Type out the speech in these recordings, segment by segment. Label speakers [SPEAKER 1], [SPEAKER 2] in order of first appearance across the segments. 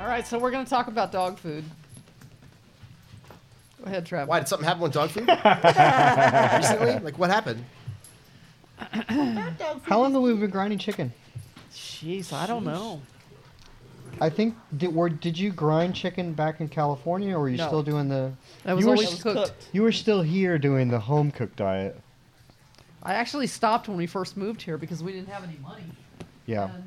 [SPEAKER 1] right, so we're going to talk about dog food. Go ahead, Travis.
[SPEAKER 2] Why did something happen with dog food recently? Like what happened?
[SPEAKER 3] How long have we been grinding chicken?
[SPEAKER 1] Jeez, I don't know.
[SPEAKER 3] I think did, were, did you grind chicken back in California, or were you
[SPEAKER 1] No.
[SPEAKER 3] still doing the?
[SPEAKER 1] That was
[SPEAKER 3] you were
[SPEAKER 1] always
[SPEAKER 3] s-
[SPEAKER 1] cooked.
[SPEAKER 3] You were still here doing the home cooked diet.
[SPEAKER 1] I actually stopped when we first moved here because we didn't have any money.
[SPEAKER 3] Yeah.
[SPEAKER 1] And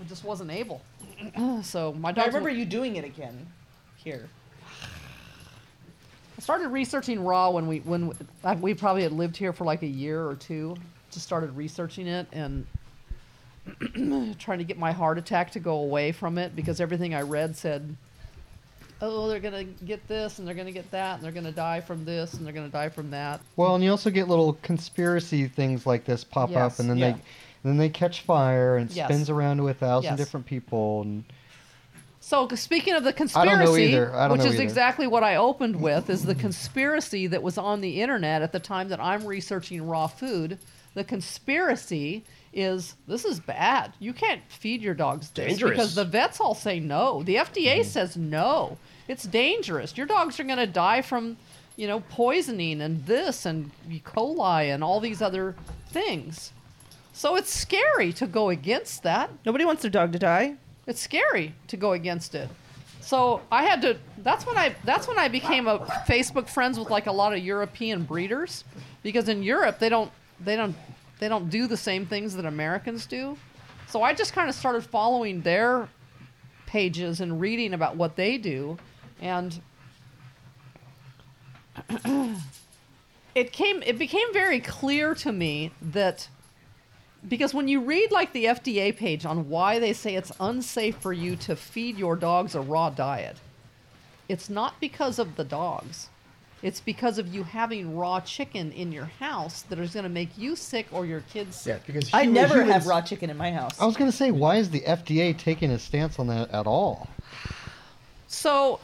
[SPEAKER 1] I just wasn't able. so my
[SPEAKER 4] I
[SPEAKER 1] dog.
[SPEAKER 4] remember you doing it again here.
[SPEAKER 1] I started researching raw when we when I, we probably had lived here for like a year or two. Just started researching it and trying to get my heart attack to go away from it because everything I read said, "Oh, they're gonna get this and they're gonna get that and they're gonna die from this and they're gonna die from that."
[SPEAKER 3] Well, and you also get little conspiracy things like this pop
[SPEAKER 1] Yes.
[SPEAKER 3] up, and then
[SPEAKER 4] Yeah.
[SPEAKER 3] they, then they catch fire and it
[SPEAKER 1] Yes.
[SPEAKER 3] spins around to a thousand
[SPEAKER 1] Yes.
[SPEAKER 3] different people. And
[SPEAKER 1] So c- speaking of the
[SPEAKER 3] I
[SPEAKER 1] conspiracy,
[SPEAKER 3] don't know either. I don't
[SPEAKER 1] which
[SPEAKER 3] know
[SPEAKER 1] is
[SPEAKER 3] either.
[SPEAKER 1] exactly what I opened with, is the conspiracy that was on the internet at the time that I'm researching raw food. The conspiracy is this is bad. You can't feed your dogs this
[SPEAKER 2] Dangerous.
[SPEAKER 1] because the vets all say no. The FDA
[SPEAKER 4] Mm-hmm.
[SPEAKER 1] says no. It's dangerous. Your dogs are going to die from, you know, poisoning and this and E. coli and all these other things. So it's scary to go against that
[SPEAKER 4] Nobody wants their dog to die.
[SPEAKER 1] it's scary to go against it. So I had to. That's when I. That's when I became a Facebook friends with like a lot of European breeders, because in Europe they don't. They don't. They don't do the same things that Americans do. So I just kind of started following their pages and reading about what they do, and it came. It became very clear to me that because when you read like the FDA page on why they say it's unsafe for you to feed your dogs a raw diet, it's not because of the dogs. It's because of you having raw chicken in your house that is going to make you sick or your kids sick.
[SPEAKER 2] Yeah, because
[SPEAKER 4] I
[SPEAKER 2] human-
[SPEAKER 4] never
[SPEAKER 2] humans-
[SPEAKER 4] have raw chicken in my house.
[SPEAKER 3] I was gonna say, why is the FDA taking a stance on that at all?
[SPEAKER 1] So,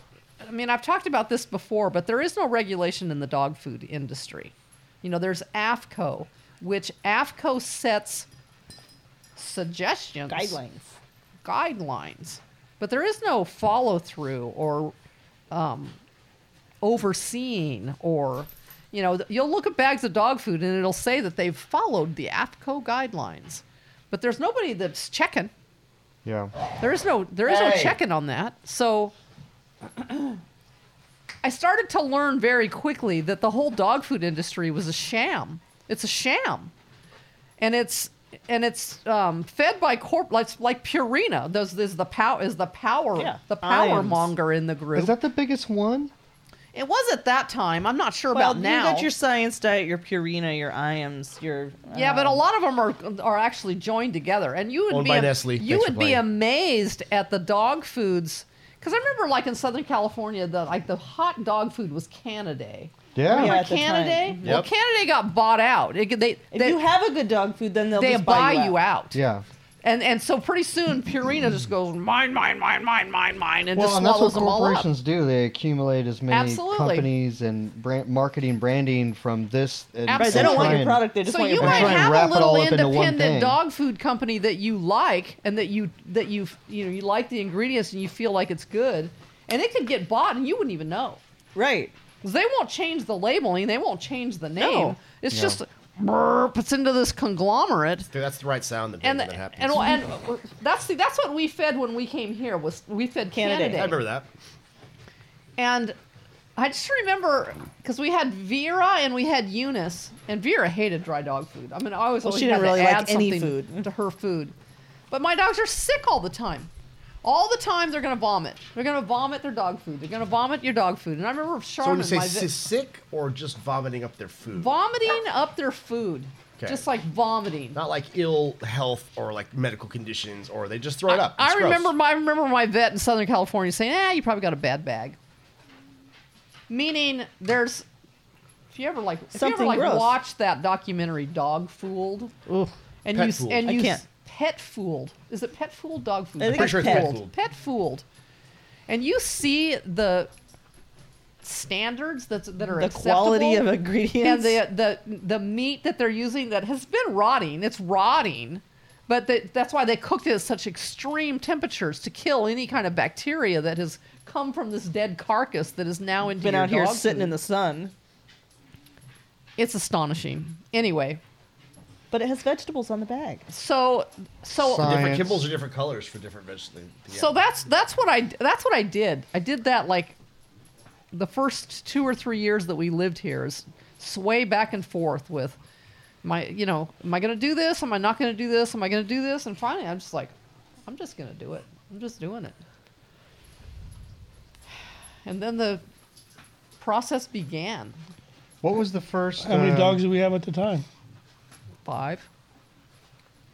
[SPEAKER 1] I mean, I've talked about this before, but there is no regulation in the dog food industry. You know, there's AFCO, which AFCO sets suggestions,
[SPEAKER 4] Guidelines.
[SPEAKER 1] guidelines, but there is no follow through or um, overseeing or you know th- you'll look at bags of dog food and it'll say that they've followed the AFCO guidelines, but there's nobody that's checking.
[SPEAKER 3] Yeah.
[SPEAKER 1] There is no there is no
[SPEAKER 2] Hey.
[SPEAKER 1] checking on that. So I started to learn very quickly that the whole dog food industry was a sham. It's a sham, and it's and it's um, fed by corp like like Purina. Those is the pow is the power
[SPEAKER 4] Yeah.
[SPEAKER 1] the power
[SPEAKER 4] Iams.
[SPEAKER 1] monger in the group.
[SPEAKER 3] Is that the biggest one?
[SPEAKER 1] it was at that time. I'm not sure
[SPEAKER 4] well,
[SPEAKER 1] about now.
[SPEAKER 4] you got your science diet, your Purina, your IAMS, your
[SPEAKER 1] Yeah, but a
[SPEAKER 4] um,
[SPEAKER 1] lot of them are are actually joined together, and you would
[SPEAKER 2] Owned
[SPEAKER 1] be
[SPEAKER 2] by
[SPEAKER 1] am-
[SPEAKER 2] Nestle.
[SPEAKER 1] You
[SPEAKER 2] Thanks for
[SPEAKER 1] would be
[SPEAKER 2] playing.
[SPEAKER 1] amazed at the dog foods because I remember, like in Southern California, the like the hot dog food was Canada Day.
[SPEAKER 3] Yeah.
[SPEAKER 4] Yeah.
[SPEAKER 1] Remember
[SPEAKER 4] at the
[SPEAKER 1] Canada
[SPEAKER 4] time.
[SPEAKER 1] Day?
[SPEAKER 4] Mhm.
[SPEAKER 1] Well,
[SPEAKER 2] Yep.
[SPEAKER 1] Canada Day got bought out. It, they
[SPEAKER 4] If
[SPEAKER 1] they,
[SPEAKER 4] you have a good dog food, then they'll
[SPEAKER 1] they
[SPEAKER 4] just
[SPEAKER 1] buy you out.
[SPEAKER 3] Yeah.
[SPEAKER 1] And and so pretty soon Purina just goes mine mine mine mine mine mine and
[SPEAKER 3] Well,
[SPEAKER 1] just
[SPEAKER 3] and that's what
[SPEAKER 1] swallows them all up.
[SPEAKER 3] corporations do. They accumulate as many
[SPEAKER 1] Absolutely.
[SPEAKER 3] companies and brand, marketing, branding from this. And,
[SPEAKER 1] Right,
[SPEAKER 4] Right, they
[SPEAKER 3] and
[SPEAKER 4] don't want
[SPEAKER 3] try
[SPEAKER 4] your
[SPEAKER 3] and-
[SPEAKER 4] product. They just
[SPEAKER 1] so
[SPEAKER 4] want
[SPEAKER 1] you
[SPEAKER 4] your
[SPEAKER 3] I'm
[SPEAKER 1] might
[SPEAKER 3] trying to
[SPEAKER 1] have
[SPEAKER 3] wrap
[SPEAKER 1] a
[SPEAKER 3] it
[SPEAKER 1] little
[SPEAKER 3] all up into one
[SPEAKER 1] independent
[SPEAKER 3] thing.
[SPEAKER 1] dog food company that you like and that you that you you know you like the ingredients and you feel like it's good and it could get bought and you wouldn't even know
[SPEAKER 4] right.
[SPEAKER 1] 'Cause they won't change the labeling they won't change the name
[SPEAKER 4] No.
[SPEAKER 1] it's
[SPEAKER 3] No.
[SPEAKER 1] just burp it's into this conglomerate
[SPEAKER 2] Dude, that's the right sound that,
[SPEAKER 1] and
[SPEAKER 2] when
[SPEAKER 1] the-
[SPEAKER 2] that happens.
[SPEAKER 1] and, and that's the, that's what we fed when we came here was we fed
[SPEAKER 4] Canada
[SPEAKER 1] Canada
[SPEAKER 4] Day.
[SPEAKER 1] Day.
[SPEAKER 2] I remember that.
[SPEAKER 1] And I just remember because we had Vera and we had Eunice, and Vera hated dry dog food. I mean, I always
[SPEAKER 4] Well,
[SPEAKER 1] always
[SPEAKER 4] she
[SPEAKER 1] had
[SPEAKER 4] didn't
[SPEAKER 1] to
[SPEAKER 4] really like
[SPEAKER 1] add
[SPEAKER 4] any
[SPEAKER 1] something
[SPEAKER 4] food.
[SPEAKER 1] to her food. But my dogs are sick all the time. All the time they're gonna vomit. They're gonna vomit their dog food. They're gonna vomit your dog food. And I remember
[SPEAKER 2] So when
[SPEAKER 1] Charmin,
[SPEAKER 2] you say
[SPEAKER 1] my vi-
[SPEAKER 2] si- sick or just vomiting up their food,
[SPEAKER 1] vomiting up their food,
[SPEAKER 2] Okay.
[SPEAKER 1] just like vomiting.
[SPEAKER 2] not like ill health or like medical conditions, or they just throw it up.
[SPEAKER 1] I
[SPEAKER 2] It's gross.
[SPEAKER 1] remember my I remember my vet in Southern California saying, "Ah, you probably got a bad bag." Meaning, there's if you ever like if
[SPEAKER 4] Something
[SPEAKER 1] you ever like
[SPEAKER 4] gross.
[SPEAKER 1] watch that documentary Dog Fooled, and
[SPEAKER 2] Pet
[SPEAKER 1] you
[SPEAKER 2] Fooled.
[SPEAKER 1] and
[SPEAKER 4] I
[SPEAKER 1] you
[SPEAKER 4] can't.
[SPEAKER 1] pet fooled. Is it pet fooled? Dog fooled.
[SPEAKER 4] I think Pretty it's sure it's pet. pet
[SPEAKER 2] fooled.
[SPEAKER 1] Pet fooled. And you see the standards that's, that are
[SPEAKER 4] The quality of
[SPEAKER 1] acceptable
[SPEAKER 4] ingredients.
[SPEAKER 1] and the the the meat that they're using that has been rotting. It's rotting. But they, that's why they cooked it at such extreme temperatures to kill any kind of bacteria that has come from this dead carcass that is now into
[SPEAKER 4] Been
[SPEAKER 1] your
[SPEAKER 4] out here
[SPEAKER 1] dog
[SPEAKER 4] sitting
[SPEAKER 1] food.
[SPEAKER 4] in the sun,
[SPEAKER 1] It's astonishing. Anyway,
[SPEAKER 4] but it has vegetables on the bag.
[SPEAKER 1] so so
[SPEAKER 3] Science.
[SPEAKER 2] Different kibbles are different colors for different vegetables.
[SPEAKER 1] So that's that's what I that's what I did. I did that like the first two or three years that we lived here is sway back and forth with my you know am I gonna do this? Am I not gonna do this? Am I gonna do this? And finally, I'm just like, I'm just gonna do it. I'm just doing it. And then the process began.
[SPEAKER 3] What was the first?
[SPEAKER 5] How many
[SPEAKER 3] uh,
[SPEAKER 5] dogs did we have at the time?
[SPEAKER 1] Five.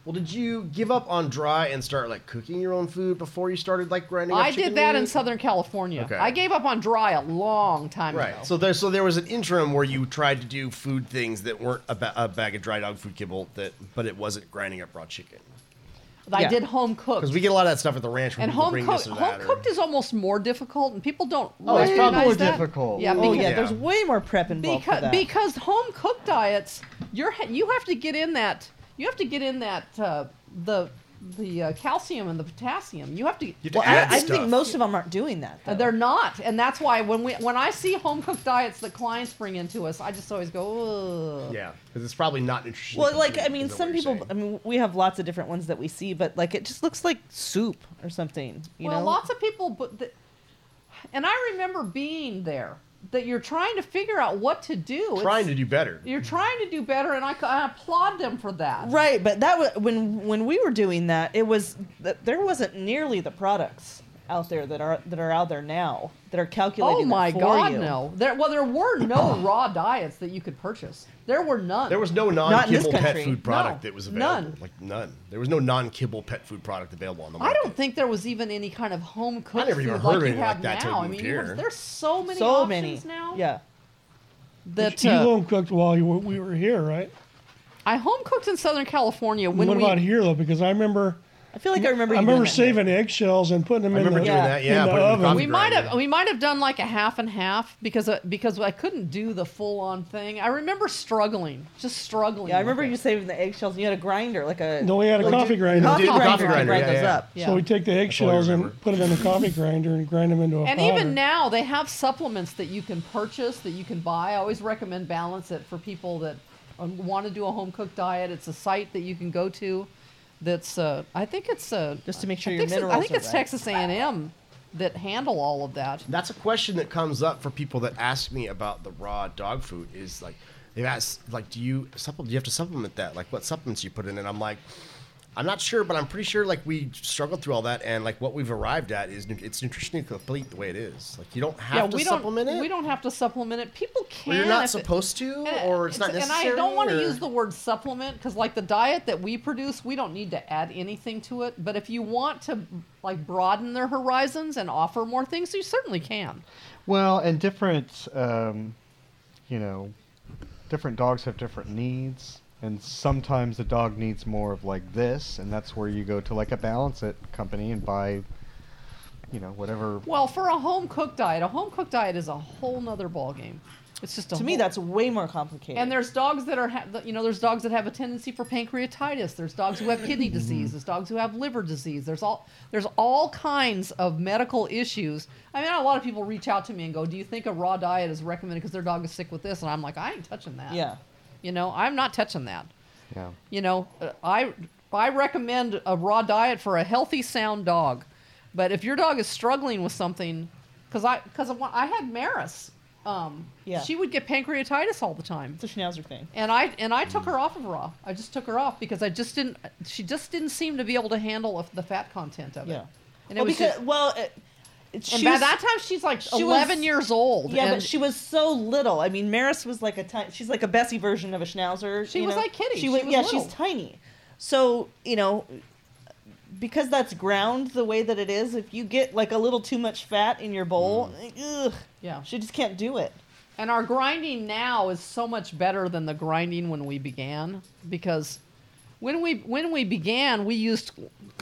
[SPEAKER 2] well, did you give up on dry and start like cooking your own food before you started like grinding? up
[SPEAKER 1] I
[SPEAKER 2] chicken
[SPEAKER 1] did that in
[SPEAKER 2] meat?
[SPEAKER 1] Southern California.
[SPEAKER 2] Okay.
[SPEAKER 1] I gave up on dry a long time
[SPEAKER 2] Right.
[SPEAKER 1] ago.
[SPEAKER 2] So there, so there was an interim where you tried to do food things that weren't a, ba- a bag of dry dog food kibble that, but it wasn't grinding up raw chicken.
[SPEAKER 1] I
[SPEAKER 4] Yeah.
[SPEAKER 1] did home cooked.
[SPEAKER 2] Because we get a lot of that stuff at the ranch. When
[SPEAKER 1] And
[SPEAKER 2] people
[SPEAKER 1] home
[SPEAKER 2] bring
[SPEAKER 1] cooked,
[SPEAKER 2] this or
[SPEAKER 1] home
[SPEAKER 2] that or-
[SPEAKER 1] cooked is almost more difficult, and people don't.
[SPEAKER 2] Oh, it's
[SPEAKER 1] recognize
[SPEAKER 3] probably more
[SPEAKER 1] that.
[SPEAKER 3] difficult.
[SPEAKER 1] Yeah,
[SPEAKER 4] oh
[SPEAKER 1] because,
[SPEAKER 4] yeah,
[SPEAKER 2] yeah.
[SPEAKER 4] there's way more prep involved. for
[SPEAKER 1] because
[SPEAKER 4] that.
[SPEAKER 1] because home cooked diets, you're ha- you have to get in that you have to get in that uh, the the uh, calcium and the potassium. You have to.
[SPEAKER 2] You have to
[SPEAKER 4] well,
[SPEAKER 2] add
[SPEAKER 4] I, I
[SPEAKER 2] stuff.
[SPEAKER 4] think most of them aren't doing that.
[SPEAKER 1] uh,
[SPEAKER 4] though.
[SPEAKER 1] They're not, and that's why when we when I see home cooked diets that clients bring into us, I just always go. Ugh.
[SPEAKER 2] Yeah, because it's probably not interesting.
[SPEAKER 4] Well,
[SPEAKER 2] to
[SPEAKER 4] like
[SPEAKER 2] food,
[SPEAKER 4] I mean,
[SPEAKER 2] is what
[SPEAKER 4] some
[SPEAKER 2] you're
[SPEAKER 4] people.
[SPEAKER 2] saying.
[SPEAKER 4] I mean, we have lots of different ones that we see, but like it just looks like soup or something. You
[SPEAKER 1] well,
[SPEAKER 4] know,
[SPEAKER 1] lots of people, but the, and I remember being there that you're trying to figure out what to do.
[SPEAKER 2] trying
[SPEAKER 1] It's-
[SPEAKER 2] to do better.
[SPEAKER 1] You're trying to do better, and I, I applaud them for that.
[SPEAKER 4] right. But that was when when we were doing that. It was th- there wasn't nearly the products out there that are that are out there now that are calculating.
[SPEAKER 1] Oh
[SPEAKER 4] that
[SPEAKER 1] my
[SPEAKER 4] for
[SPEAKER 1] God,
[SPEAKER 4] you.
[SPEAKER 1] no. There, well, there were no raw diets that you could purchase. There were none.
[SPEAKER 2] There was no
[SPEAKER 4] in this
[SPEAKER 2] non-kibble pet
[SPEAKER 4] country.
[SPEAKER 2] food product
[SPEAKER 1] No,
[SPEAKER 2] that was available.
[SPEAKER 1] none.
[SPEAKER 2] Like none. There was no non-kibble pet food product available on the
[SPEAKER 1] I
[SPEAKER 2] market.
[SPEAKER 1] don't think there was even any kind of home cooked.
[SPEAKER 2] never even
[SPEAKER 1] food
[SPEAKER 2] heard of
[SPEAKER 1] like you
[SPEAKER 2] anything like
[SPEAKER 1] have
[SPEAKER 2] that till
[SPEAKER 1] now. I
[SPEAKER 2] it
[SPEAKER 1] mean, you have-
[SPEAKER 2] appeared.
[SPEAKER 1] there's so many
[SPEAKER 4] so
[SPEAKER 1] options
[SPEAKER 4] many
[SPEAKER 1] now.
[SPEAKER 4] Yeah,
[SPEAKER 1] That
[SPEAKER 5] you
[SPEAKER 1] uh,
[SPEAKER 5] home cooked while you were, we were here, right?
[SPEAKER 1] I home cooked in Southern California when
[SPEAKER 5] what
[SPEAKER 1] we.
[SPEAKER 5] about here though? Because I remember
[SPEAKER 4] I feel like I remember.
[SPEAKER 5] I
[SPEAKER 4] you doing
[SPEAKER 5] remember
[SPEAKER 4] that.
[SPEAKER 5] saving eggshells and putting them
[SPEAKER 2] I
[SPEAKER 5] in
[SPEAKER 2] remember
[SPEAKER 5] the
[SPEAKER 2] doing that. Yeah,
[SPEAKER 5] in the
[SPEAKER 2] put it in the
[SPEAKER 5] oven.
[SPEAKER 2] coffee
[SPEAKER 1] we might
[SPEAKER 2] grinder.
[SPEAKER 1] have we might have done like a half and half because uh, because I couldn't do the full on thing. I remember struggling, just struggling.
[SPEAKER 4] Yeah, I
[SPEAKER 1] with
[SPEAKER 4] remember
[SPEAKER 1] it.
[SPEAKER 4] you saving the eggshells. and You had a grinder, like a
[SPEAKER 5] No, we had a
[SPEAKER 2] Oh,
[SPEAKER 5] coffee
[SPEAKER 2] did-
[SPEAKER 5] grinder.
[SPEAKER 2] oh,
[SPEAKER 4] coffee
[SPEAKER 2] did-
[SPEAKER 4] grinder,
[SPEAKER 2] coffee
[SPEAKER 4] to
[SPEAKER 2] grinder,
[SPEAKER 4] grind
[SPEAKER 2] yeah,
[SPEAKER 4] those
[SPEAKER 2] yeah.
[SPEAKER 4] up. Yeah.
[SPEAKER 5] So we take the
[SPEAKER 2] all I
[SPEAKER 5] eggshells and
[SPEAKER 2] remember.
[SPEAKER 5] put it in the coffee grinder and grind them into a
[SPEAKER 1] And
[SPEAKER 5] powder.
[SPEAKER 1] even now, they have supplements that you can purchase, that you can buy. I always recommend Balance It for people that uh, want to do a home cooked diet. It's a site that you can go to. That's uh, I think it's uh,
[SPEAKER 4] Just to make sure
[SPEAKER 1] I
[SPEAKER 4] your
[SPEAKER 1] think it's- I
[SPEAKER 4] minerals
[SPEAKER 1] think
[SPEAKER 4] are
[SPEAKER 1] it's
[SPEAKER 4] right.
[SPEAKER 1] Texas A and M that handle all of that.
[SPEAKER 2] That's a question that comes up for people that ask me about the raw dog food. Is like they ask like, do you supplement? Do you have to supplement that? Like, what supplements you put in? And I'm like, I'm not sure, but I'm pretty sure like we struggled through all that, and like what we've arrived at is nu- it's nutritionally complete the way it is. Like you don't have
[SPEAKER 1] yeah,
[SPEAKER 2] to
[SPEAKER 1] we don't
[SPEAKER 2] supplement it.
[SPEAKER 1] we don't have to supplement it. People can.
[SPEAKER 2] Or you're not
[SPEAKER 1] if it-
[SPEAKER 2] supposed to,
[SPEAKER 1] And-
[SPEAKER 2] or it's not necessary.
[SPEAKER 1] Eh, And I don't want
[SPEAKER 2] or-
[SPEAKER 1] to use the word supplement because, like, the diet that we produce, we don't need to add anything to it. But if you want to, like, broaden their horizons and offer more things, you certainly can.
[SPEAKER 3] Well, and different, um, you know, different dogs have different needs, and sometimes the dog needs more of like this, and that's where you go to like a balance it company and buy, you know, whatever.
[SPEAKER 1] Well, for a home cooked diet, a home cooked diet is a whole nother ballgame. It's just a
[SPEAKER 4] To me,
[SPEAKER 1] whole-
[SPEAKER 4] that's way more complicated.
[SPEAKER 1] And there's dogs that are, ha- that- you know, there's dogs that have a tendency for pancreatitis. There's dogs who have kidney disease. There's dogs who have liver disease. There's all there's all kinds of medical issues. I mean, a lot of people reach out to me and go, "Do you think a raw diet is recommended because their dog is sick with this?" And I'm like, "I ain't touching that."
[SPEAKER 4] yeah.
[SPEAKER 1] You know, I'm not touching that.
[SPEAKER 3] Yeah.
[SPEAKER 1] You know, uh, I I recommend a raw diet for a healthy, sound dog. But if your dog is struggling with something, because I because I had Maris, um,
[SPEAKER 4] Yeah.
[SPEAKER 1] she would get pancreatitis all the time
[SPEAKER 4] It's a schnauzer thing.
[SPEAKER 1] and I and I took her off of raw. I just took her off because I just didn't. She just didn't seem to be able to handle of the fat content of it.
[SPEAKER 4] Yeah.
[SPEAKER 1] And it
[SPEAKER 4] well,
[SPEAKER 1] was
[SPEAKER 4] because
[SPEAKER 1] just-
[SPEAKER 4] well, it, it,
[SPEAKER 1] and
[SPEAKER 4] she
[SPEAKER 1] by
[SPEAKER 4] was-
[SPEAKER 1] that time she's like
[SPEAKER 4] she was-
[SPEAKER 1] eleven years old.
[SPEAKER 4] yeah,
[SPEAKER 1] and-
[SPEAKER 4] but she was so little. I mean, Maris was like a tiny. She's like a Bessie version of a schnauzer.
[SPEAKER 1] She
[SPEAKER 4] you
[SPEAKER 1] was
[SPEAKER 4] know?
[SPEAKER 1] like Kitty.
[SPEAKER 4] She was,
[SPEAKER 1] She was
[SPEAKER 4] yeah,
[SPEAKER 1] little.
[SPEAKER 4] she's tiny. So you know, because that's ground the way that it is. If you get like a little too much fat in your bowl, ugh,
[SPEAKER 1] Mm. Yeah.
[SPEAKER 4] she just can't do it.
[SPEAKER 1] And our grinding now is so much better than the grinding when we began because when we when we began we used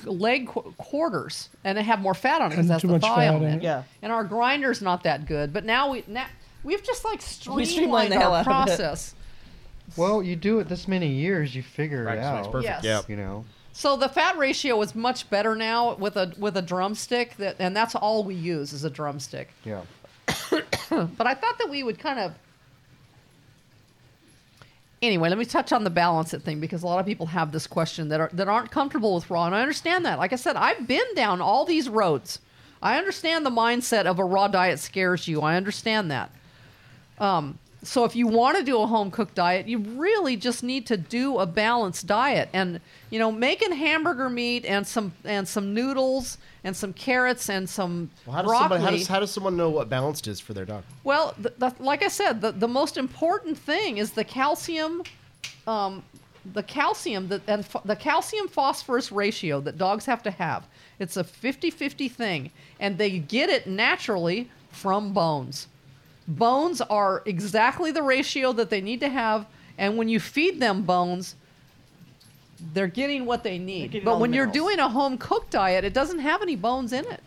[SPEAKER 1] leg qu- quarters and it had more fat on it because
[SPEAKER 5] And
[SPEAKER 1] that's
[SPEAKER 5] too
[SPEAKER 1] the
[SPEAKER 5] much
[SPEAKER 1] thigh
[SPEAKER 5] fat
[SPEAKER 1] on
[SPEAKER 5] in
[SPEAKER 1] it.
[SPEAKER 5] it.
[SPEAKER 4] Yeah.
[SPEAKER 1] And our grinder's not that good, but now we now we've just like streamlined,
[SPEAKER 4] streamlined the hell
[SPEAKER 1] our
[SPEAKER 4] out of it.
[SPEAKER 1] process.
[SPEAKER 3] Well, you do it this many years, you figure it
[SPEAKER 2] Practice makes
[SPEAKER 3] out.
[SPEAKER 1] Yes.
[SPEAKER 2] perfect. Yeah.
[SPEAKER 3] You know.
[SPEAKER 1] So the fat ratio is much better now with a with a drumstick that, and that's all we use is a drumstick.
[SPEAKER 3] Yeah.
[SPEAKER 1] But I thought that we would kind of. Anyway, let me touch on the balance it thing because a lot of people have this question that are that aren't comfortable with raw, and I understand that. Like I said, I've been down all these roads. I understand the mindset of a raw diet scares you. I understand that. Um, so if you want to do a home cooked diet, you really just need to do a balanced diet, and you know, making hamburger meat and some and some noodles and some carrots and some
[SPEAKER 2] Well, how, does
[SPEAKER 1] broccoli.
[SPEAKER 2] somebody, how, does, how does someone know what balanced is for their dog?
[SPEAKER 1] Well, th the, like I said, the, the most important thing is the calcium, um, the calcium that and ph- the calcium phosphorus ratio that dogs have to have. It's a 50-50 thing, and they get it naturally from bones. Bones are exactly the ratio that they need to have, and when you feed them bones, they're getting what they need.
[SPEAKER 4] getting
[SPEAKER 1] But
[SPEAKER 4] all the
[SPEAKER 1] when you're
[SPEAKER 4] minerals.
[SPEAKER 1] doing a home cooked diet, it doesn't have any bones in it.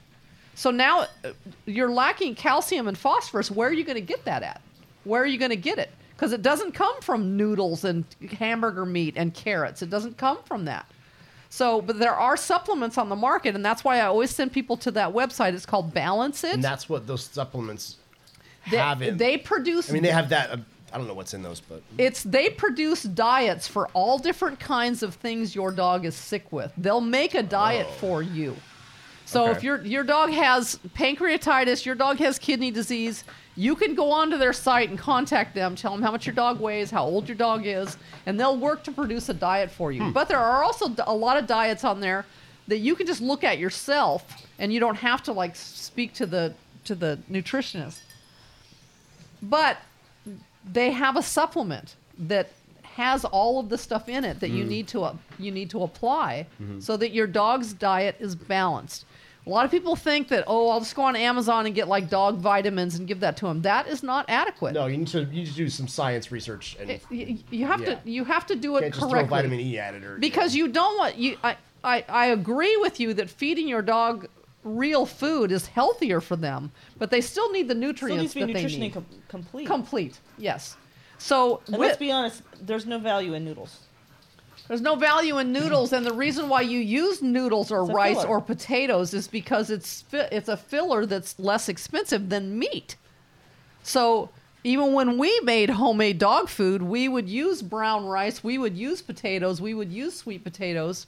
[SPEAKER 1] So now uh, you're lacking calcium and phosphorus. Where are you going to get that at? Where are you going to get it? Because it doesn't come from noodles and hamburger meat and carrots. It doesn't come from that. So, but there are supplements on the market, and that's why I always send people to that website. It's called Balance It.
[SPEAKER 2] And that's what those supplements have
[SPEAKER 1] they,
[SPEAKER 2] in.
[SPEAKER 1] they produce.
[SPEAKER 2] I mean, they have that. uh, I don't know what's in those, but
[SPEAKER 1] it's they produce diets for all different kinds of things your dog is sick with. They'll make a diet for you. So
[SPEAKER 2] Okay.
[SPEAKER 1] if your your dog has pancreatitis, your dog has kidney disease, you can go onto their site and contact them, tell them how much your dog weighs, how old your dog is, and they'll work to produce a diet for you. But there are also d- a lot of diets on there that you can just look at yourself and you don't have to like speak to the to the nutritionist. But they have a supplement that has all of the stuff in it that
[SPEAKER 2] Mm.
[SPEAKER 1] you need to uh, you need to apply
[SPEAKER 2] Mm-hmm.
[SPEAKER 1] so that your dog's diet is balanced. A lot of people think that oh, I'll just go on Amazon and get like dog vitamins and give that to him. That is not adequate.
[SPEAKER 2] no, you need to you need to do some science research and
[SPEAKER 1] It- you, you have
[SPEAKER 2] Yeah.
[SPEAKER 1] to you have to do it
[SPEAKER 2] can't just
[SPEAKER 1] correctly
[SPEAKER 2] throw vitamin E at it or
[SPEAKER 1] because you don't want you I, I i agree with you that feeding your dog real food is healthier for them but they still need the
[SPEAKER 4] Still needs
[SPEAKER 1] nutrients
[SPEAKER 4] to
[SPEAKER 1] that
[SPEAKER 4] be
[SPEAKER 1] they
[SPEAKER 4] nutritionally
[SPEAKER 1] need
[SPEAKER 4] com- complete.
[SPEAKER 1] complete yes so
[SPEAKER 4] and
[SPEAKER 1] with-
[SPEAKER 4] let's be honest, there's no value in noodles.
[SPEAKER 1] there's no value in noodles and the reason why you use noodles or
[SPEAKER 4] It's a
[SPEAKER 1] rice
[SPEAKER 4] filler.
[SPEAKER 1] or potatoes is because it's fi- it's a filler that's less expensive than meat so even when we made homemade dog food, we would use brown rice, we would use potatoes, we would use sweet potatoes.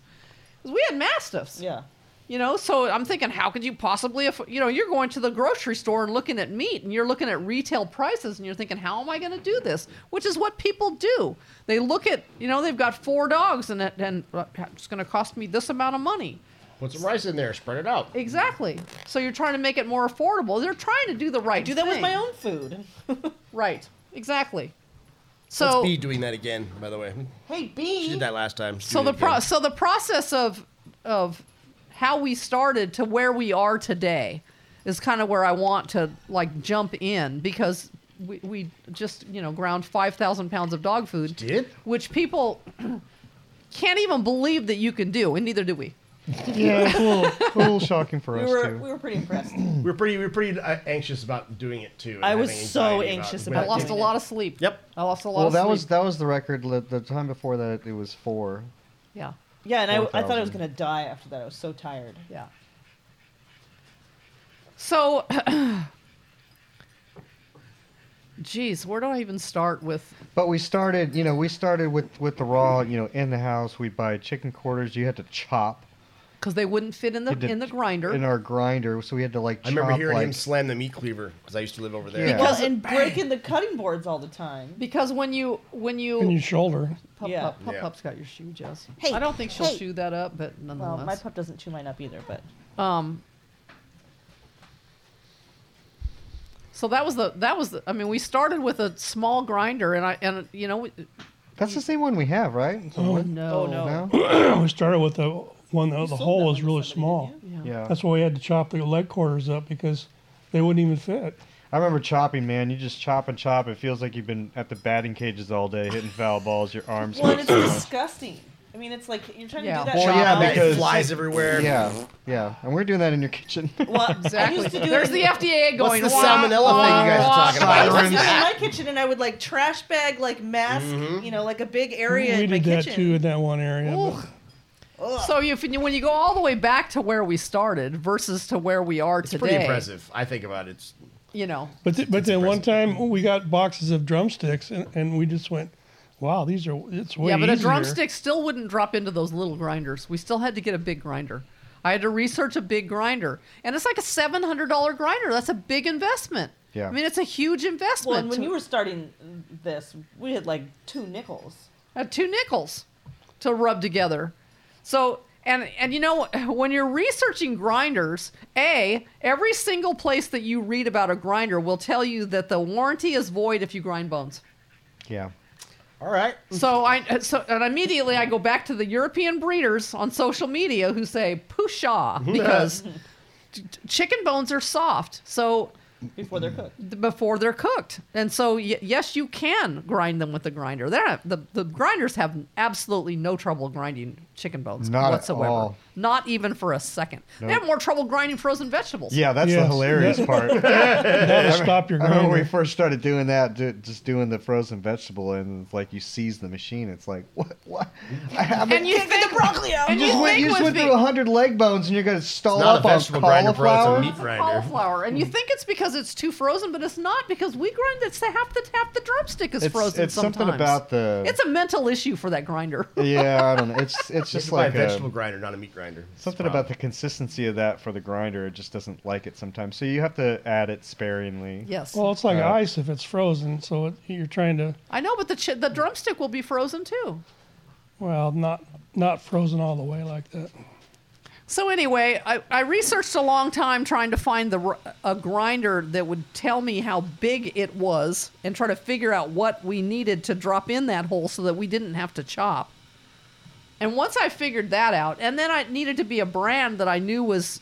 [SPEAKER 1] 'Cause We had mastiffs.
[SPEAKER 4] Yeah.
[SPEAKER 1] You know, so I'm thinking, how could you possibly, aff- you know, you're going to the grocery store and looking at meat and you're looking at retail prices and you're thinking, how am I going to do this? Which is what people do. They look at, you know, they've got four dogs and, it, and uh, it's going to cost me this amount of money.
[SPEAKER 2] put some rice in there, spread it out.
[SPEAKER 1] Exactly. So you're trying to make it more affordable. They're trying to do the right
[SPEAKER 4] Do that with
[SPEAKER 1] thing.
[SPEAKER 4] my own food.
[SPEAKER 1] Right. Exactly.
[SPEAKER 2] That's
[SPEAKER 1] So E
[SPEAKER 2] B doing that again, by the way.
[SPEAKER 4] hey,
[SPEAKER 2] She
[SPEAKER 4] B.
[SPEAKER 2] did that last time. She's
[SPEAKER 1] so
[SPEAKER 2] doing
[SPEAKER 1] the
[SPEAKER 2] it again.
[SPEAKER 1] pro- so the process of of how we started to where we are today is kind of where I want to like jump in because we, we just you know ground five thousand pounds of dog food,
[SPEAKER 2] did.
[SPEAKER 1] which people can't even believe that you can do, and neither do we.
[SPEAKER 3] Yeah, it's a little, a little shocking for
[SPEAKER 4] We
[SPEAKER 3] us
[SPEAKER 4] were
[SPEAKER 3] too.
[SPEAKER 4] we were pretty impressed.
[SPEAKER 2] We were pretty we were pretty uh, anxious about doing it too. and
[SPEAKER 4] I was
[SPEAKER 2] having
[SPEAKER 4] so
[SPEAKER 2] anxiety
[SPEAKER 4] anxious
[SPEAKER 1] I
[SPEAKER 4] about
[SPEAKER 1] lost a
[SPEAKER 4] doing
[SPEAKER 1] lot
[SPEAKER 4] it.
[SPEAKER 1] of sleep.
[SPEAKER 2] Yep.
[SPEAKER 1] I lost a lot.
[SPEAKER 3] well,
[SPEAKER 1] of
[SPEAKER 3] that
[SPEAKER 1] sleep.
[SPEAKER 3] was that was the record. li- The time before that, it was four.
[SPEAKER 1] yeah,
[SPEAKER 4] Yeah, and I, I thought I was
[SPEAKER 3] 4,000.
[SPEAKER 4] gonna die after that. I was so tired.
[SPEAKER 1] yeah. So, geez, where do I even start with
[SPEAKER 3] But we started, you know, we started with with the raw, you know, in the house. We'd buy chicken quarters. You had to chop
[SPEAKER 1] because they wouldn't fit in the
[SPEAKER 3] You had to
[SPEAKER 1] in the grinder.
[SPEAKER 3] in our grinder, so we had to like.
[SPEAKER 2] I remember
[SPEAKER 3] chop,
[SPEAKER 2] hearing
[SPEAKER 3] like,
[SPEAKER 2] him slam the meat cleaver because I used to live over there.
[SPEAKER 3] Yeah.
[SPEAKER 4] Well,
[SPEAKER 1] Because-
[SPEAKER 4] and breaking the cutting boards all the time.
[SPEAKER 1] because when you when you,
[SPEAKER 5] in your shoulder.
[SPEAKER 1] pup,
[SPEAKER 4] Yeah.
[SPEAKER 1] pup, pup
[SPEAKER 2] Yeah.
[SPEAKER 1] pup's got your shoe, Jess.
[SPEAKER 4] Hey,
[SPEAKER 1] I don't think she'll
[SPEAKER 4] hey.
[SPEAKER 1] chew that up, but
[SPEAKER 4] Well, my
[SPEAKER 1] nonetheless,
[SPEAKER 4] pup doesn't chew mine up either, but
[SPEAKER 1] um. So that was the that was the, I mean we started with a small grinder and I and you know we,
[SPEAKER 3] That's the same one we have, right? It's a wood-
[SPEAKER 1] no
[SPEAKER 4] Oh, no.
[SPEAKER 3] no?
[SPEAKER 5] we started with the one that the
[SPEAKER 4] sold
[SPEAKER 5] hole
[SPEAKER 4] that
[SPEAKER 5] was
[SPEAKER 4] one to
[SPEAKER 5] really
[SPEAKER 4] somebody,
[SPEAKER 5] small.
[SPEAKER 4] didn't
[SPEAKER 1] yeah.
[SPEAKER 3] Yeah.
[SPEAKER 5] That's why we had to chop the leg quarters up because they wouldn't even fit.
[SPEAKER 3] I remember chopping, man. You just chop and chop. It feels like you've been at the batting cages all day, hitting foul balls. Your arms.
[SPEAKER 4] Well,
[SPEAKER 3] hurt
[SPEAKER 4] and it's
[SPEAKER 3] so much.
[SPEAKER 4] disgusting. I mean, it's like you're trying
[SPEAKER 1] Yeah.
[SPEAKER 4] to do that.
[SPEAKER 3] Well,
[SPEAKER 4] to
[SPEAKER 3] yeah,
[SPEAKER 4] your
[SPEAKER 2] That
[SPEAKER 4] dog.
[SPEAKER 3] because-
[SPEAKER 2] Oh, flies everywhere.
[SPEAKER 3] yeah, yeah. And we're doing that in your kitchen.
[SPEAKER 4] Well, I
[SPEAKER 1] Exactly.
[SPEAKER 4] used to do
[SPEAKER 1] There's
[SPEAKER 4] it.
[SPEAKER 1] the FDA
[SPEAKER 2] What's
[SPEAKER 1] going.
[SPEAKER 2] the
[SPEAKER 1] "Wah,
[SPEAKER 2] salmonella thing you
[SPEAKER 1] wah,
[SPEAKER 2] guys
[SPEAKER 1] wah."
[SPEAKER 2] are talking
[SPEAKER 4] I used to
[SPEAKER 2] about?
[SPEAKER 4] do it in my kitchen, and I would like trash
[SPEAKER 3] Mm-hmm.
[SPEAKER 4] bag, like mask, you know, like a big area
[SPEAKER 5] we
[SPEAKER 4] in my
[SPEAKER 5] did that
[SPEAKER 4] kitchen.
[SPEAKER 5] too in that one area. but
[SPEAKER 1] Ooh. So if you, when you go all the way back to where we started versus to where we are
[SPEAKER 2] It's
[SPEAKER 1] today,
[SPEAKER 2] pretty impressive. I think about it. It's,
[SPEAKER 1] You know,
[SPEAKER 5] But th- but then one time we got boxes of drumsticks and, and we just went, wow, these are it's way
[SPEAKER 1] yeah, but a
[SPEAKER 5] easier."
[SPEAKER 1] drumstick still wouldn't drop into those little grinders. We still had to get a big grinder. I had to research a big grinder, and it's like a seven hundred dollar grinder. That's a big investment.
[SPEAKER 3] Yeah.
[SPEAKER 1] I mean it's a huge investment.
[SPEAKER 4] Well, and when
[SPEAKER 1] to-
[SPEAKER 4] you were starting this, we had like two nickels.
[SPEAKER 1] uh, two nickels to rub together. So and and you know when you're researching grinders, a every single place that you read about a grinder will tell you that the warranty is void if you grind bones.
[SPEAKER 3] Yeah.
[SPEAKER 2] all right.
[SPEAKER 1] So I uh, so and immediately I go back to the European breeders on social media who say pusha because t- t- chicken bones are soft. So
[SPEAKER 4] before they're cooked.
[SPEAKER 1] th- before they're cooked. And so, y- yes, you can grind them with the grinder. They're not, the, the grinders have absolutely no trouble grinding chicken bones
[SPEAKER 3] Not at
[SPEAKER 1] whatsoever.
[SPEAKER 3] all.
[SPEAKER 1] Not even for a second. They
[SPEAKER 3] Nope.
[SPEAKER 1] have more trouble grinding frozen vegetables.
[SPEAKER 3] Yeah, that's
[SPEAKER 5] Yes.
[SPEAKER 3] the hilarious
[SPEAKER 5] Yeah.
[SPEAKER 3] part.
[SPEAKER 5] That'll stop your
[SPEAKER 3] I remember when we
[SPEAKER 5] grinder.
[SPEAKER 3] first started doing that, do, just doing the frozen vegetable, and it's like you seize the machine. It's like, what? What? I haven't.
[SPEAKER 1] And you think the broccoli out. And
[SPEAKER 3] you just went, you
[SPEAKER 1] think
[SPEAKER 3] just
[SPEAKER 1] with
[SPEAKER 3] went
[SPEAKER 1] the-
[SPEAKER 3] through 100 leg bones, and you're going to stall
[SPEAKER 2] Not a
[SPEAKER 3] up on
[SPEAKER 2] vegetable grinder, bro. It's a
[SPEAKER 3] cauliflower?
[SPEAKER 2] meat grinder.
[SPEAKER 1] cauliflower, and you think it's because it's too frozen, but it's not because we grind that's half the half the drumstick is
[SPEAKER 3] It's-
[SPEAKER 1] frozen
[SPEAKER 3] it's
[SPEAKER 1] sometimes.
[SPEAKER 3] something about the-
[SPEAKER 1] It's a mental issue for that grinder.
[SPEAKER 3] yeah, I don't know. It's it's just
[SPEAKER 2] buy a
[SPEAKER 3] like a-
[SPEAKER 2] vegetable grinder, not a meat grinder. It's
[SPEAKER 3] something
[SPEAKER 2] a problem.
[SPEAKER 3] about the consistency of that for the grinder. It just doesn't like it sometimes. So you have to add it sparingly.
[SPEAKER 1] yes,
[SPEAKER 5] Well, it's like
[SPEAKER 3] Uh,
[SPEAKER 5] ice if it's frozen, so it, you're trying to
[SPEAKER 1] I know, but the chi- the drumstick will be frozen too.
[SPEAKER 5] well not not frozen all the way like that.
[SPEAKER 1] So anyway, I, I researched a long time trying to find the r- a grinder that would tell me how big it was and try to figure out what we needed to drop in that hole so that we didn't have to chop. And once I figured that out, and then I needed to be a brand that I knew was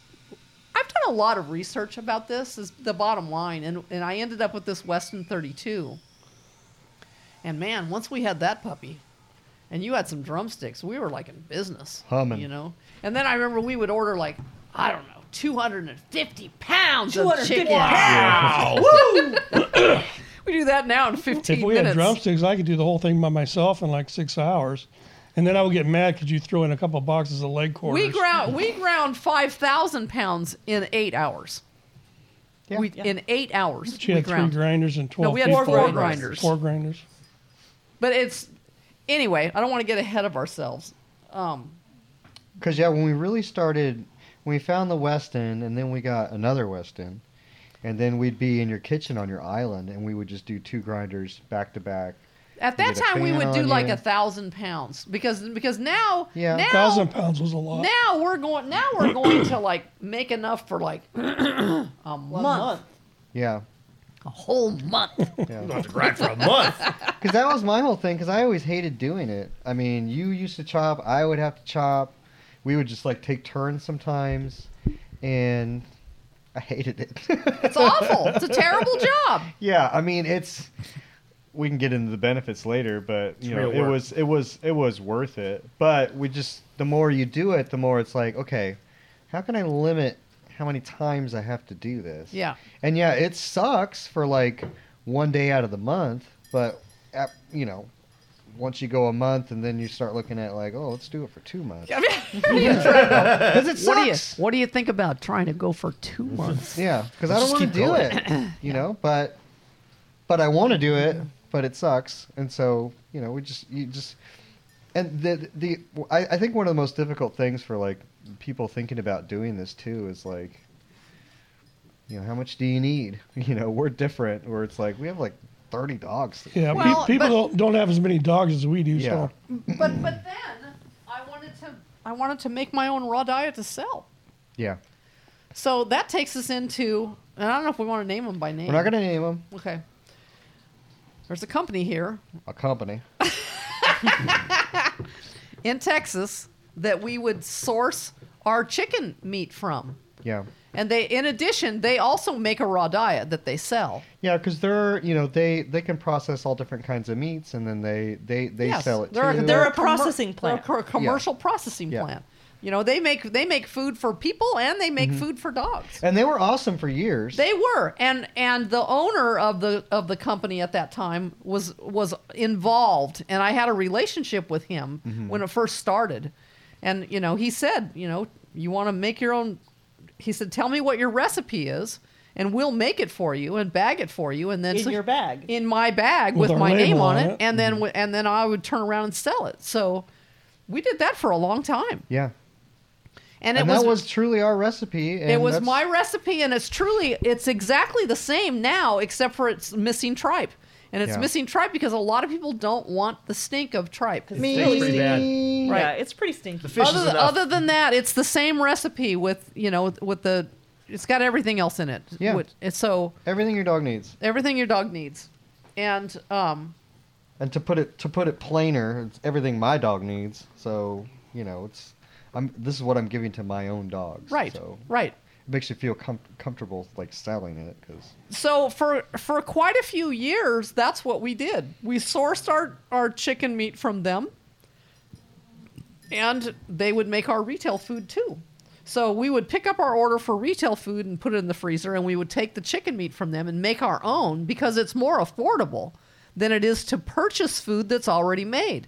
[SPEAKER 1] I've done a lot of research about this is the bottom line and and I ended up with this Weston 32. And man, once we had that puppy and you had some drumsticks, we were like in business.
[SPEAKER 3] Humming.
[SPEAKER 1] You know. And then I remember we would order like I don't know, 250 pounds of
[SPEAKER 4] 250
[SPEAKER 1] chicken.
[SPEAKER 4] pounds. Woo!
[SPEAKER 1] We do that now in 15
[SPEAKER 5] If we
[SPEAKER 1] minutes.
[SPEAKER 5] had drumsticks, I could do the whole thing by myself in like six hours, and then I would get mad because you throw in a couple boxes of leg quarters.
[SPEAKER 1] we ground we ground 5,000 pounds in 8 hours.
[SPEAKER 3] Yeah.
[SPEAKER 1] we, in 8 hours
[SPEAKER 5] She
[SPEAKER 1] we
[SPEAKER 5] had three
[SPEAKER 1] ground.
[SPEAKER 5] grinders and twelve.
[SPEAKER 1] No, we had
[SPEAKER 5] people.
[SPEAKER 1] four grinders.
[SPEAKER 5] Four grinders.
[SPEAKER 1] But it's anyway. I don't want to get ahead of ourselves. Um,
[SPEAKER 3] Because yeah, when we really started, when we found the West End, and then we got another West End, and then we'd be in your kitchen on your island, and we would just do two grinders back to back.
[SPEAKER 1] at
[SPEAKER 3] You
[SPEAKER 1] that
[SPEAKER 3] get a
[SPEAKER 1] time, we
[SPEAKER 3] fan
[SPEAKER 1] would do
[SPEAKER 3] on
[SPEAKER 1] like
[SPEAKER 3] you.
[SPEAKER 1] a thousand pounds because because now
[SPEAKER 3] Yeah.
[SPEAKER 1] now,
[SPEAKER 5] Thousand pounds was a lot.
[SPEAKER 1] now we're going now we're going to like make enough for like a
[SPEAKER 4] One
[SPEAKER 1] month,
[SPEAKER 4] month.
[SPEAKER 3] Yeah,
[SPEAKER 1] a whole month.
[SPEAKER 3] yeah.
[SPEAKER 2] You don't have to grind for a month.
[SPEAKER 3] Because that was my whole thing. Because I always hated doing it. I mean, you used to chop. I would have to chop. We would just like take turns sometimes, and I hated it.
[SPEAKER 1] It's awful. It's a terrible job.
[SPEAKER 3] yeah, I mean, it's. We can get into the benefits later, but you know,
[SPEAKER 2] real
[SPEAKER 3] it
[SPEAKER 2] work.
[SPEAKER 3] was it was it was worth it. But we just the more you do it, the more it's like, okay, how can I limit how many times I have to do this?
[SPEAKER 1] Yeah.
[SPEAKER 3] And yeah, it sucks for like one day out of the month, but at, you know, once you go a month and then you start looking at like, oh, let's do it for two months. Because it
[SPEAKER 1] what do you
[SPEAKER 3] sucks.
[SPEAKER 1] what do you think about trying to go for two months?
[SPEAKER 3] Yeah, because I don't
[SPEAKER 2] Just
[SPEAKER 3] want to
[SPEAKER 2] keep
[SPEAKER 3] do
[SPEAKER 2] going.
[SPEAKER 3] it, you know, but but I want to do it, but it sucks, and so you know, we just you just and the the I, I think one of the most difficult things for like people thinking about doing this too is like you know how much do you need you know we're different where it's like we have like 30 dogs
[SPEAKER 5] Yeah, pe-
[SPEAKER 1] Well,
[SPEAKER 5] people
[SPEAKER 1] but-
[SPEAKER 5] don't, don't have as many dogs as we do.
[SPEAKER 3] Yeah.
[SPEAKER 5] So
[SPEAKER 1] but but then I wanted to I wanted to make my own raw diet to sell.
[SPEAKER 3] yeah
[SPEAKER 1] So that takes us into and I don't know if we want to name them by name.
[SPEAKER 3] we're not gonna name them
[SPEAKER 1] Okay. There's a company here
[SPEAKER 3] a company
[SPEAKER 1] in Texas that we would source our chicken meat from.
[SPEAKER 3] yeah
[SPEAKER 1] And they in addition, they also make a raw diet that they sell.
[SPEAKER 3] yeah because they're you know they they can process all different kinds of meats and then they they they
[SPEAKER 1] Yes,
[SPEAKER 3] sell it
[SPEAKER 1] they're,
[SPEAKER 3] too.
[SPEAKER 4] they're a
[SPEAKER 1] commer-
[SPEAKER 4] processing
[SPEAKER 1] they're a
[SPEAKER 4] plant.
[SPEAKER 1] co- commercial processing
[SPEAKER 3] Yeah.
[SPEAKER 1] plant. You know, they make they make food for people and they
[SPEAKER 3] Mm-hmm.
[SPEAKER 1] make food for dogs.
[SPEAKER 3] And they were awesome for years.
[SPEAKER 1] They were, and and the owner of the of the company at that time was was involved, and I had a relationship with him when it first started, And you know, he said, you know, you want to make your own. He said, tell me what your recipe is, and we'll make it for you and bag it for you, and then
[SPEAKER 4] In your bag.
[SPEAKER 1] in my bag
[SPEAKER 5] With
[SPEAKER 1] with,
[SPEAKER 5] our
[SPEAKER 1] my
[SPEAKER 5] label
[SPEAKER 1] name on
[SPEAKER 5] on
[SPEAKER 1] it,
[SPEAKER 5] it.
[SPEAKER 1] and then w- and then I would turn around and sell it. So we did that for a long time,
[SPEAKER 3] Yeah.
[SPEAKER 1] and,
[SPEAKER 3] And,
[SPEAKER 1] it
[SPEAKER 3] that was truly our recipe. And
[SPEAKER 1] it was
[SPEAKER 3] that's-
[SPEAKER 1] my recipe, and it's truly it's exactly the same now, except for it's missing tripe, and it's
[SPEAKER 3] Yeah.
[SPEAKER 1] missing tripe because a lot of people don't want the stink of tripe.
[SPEAKER 4] Me.
[SPEAKER 2] It's pretty bad.
[SPEAKER 1] Right.
[SPEAKER 4] Yeah, it's pretty stinky.
[SPEAKER 2] The fish
[SPEAKER 1] other,
[SPEAKER 2] is
[SPEAKER 1] than,
[SPEAKER 2] enough.
[SPEAKER 1] other than that, it's the same recipe with you know with the it's got everything else in it.
[SPEAKER 3] Yeah.
[SPEAKER 1] Which- it's so
[SPEAKER 3] Everything your dog needs.
[SPEAKER 1] everything your dog needs, and um,
[SPEAKER 3] And to put it to put it plainer, it's everything my dog needs. So you know, it's I'm this is what I'm giving to my own dogs.
[SPEAKER 1] right,
[SPEAKER 3] So
[SPEAKER 1] right.
[SPEAKER 3] it makes you feel com- comfortable like selling it because
[SPEAKER 1] so for for quite a few years that's what we did we sourced our our chicken meat from them and they would make our retail food too so we would pick up our order for retail food and put it in the freezer and we would take the chicken meat from them and make our own because it's more affordable than it is to purchase food that's already made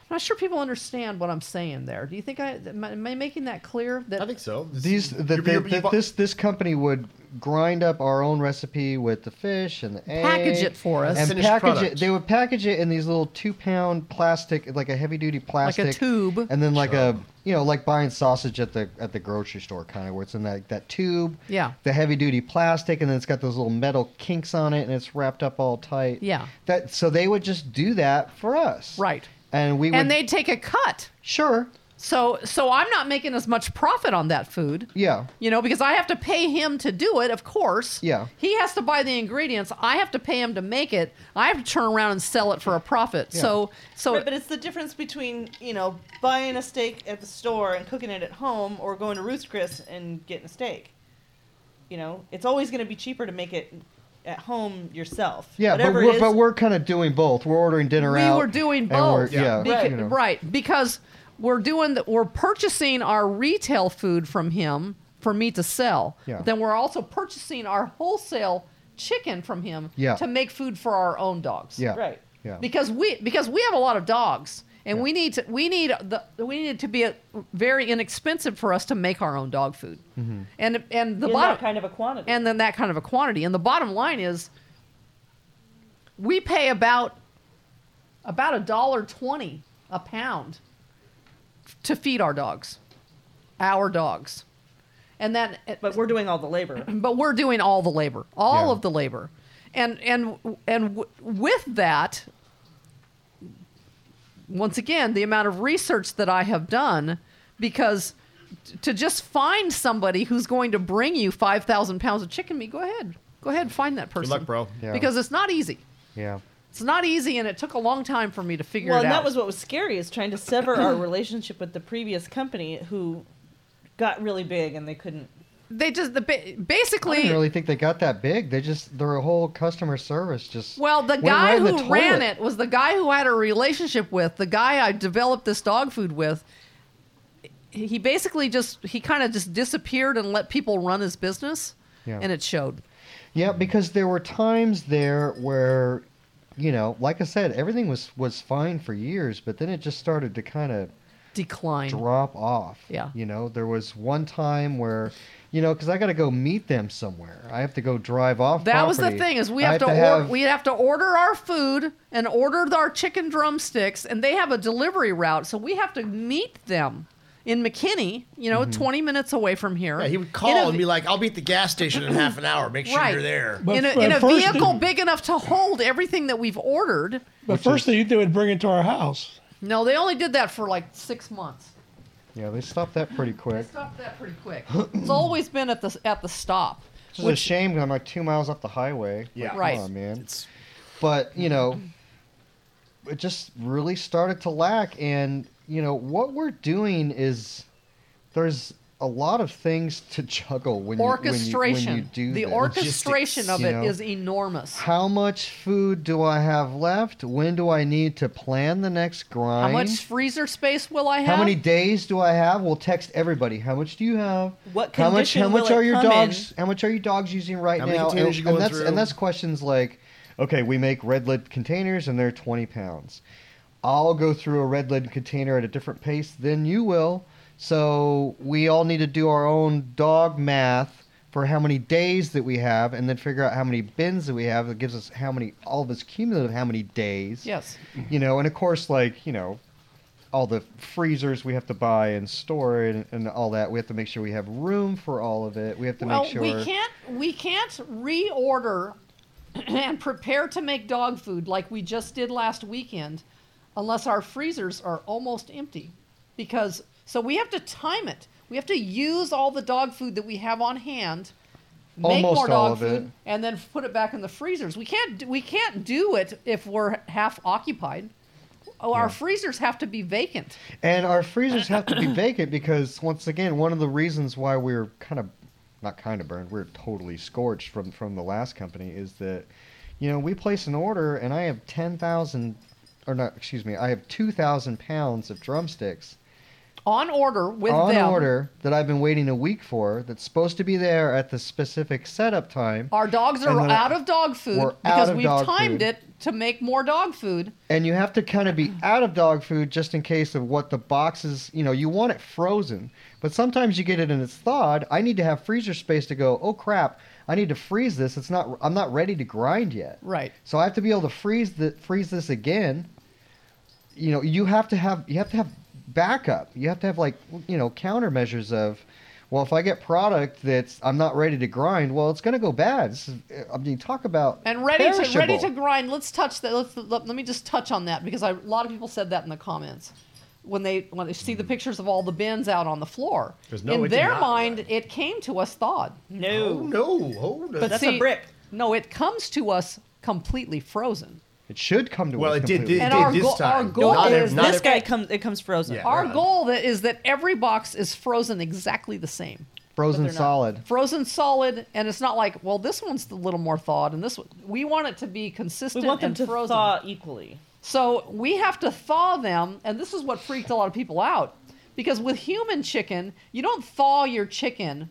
[SPEAKER 1] i'm not sure people understand what i'm saying there do you think i am i am I making that clear that
[SPEAKER 2] I think so. This-
[SPEAKER 3] these that
[SPEAKER 2] you're- you're-
[SPEAKER 3] that-
[SPEAKER 2] you've-
[SPEAKER 3] this this company would grind up our own recipe with the fish and the egg,
[SPEAKER 1] Package it for us.
[SPEAKER 3] and
[SPEAKER 2] Finished
[SPEAKER 3] package
[SPEAKER 2] product.
[SPEAKER 3] it. They would package it in these little two pound plastic, like a heavy duty plastic
[SPEAKER 1] tube.
[SPEAKER 3] and then like a you know like buying sausage at the at the grocery store kind of where it's in that that tube,
[SPEAKER 1] Yeah.
[SPEAKER 3] the heavy duty plastic, and then it's got those little metal kinks on it, and it's wrapped up all tight.
[SPEAKER 1] Yeah.
[SPEAKER 3] that so they would just do that for us,
[SPEAKER 1] right
[SPEAKER 3] And we would
[SPEAKER 1] and they take a cut
[SPEAKER 3] sure,
[SPEAKER 1] So so I'm not making as much profit on that food.
[SPEAKER 3] yeah,
[SPEAKER 1] You know, because I have to pay him to do it, of course.
[SPEAKER 3] Yeah.
[SPEAKER 1] He has to buy the ingredients. I have to pay him to make it. I have to turn around and sell it for a profit. So so
[SPEAKER 4] Right, but it's the difference between you know buying a steak at the store and cooking it at home, or going to Ruth's Chris and getting a steak. You know, it's always going to be cheaper to make it at home yourself.
[SPEAKER 3] yeah.
[SPEAKER 4] whatever
[SPEAKER 3] but we're
[SPEAKER 4] it is.
[SPEAKER 3] but we're kind of doing both. We're ordering dinner
[SPEAKER 1] we
[SPEAKER 3] out.
[SPEAKER 1] were doing
[SPEAKER 3] and we're-
[SPEAKER 1] both.
[SPEAKER 3] yeah,
[SPEAKER 1] Beca-
[SPEAKER 4] Right.
[SPEAKER 3] you know.
[SPEAKER 1] right. Because we're doing the, we're purchasing our retail food from him for me to sell.
[SPEAKER 3] Yeah.
[SPEAKER 1] Then we're also purchasing our wholesale chicken from him
[SPEAKER 3] Yeah.
[SPEAKER 1] to make food for our own dogs.
[SPEAKER 3] Yeah,
[SPEAKER 4] right.
[SPEAKER 3] Yeah,
[SPEAKER 1] because we because we have a lot of dogs and we need to we need the we need it to be a, very inexpensive for us to make our own dog food and and the
[SPEAKER 4] in
[SPEAKER 1] bottom
[SPEAKER 4] that kind of a quantity.
[SPEAKER 1] and then that kind of a quantity and the bottom line is we pay about about a dollar 20 a pound to feed our dogs our dogs and that
[SPEAKER 4] but we're doing all the labor.
[SPEAKER 1] but we're doing all the labor, all
[SPEAKER 3] Yeah.
[SPEAKER 1] of the labor, and and and w- with that, once again, the amount of research that I have done, because t- to just find somebody who's going to bring you five thousand pounds of chicken meat, go ahead, go ahead, and find that person.
[SPEAKER 2] luck, bro.
[SPEAKER 3] Yeah.
[SPEAKER 1] Because it's not easy.
[SPEAKER 3] yeah.
[SPEAKER 1] It's not easy, and it took a long time for me to figure
[SPEAKER 4] well,
[SPEAKER 1] it
[SPEAKER 4] and
[SPEAKER 1] out.
[SPEAKER 4] that was what was scary is trying to sever our relationship with the previous company who got really big and they couldn't.
[SPEAKER 1] they just the ba-
[SPEAKER 3] I
[SPEAKER 1] basically.
[SPEAKER 3] didn't really think they got that big. They just their whole customer service just
[SPEAKER 1] Well, the
[SPEAKER 3] went
[SPEAKER 1] guy
[SPEAKER 3] right in
[SPEAKER 1] who
[SPEAKER 3] the
[SPEAKER 1] ran
[SPEAKER 3] toilet.
[SPEAKER 1] it was the guy who I had a relationship with, the guy I developed this dog food with. He basically just he kind of just disappeared and let people run his business,
[SPEAKER 3] Yeah.
[SPEAKER 1] and it showed.
[SPEAKER 3] Yeah, because there were times there where, you know, like I said, everything was was fine for years, but then it just started to kind of
[SPEAKER 1] Decline.
[SPEAKER 3] drop off.
[SPEAKER 1] Yeah.
[SPEAKER 3] You know, there was one time where, you know, because I got to go meet them somewhere. I have to go drive off.
[SPEAKER 1] That was the
[SPEAKER 3] property.
[SPEAKER 1] thing is we
[SPEAKER 3] I
[SPEAKER 1] have to, or-
[SPEAKER 3] have-
[SPEAKER 1] we have to order our food and order our chicken drumsticks, and they have a delivery route, so we have to meet them in McKinney, you
[SPEAKER 3] Mm-hmm.
[SPEAKER 1] know, twenty minutes away from here.
[SPEAKER 2] Yeah, he would
[SPEAKER 1] In a-
[SPEAKER 2] call and be like, "I'll be at the gas station in half an hour. Make sure
[SPEAKER 1] Right.
[SPEAKER 2] you're there."
[SPEAKER 5] But
[SPEAKER 1] in a,
[SPEAKER 5] f-
[SPEAKER 1] in
[SPEAKER 5] at
[SPEAKER 1] a
[SPEAKER 5] first
[SPEAKER 1] vehicle
[SPEAKER 5] they-
[SPEAKER 1] big enough to hold everything that we've ordered.
[SPEAKER 5] But first they, they would bring it to our house.
[SPEAKER 1] No, they only did that for like six months.
[SPEAKER 3] Yeah, they stopped that pretty quick.
[SPEAKER 1] They stopped that pretty quick. it's always been at the at the stop.
[SPEAKER 3] Which is a shame. 'cause I'm like two miles off the highway.
[SPEAKER 2] Yeah.
[SPEAKER 3] Like,
[SPEAKER 1] Right.
[SPEAKER 3] Come on, man.
[SPEAKER 2] It's Mm-hmm.
[SPEAKER 3] but you know it just really started to lack and you know what we're doing is there's a lot of things to juggle when you- when you, when you,
[SPEAKER 1] Orchestration.
[SPEAKER 3] do
[SPEAKER 1] the
[SPEAKER 3] this.
[SPEAKER 1] orchestration of
[SPEAKER 3] you
[SPEAKER 1] it is
[SPEAKER 3] know?
[SPEAKER 1] enormous.
[SPEAKER 3] how much food do i have left when do i need to plan the next
[SPEAKER 1] How
[SPEAKER 3] grind
[SPEAKER 1] much freezer space will I
[SPEAKER 3] How
[SPEAKER 1] have?
[SPEAKER 3] many days do I have? We'll text everybody. How much do you have?
[SPEAKER 4] What
[SPEAKER 3] how much? How
[SPEAKER 4] condition
[SPEAKER 3] much
[SPEAKER 4] will it
[SPEAKER 3] are your
[SPEAKER 4] come
[SPEAKER 3] dogs? How much are your dogs using right
[SPEAKER 2] How many
[SPEAKER 3] now?
[SPEAKER 2] containers
[SPEAKER 3] and,
[SPEAKER 2] you
[SPEAKER 3] and
[SPEAKER 2] going
[SPEAKER 3] that's
[SPEAKER 2] through?
[SPEAKER 3] and that's questions like, okay, we make red lid containers and they're twenty pounds. I'll go through a red lid container at a different pace than you will. So we all need to do our own dog math for how many days that we have, and then figure out how many bins that we have. That gives us how many, all of us cumulative, how many days.
[SPEAKER 1] Yes.
[SPEAKER 3] You know, and of course, like you know, all the freezers we have to buy and store and, and all that. We have to make sure we have room for all of it. We have to
[SPEAKER 1] Well,
[SPEAKER 3] make sure.
[SPEAKER 1] we can't we can't reorder and prepare to make dog food like we just did last weekend unless our freezers are almost empty because so we have to time it. We have to use all the dog food that we have on hand. Make
[SPEAKER 3] Almost
[SPEAKER 1] more
[SPEAKER 3] all
[SPEAKER 1] dog
[SPEAKER 3] of it.
[SPEAKER 1] food and then put it back in the freezers. We can't do- we can't do it if we're half occupied. Oh,
[SPEAKER 3] Yeah.
[SPEAKER 1] our freezers have to be vacant.
[SPEAKER 3] And our freezers have to be vacant because, once again, one of the reasons why we're kind of, not kind of burned, we're totally scorched from from the last company is that, you know, we place an order and I have ten thousand, or not, excuse me, I have two thousand pounds of drumsticks
[SPEAKER 1] On order with
[SPEAKER 3] on
[SPEAKER 1] them.
[SPEAKER 3] order that I've been waiting a week for. That's supposed to be there at the specific setup time.
[SPEAKER 1] Our dogs
[SPEAKER 3] And
[SPEAKER 1] are
[SPEAKER 3] then
[SPEAKER 1] out of dog
[SPEAKER 3] we're
[SPEAKER 1] food
[SPEAKER 3] out
[SPEAKER 1] because
[SPEAKER 3] of
[SPEAKER 1] we've
[SPEAKER 3] dog
[SPEAKER 1] timed
[SPEAKER 3] food.
[SPEAKER 1] it to make more dog food.
[SPEAKER 3] And you have to kind of
[SPEAKER 1] Mm-hmm.
[SPEAKER 3] be out of dog food just in case of what the boxes, you know, you want it frozen. But sometimes you get it and it's thawed. I need to have freezer space to go, oh crap, I need to freeze this. It's not, I'm not ready to grind yet.
[SPEAKER 1] Right.
[SPEAKER 3] So I have to be able to freeze the, freeze this again. You know, you have to have, you have to have backup. You have to have like, you know, countermeasures of, well, if I get product that's I'm not ready to grind, well, it's going to go bad. This is, I mean, talk about
[SPEAKER 1] And ready to ready
[SPEAKER 3] perishable.
[SPEAKER 1] to grind. Let's touch that. Let's, let, let me just touch on that because I, a lot of people said that in the comments when they when they see the pictures of all the bins out on the floor.
[SPEAKER 2] There's no
[SPEAKER 1] in
[SPEAKER 2] way to
[SPEAKER 1] their
[SPEAKER 2] not
[SPEAKER 1] mind,
[SPEAKER 2] grind.
[SPEAKER 1] it came to us thawed.
[SPEAKER 2] Oh,
[SPEAKER 4] No.
[SPEAKER 2] no. Oh, no.
[SPEAKER 1] But
[SPEAKER 4] That's
[SPEAKER 1] see,
[SPEAKER 4] a brick.
[SPEAKER 1] No, it comes to us completely frozen.
[SPEAKER 3] It should come to
[SPEAKER 2] well,
[SPEAKER 3] us
[SPEAKER 2] it did,
[SPEAKER 3] completely.
[SPEAKER 2] did,
[SPEAKER 1] And
[SPEAKER 2] did
[SPEAKER 1] our
[SPEAKER 2] this
[SPEAKER 1] go-
[SPEAKER 2] time.
[SPEAKER 1] our goal
[SPEAKER 2] not ev-
[SPEAKER 1] is
[SPEAKER 2] not
[SPEAKER 4] this
[SPEAKER 2] ev-
[SPEAKER 4] guy comes. It comes frozen.
[SPEAKER 2] Yeah.
[SPEAKER 1] Our
[SPEAKER 2] Right.
[SPEAKER 1] goal that is that every box is frozen exactly the same.
[SPEAKER 3] frozen
[SPEAKER 4] they're not.
[SPEAKER 3] solid.
[SPEAKER 1] frozen solid, and it's not like, well, this one's a little more thawed, and this one. We want it to be consistent
[SPEAKER 4] We want them
[SPEAKER 1] and
[SPEAKER 4] to
[SPEAKER 1] frozen.
[SPEAKER 4] thaw equally.
[SPEAKER 1] So we have to thaw them, and this is what freaked a lot of people out because with human chicken, you don't thaw your chicken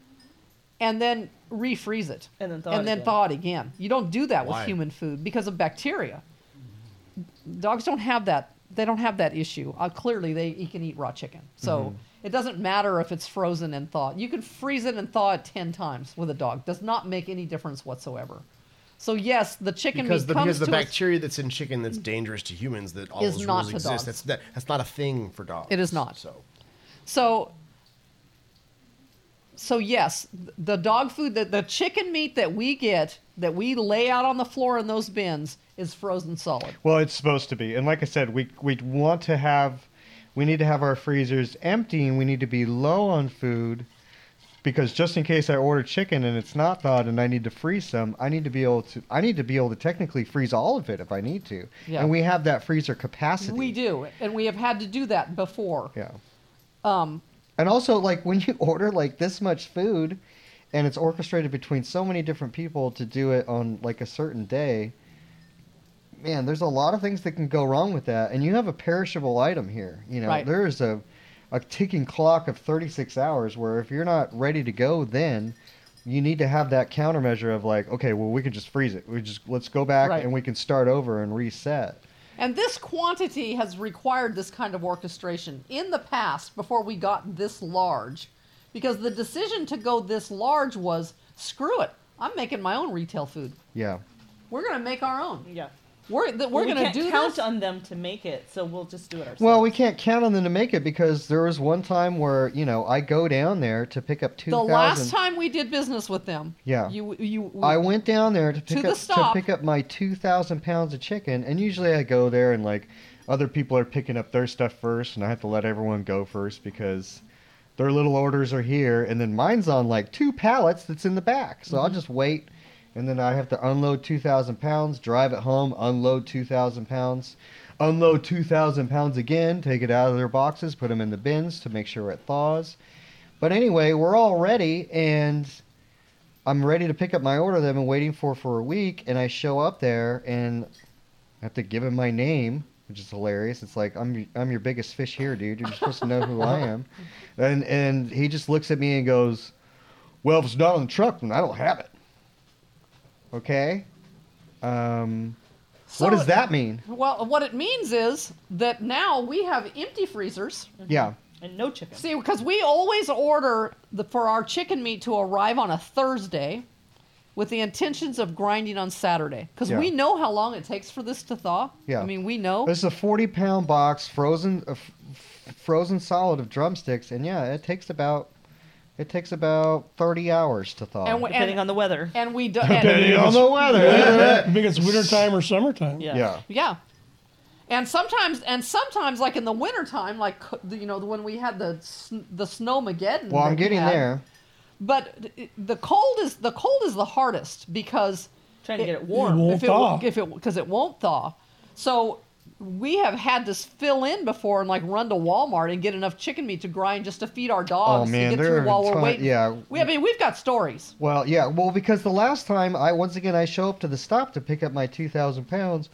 [SPEAKER 1] and then refreeze it
[SPEAKER 4] And then thaw it again.
[SPEAKER 1] thaw it again. You don't do that
[SPEAKER 2] Why?
[SPEAKER 1] with human food because of bacteria. Dogs don't have that. They don't have that issue. Uh, clearly, they e- can eat raw chicken, so
[SPEAKER 2] Mm-hmm.
[SPEAKER 1] it doesn't matter if it's frozen and thawed. You can freeze it and thaw it ten times with a dog. Does not make any difference whatsoever. So yes, the chicken
[SPEAKER 2] because
[SPEAKER 1] meat
[SPEAKER 2] the,
[SPEAKER 1] comes
[SPEAKER 2] because the
[SPEAKER 1] to us-
[SPEAKER 2] bacteria that's in chicken that's dangerous to humans that all
[SPEAKER 1] Is
[SPEAKER 2] those
[SPEAKER 1] not
[SPEAKER 2] rules
[SPEAKER 1] to
[SPEAKER 2] exist.
[SPEAKER 1] dogs.
[SPEAKER 2] That's that, that's not a thing for dogs.
[SPEAKER 1] It is not.
[SPEAKER 2] So
[SPEAKER 1] So, so yes, th- the dog food, the, the chicken meat that we get, that we lay out on the floor in those bins, is frozen solid.
[SPEAKER 3] Well, it's supposed to be. And like I said, we we want to have we need to have our freezers empty and we need to be low on food because just in case I order chicken and it's not thawed and I need to freeze some, I need to be able to I need to be able to technically freeze all of it if I need to.
[SPEAKER 1] Yeah.
[SPEAKER 3] And we have that freezer capacity.
[SPEAKER 1] We do, and we have had to do that before.
[SPEAKER 3] Yeah.
[SPEAKER 1] Um,
[SPEAKER 3] And also, like when you order like this much food, and it's orchestrated between so many different people to do it on like a certain day, man, there's a lot of things that can go wrong with that. And you have a perishable item here. You know,
[SPEAKER 1] Right.
[SPEAKER 3] there is a a ticking clock of 36 hours where if you're not ready to go, then you need to have that countermeasure of like, okay, well, we can just freeze it. We just let's go back
[SPEAKER 1] Right.
[SPEAKER 3] and we can start over and reset.
[SPEAKER 1] and this quantity has required this kind of orchestration in the past before we got this large, because the decision to go this large was screw it. I'm making my own retail food.
[SPEAKER 3] Yeah.
[SPEAKER 1] We're gonna make our own.
[SPEAKER 4] Yeah.
[SPEAKER 1] We're th- we're
[SPEAKER 4] we
[SPEAKER 1] gonna
[SPEAKER 4] can't
[SPEAKER 1] do
[SPEAKER 4] count
[SPEAKER 1] this.
[SPEAKER 4] on them to make it, so we'll just do it ourselves.
[SPEAKER 3] Well, we can't count on them to make it because there was one time where you know I go down there to pick up two
[SPEAKER 1] the
[SPEAKER 3] thousand.
[SPEAKER 1] last time we did business with them.
[SPEAKER 3] Yeah.
[SPEAKER 1] You you.
[SPEAKER 3] I went down there to pick
[SPEAKER 1] the
[SPEAKER 3] up
[SPEAKER 1] stop.
[SPEAKER 3] to pick up my two thousand pounds of chicken, and usually I go there and like other people are picking up their stuff first, and I have to let everyone go first because their little orders are here, and then mine's on like two pallets that's in the back, so I'll
[SPEAKER 1] Mm-hmm.
[SPEAKER 3] just wait. And then I have to unload 2,000 pounds, drive it home, unload 2,000 pounds, unload 2,000 pounds again, take it out of their boxes, put them in the bins to make sure it thaws. But anyway, we're all ready, and I'm ready to pick up my order that I've been waiting for for a week, and I show up there and I have to give him my name, which is hilarious. It's like I'm I'm your biggest fish here, dude. You're supposed to know who I am, and and he just looks at me and goes, "Well, if it's not on the truck, then I don't have it." Okay. Um,
[SPEAKER 1] So
[SPEAKER 3] what does
[SPEAKER 1] it-
[SPEAKER 3] that mean?
[SPEAKER 1] Well, what it means is that now we have empty freezers.
[SPEAKER 3] Yeah.
[SPEAKER 4] and no chicken.
[SPEAKER 1] See, because we always order the, for our chicken meat to arrive on a Thursday with the intentions of grinding on Saturday. Because
[SPEAKER 3] Yeah.
[SPEAKER 1] we know how long it takes for this to thaw.
[SPEAKER 3] Yeah.
[SPEAKER 1] I mean, we know.
[SPEAKER 3] This is a 40 pound box, frozen, uh, f- f- frozen solid of drumsticks, and yeah, it takes about, it takes about 30 hours to thaw.
[SPEAKER 1] And we-
[SPEAKER 4] depending on the weather.
[SPEAKER 1] and we do.
[SPEAKER 5] Depending
[SPEAKER 1] And,
[SPEAKER 5] on
[SPEAKER 3] the weather.
[SPEAKER 5] Yeah, I think it's wintertime or summertime.
[SPEAKER 4] Yeah.
[SPEAKER 3] yeah.
[SPEAKER 1] yeah. And sometimes, and sometimes, like in the wintertime, like c- the- you know, when we had the sn- the snowmageddon.
[SPEAKER 3] Well,
[SPEAKER 1] that
[SPEAKER 3] I'm
[SPEAKER 1] we
[SPEAKER 3] getting
[SPEAKER 1] had,
[SPEAKER 3] there.
[SPEAKER 1] But th- the cold is the cold is the hardest because
[SPEAKER 4] Trying to get it warm.
[SPEAKER 5] It won't
[SPEAKER 1] if
[SPEAKER 5] thaw.
[SPEAKER 1] It, if it because it won't thaw. So we have had to fill in before and like run to Walmart and get enough chicken meat to grind just to feed our dogs
[SPEAKER 3] Oh, man,
[SPEAKER 1] to get
[SPEAKER 3] there
[SPEAKER 1] through
[SPEAKER 3] are
[SPEAKER 1] while we're
[SPEAKER 3] ton-
[SPEAKER 1] waiting.
[SPEAKER 3] yeah.
[SPEAKER 1] we, I mean we've got stories.
[SPEAKER 3] Well, yeah. Well, because the last time I once again I show up to the stop to pick up my 2,000 pounds.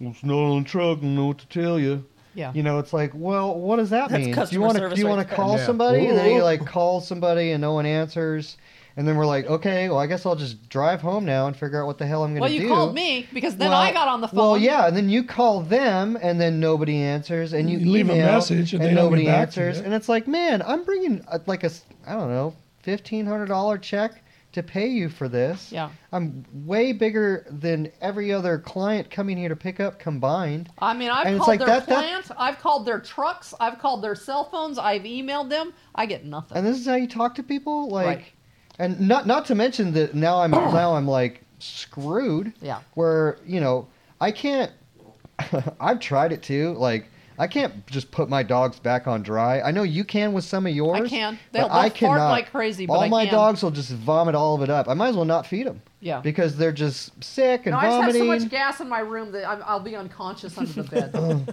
[SPEAKER 3] Well, it's not on the truck. I don't know what to tell you.
[SPEAKER 1] Yeah.
[SPEAKER 3] You know, it's like, well, what does that
[SPEAKER 4] That's
[SPEAKER 3] mean? Do you
[SPEAKER 4] customer
[SPEAKER 3] want to
[SPEAKER 4] service
[SPEAKER 3] do you
[SPEAKER 4] right
[SPEAKER 3] want to
[SPEAKER 4] there.
[SPEAKER 3] call
[SPEAKER 2] Yeah.
[SPEAKER 3] somebody? And then you
[SPEAKER 2] Ooh.
[SPEAKER 3] like call somebody and no one answers. And then we're like, okay, well, I guess I'll just drive home now and figure out what the hell I'm going to
[SPEAKER 1] well,
[SPEAKER 3] do.
[SPEAKER 1] you called me because then I
[SPEAKER 3] Well-
[SPEAKER 1] got on the phone.
[SPEAKER 3] Well, yeah, and then you call them, and then nobody answers, and you,
[SPEAKER 5] You leave a
[SPEAKER 3] email,
[SPEAKER 5] message, and they don't
[SPEAKER 3] nobody
[SPEAKER 5] get back to
[SPEAKER 3] answers,
[SPEAKER 5] you.
[SPEAKER 3] and it's like, man, I'm bringing uh, like a s- I don't know fifteen hundred dollar check to pay you for this.
[SPEAKER 1] Yeah.
[SPEAKER 3] I'm way bigger than every other client coming here to pick up combined.
[SPEAKER 1] I mean, I've
[SPEAKER 3] And it's
[SPEAKER 1] called
[SPEAKER 3] like
[SPEAKER 1] their
[SPEAKER 3] that- that-
[SPEAKER 1] plant, I've called their trucks, I've called their cell phones, I've emailed them. I get nothing.
[SPEAKER 3] And this is how you talk to people, like,
[SPEAKER 1] Right.
[SPEAKER 3] and not not to mention that now I'm now I'm like screwed.
[SPEAKER 1] Yeah.
[SPEAKER 3] Where you know I can't. I've tried it too. Like I can't just put my dogs back on dry. I know you can with some of yours.
[SPEAKER 1] can.
[SPEAKER 3] but
[SPEAKER 1] They'll-
[SPEAKER 3] I
[SPEAKER 1] they'll fart
[SPEAKER 3] cannot.
[SPEAKER 1] like crazy, but
[SPEAKER 3] all
[SPEAKER 1] I
[SPEAKER 3] my
[SPEAKER 1] can.
[SPEAKER 3] dogs will just vomit all of it up. I might as well not feed them.
[SPEAKER 1] Yeah.
[SPEAKER 3] Because they're just sick and
[SPEAKER 1] No, I just have so
[SPEAKER 3] vomiting. Oh,
[SPEAKER 1] much gas in my room that I'm, I'll be unconscious under the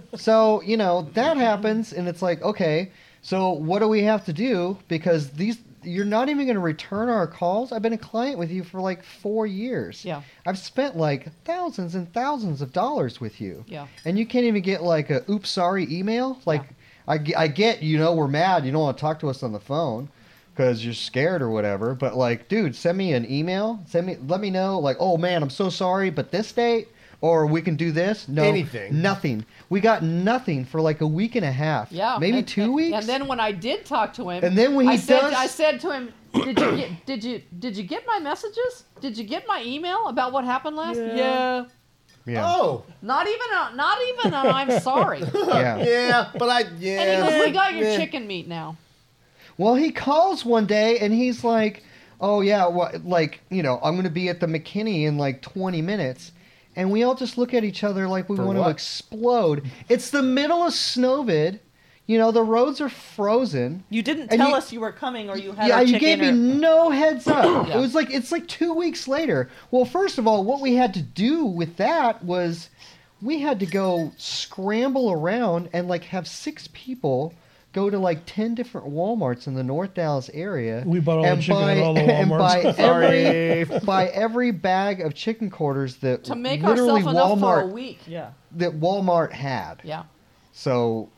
[SPEAKER 1] bed.
[SPEAKER 3] So, you know, that happens, and it's like, okay, so what do we have to do? Because these, you're not even going to return our calls. I've been a client with you for like four years.
[SPEAKER 1] Yeah.
[SPEAKER 3] I've spent like thousands and thousands of dollars with you.
[SPEAKER 1] Yeah.
[SPEAKER 3] And you can't even get like a oops, sorry email. Like,
[SPEAKER 1] Yeah.
[SPEAKER 3] I, ge- I get, you know, we're mad. You don't want to talk to us on the phone because you're scared or whatever. But like, dude, send me an email. Send me, let me know, like, oh man, I'm so sorry, but this date, or we can do this. No,
[SPEAKER 2] Anything.
[SPEAKER 3] nothing. We got nothing for like a week and a half.
[SPEAKER 1] yeah,
[SPEAKER 3] maybe
[SPEAKER 1] and-
[SPEAKER 3] two
[SPEAKER 1] and-
[SPEAKER 3] weeks.
[SPEAKER 1] And then when I did talk to him,
[SPEAKER 3] And then when he
[SPEAKER 1] I said,
[SPEAKER 3] does-
[SPEAKER 1] I said to him, "Did you get, did you did you get my messages? Did you get my email about what happened last?
[SPEAKER 4] Yeah.
[SPEAKER 3] yeah,
[SPEAKER 2] Oh,
[SPEAKER 1] Not even a, not even a, I'm sorry. and
[SPEAKER 3] yeah.
[SPEAKER 2] yeah, but I
[SPEAKER 1] he
[SPEAKER 2] yeah.
[SPEAKER 1] goes, we got your
[SPEAKER 2] yeah.
[SPEAKER 1] chicken meat now.
[SPEAKER 3] Well, he calls one day and he's like, "Oh yeah, what? Like, you know, I'm gonna be at the McKinney in like 20 minutes." And we all just look at each other like we
[SPEAKER 2] For
[SPEAKER 3] want to
[SPEAKER 2] what?
[SPEAKER 3] explode. It's the middle of Snowvid. You know, the roads are frozen.
[SPEAKER 4] You didn't
[SPEAKER 3] And
[SPEAKER 4] tell
[SPEAKER 3] you-
[SPEAKER 4] us you were coming or you had
[SPEAKER 3] yeah,
[SPEAKER 4] our
[SPEAKER 3] you
[SPEAKER 4] chicken
[SPEAKER 3] gave me
[SPEAKER 4] or-
[SPEAKER 3] no heads up.
[SPEAKER 1] Yeah.
[SPEAKER 3] It was like it's like two weeks later. Well, first of all, what we had to do with that was we had to go scramble around and like have six people go to like ten different WalMarts in the North Dallas area.
[SPEAKER 5] We bought all the
[SPEAKER 3] and
[SPEAKER 5] chicken at all the
[SPEAKER 3] and buy
[SPEAKER 5] Walmarts.
[SPEAKER 3] every buy every bag of chicken quarters that
[SPEAKER 1] To make
[SPEAKER 3] literally
[SPEAKER 1] ourselves enough for a
[SPEAKER 3] Walmart
[SPEAKER 1] week.
[SPEAKER 4] Yeah.
[SPEAKER 3] that Walmart had.
[SPEAKER 1] Yeah.
[SPEAKER 3] So.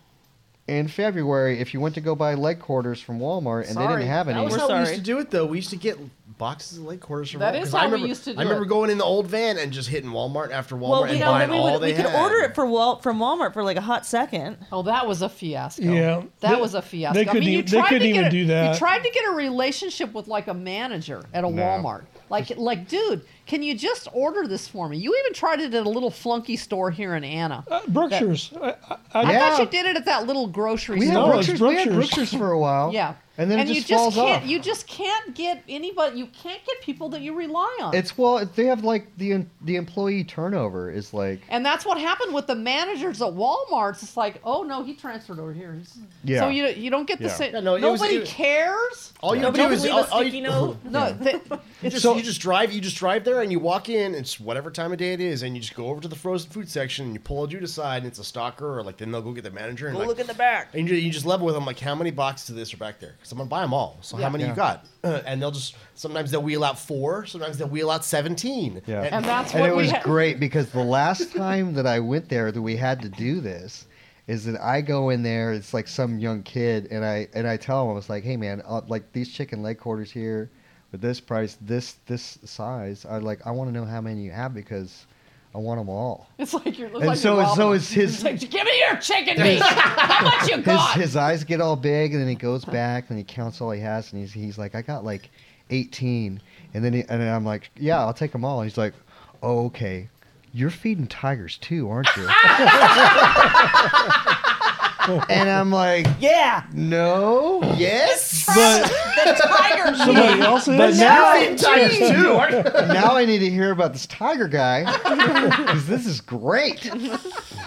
[SPEAKER 3] In February, if you went to go buy leg quarters from Walmart and they
[SPEAKER 1] Sorry,
[SPEAKER 3] didn't have
[SPEAKER 1] that
[SPEAKER 3] any,
[SPEAKER 2] That was
[SPEAKER 4] We're
[SPEAKER 2] how we used
[SPEAKER 4] sorry.
[SPEAKER 2] to do it, though. We used to get boxes of leg quarters from
[SPEAKER 1] That
[SPEAKER 2] Walmart,
[SPEAKER 1] is
[SPEAKER 2] 'cause
[SPEAKER 1] how
[SPEAKER 2] I
[SPEAKER 1] we
[SPEAKER 2] remember,
[SPEAKER 1] used to do
[SPEAKER 2] I remember
[SPEAKER 1] it.
[SPEAKER 2] going in the old van and just hitting Walmart after Walmart
[SPEAKER 4] Well,
[SPEAKER 2] and
[SPEAKER 4] we,
[SPEAKER 2] buying
[SPEAKER 4] know, we,
[SPEAKER 2] all
[SPEAKER 4] would,
[SPEAKER 2] they
[SPEAKER 4] we could
[SPEAKER 2] had.
[SPEAKER 4] order it for Wal- from Walmart for like a hot second.
[SPEAKER 1] Oh, that was a fiasco.
[SPEAKER 5] Yeah.
[SPEAKER 1] That
[SPEAKER 5] They-
[SPEAKER 1] was a fiasco.
[SPEAKER 5] they
[SPEAKER 1] I
[SPEAKER 5] couldn't
[SPEAKER 1] mean, you
[SPEAKER 5] even- they
[SPEAKER 1] tried
[SPEAKER 5] couldn't
[SPEAKER 1] to get
[SPEAKER 5] even
[SPEAKER 1] a-
[SPEAKER 5] do that.
[SPEAKER 1] You tried to get a relationship with like a manager at a
[SPEAKER 3] No.
[SPEAKER 1] Walmart. Like, like, dude, can you just order this for me? You even tried it at a little flunky store here in Anna.
[SPEAKER 5] Uh, Brookshire's. I, I, I,
[SPEAKER 1] I thought
[SPEAKER 3] Yeah.
[SPEAKER 1] you did it at that little grocery
[SPEAKER 3] We had,
[SPEAKER 5] No,
[SPEAKER 1] store.
[SPEAKER 5] it's
[SPEAKER 3] Brookshire's, we had
[SPEAKER 5] Brookshire's.
[SPEAKER 3] Brookshire's for a while.
[SPEAKER 1] Yeah.
[SPEAKER 3] And then it
[SPEAKER 1] you
[SPEAKER 3] just,
[SPEAKER 1] just
[SPEAKER 3] falls
[SPEAKER 1] can't
[SPEAKER 3] off.
[SPEAKER 1] you just can't get anybody you can't get people that you rely on.
[SPEAKER 3] it's well, they have like the the employee turnover is like
[SPEAKER 1] and that's what happened with the managers at Walmart's. It's like, oh no, he transferred over here. He's-
[SPEAKER 3] Yeah.
[SPEAKER 1] So you you don't get the
[SPEAKER 3] Yeah.
[SPEAKER 1] same.
[SPEAKER 2] Yeah, no, it was-
[SPEAKER 1] nobody
[SPEAKER 2] it-
[SPEAKER 1] cares.
[SPEAKER 2] All you
[SPEAKER 4] No,
[SPEAKER 2] do
[SPEAKER 4] but
[SPEAKER 2] is
[SPEAKER 4] leave
[SPEAKER 2] all-
[SPEAKER 4] a
[SPEAKER 2] all you-
[SPEAKER 4] sticky note.
[SPEAKER 1] No, they-
[SPEAKER 2] You just,
[SPEAKER 3] So-
[SPEAKER 2] you just drive. You just drive there, and you walk in. It's whatever time of day it is, and you just go over to the frozen food section, and you pull a dude aside, and it's a stalker, or like then they'll go get the manager. And
[SPEAKER 4] Go
[SPEAKER 2] like,
[SPEAKER 4] look in the back.
[SPEAKER 2] And you, you just level with them, like how many boxes of this are back there? Because I'm gonna buy them all. So
[SPEAKER 1] Yeah.
[SPEAKER 2] how many
[SPEAKER 3] Yeah.
[SPEAKER 2] you got? Uh, and they'll just sometimes they'll wheel out four, sometimes they'll wheel out seventeen.
[SPEAKER 3] Yeah.
[SPEAKER 1] and that's
[SPEAKER 3] and
[SPEAKER 1] what
[SPEAKER 3] it
[SPEAKER 1] we
[SPEAKER 3] was
[SPEAKER 1] had.
[SPEAKER 3] great because the last time that I went there that we had to do this is that I go in there. It's like some young kid, and I and I tell him I was like, "Hey man, uh, like these chicken leg quarters here, with this price, this this size. I like I want to know how many you have because I I want them all.
[SPEAKER 1] It's like you're. It's
[SPEAKER 3] And
[SPEAKER 1] like
[SPEAKER 3] so
[SPEAKER 1] you're
[SPEAKER 3] is- so
[SPEAKER 1] robbing
[SPEAKER 3] is
[SPEAKER 1] them.
[SPEAKER 3] his-
[SPEAKER 1] It's like, Give me your chicken meat. How much you
[SPEAKER 3] His
[SPEAKER 1] got?
[SPEAKER 3] his eyes get all big, and then he goes back, and he counts all he has, and he's he's like, I got like 18, and then he, and then I'm like, yeah, I'll take them all. And he's like, oh, okay, you're feeding tigers too, aren't you? and I'm like,
[SPEAKER 4] Yeah.
[SPEAKER 3] no.
[SPEAKER 2] Yes.
[SPEAKER 5] But
[SPEAKER 4] Tiger
[SPEAKER 5] somebody else is.
[SPEAKER 3] But now,
[SPEAKER 2] Times two. aren't-
[SPEAKER 3] now I need to hear about this tiger guy because this is great.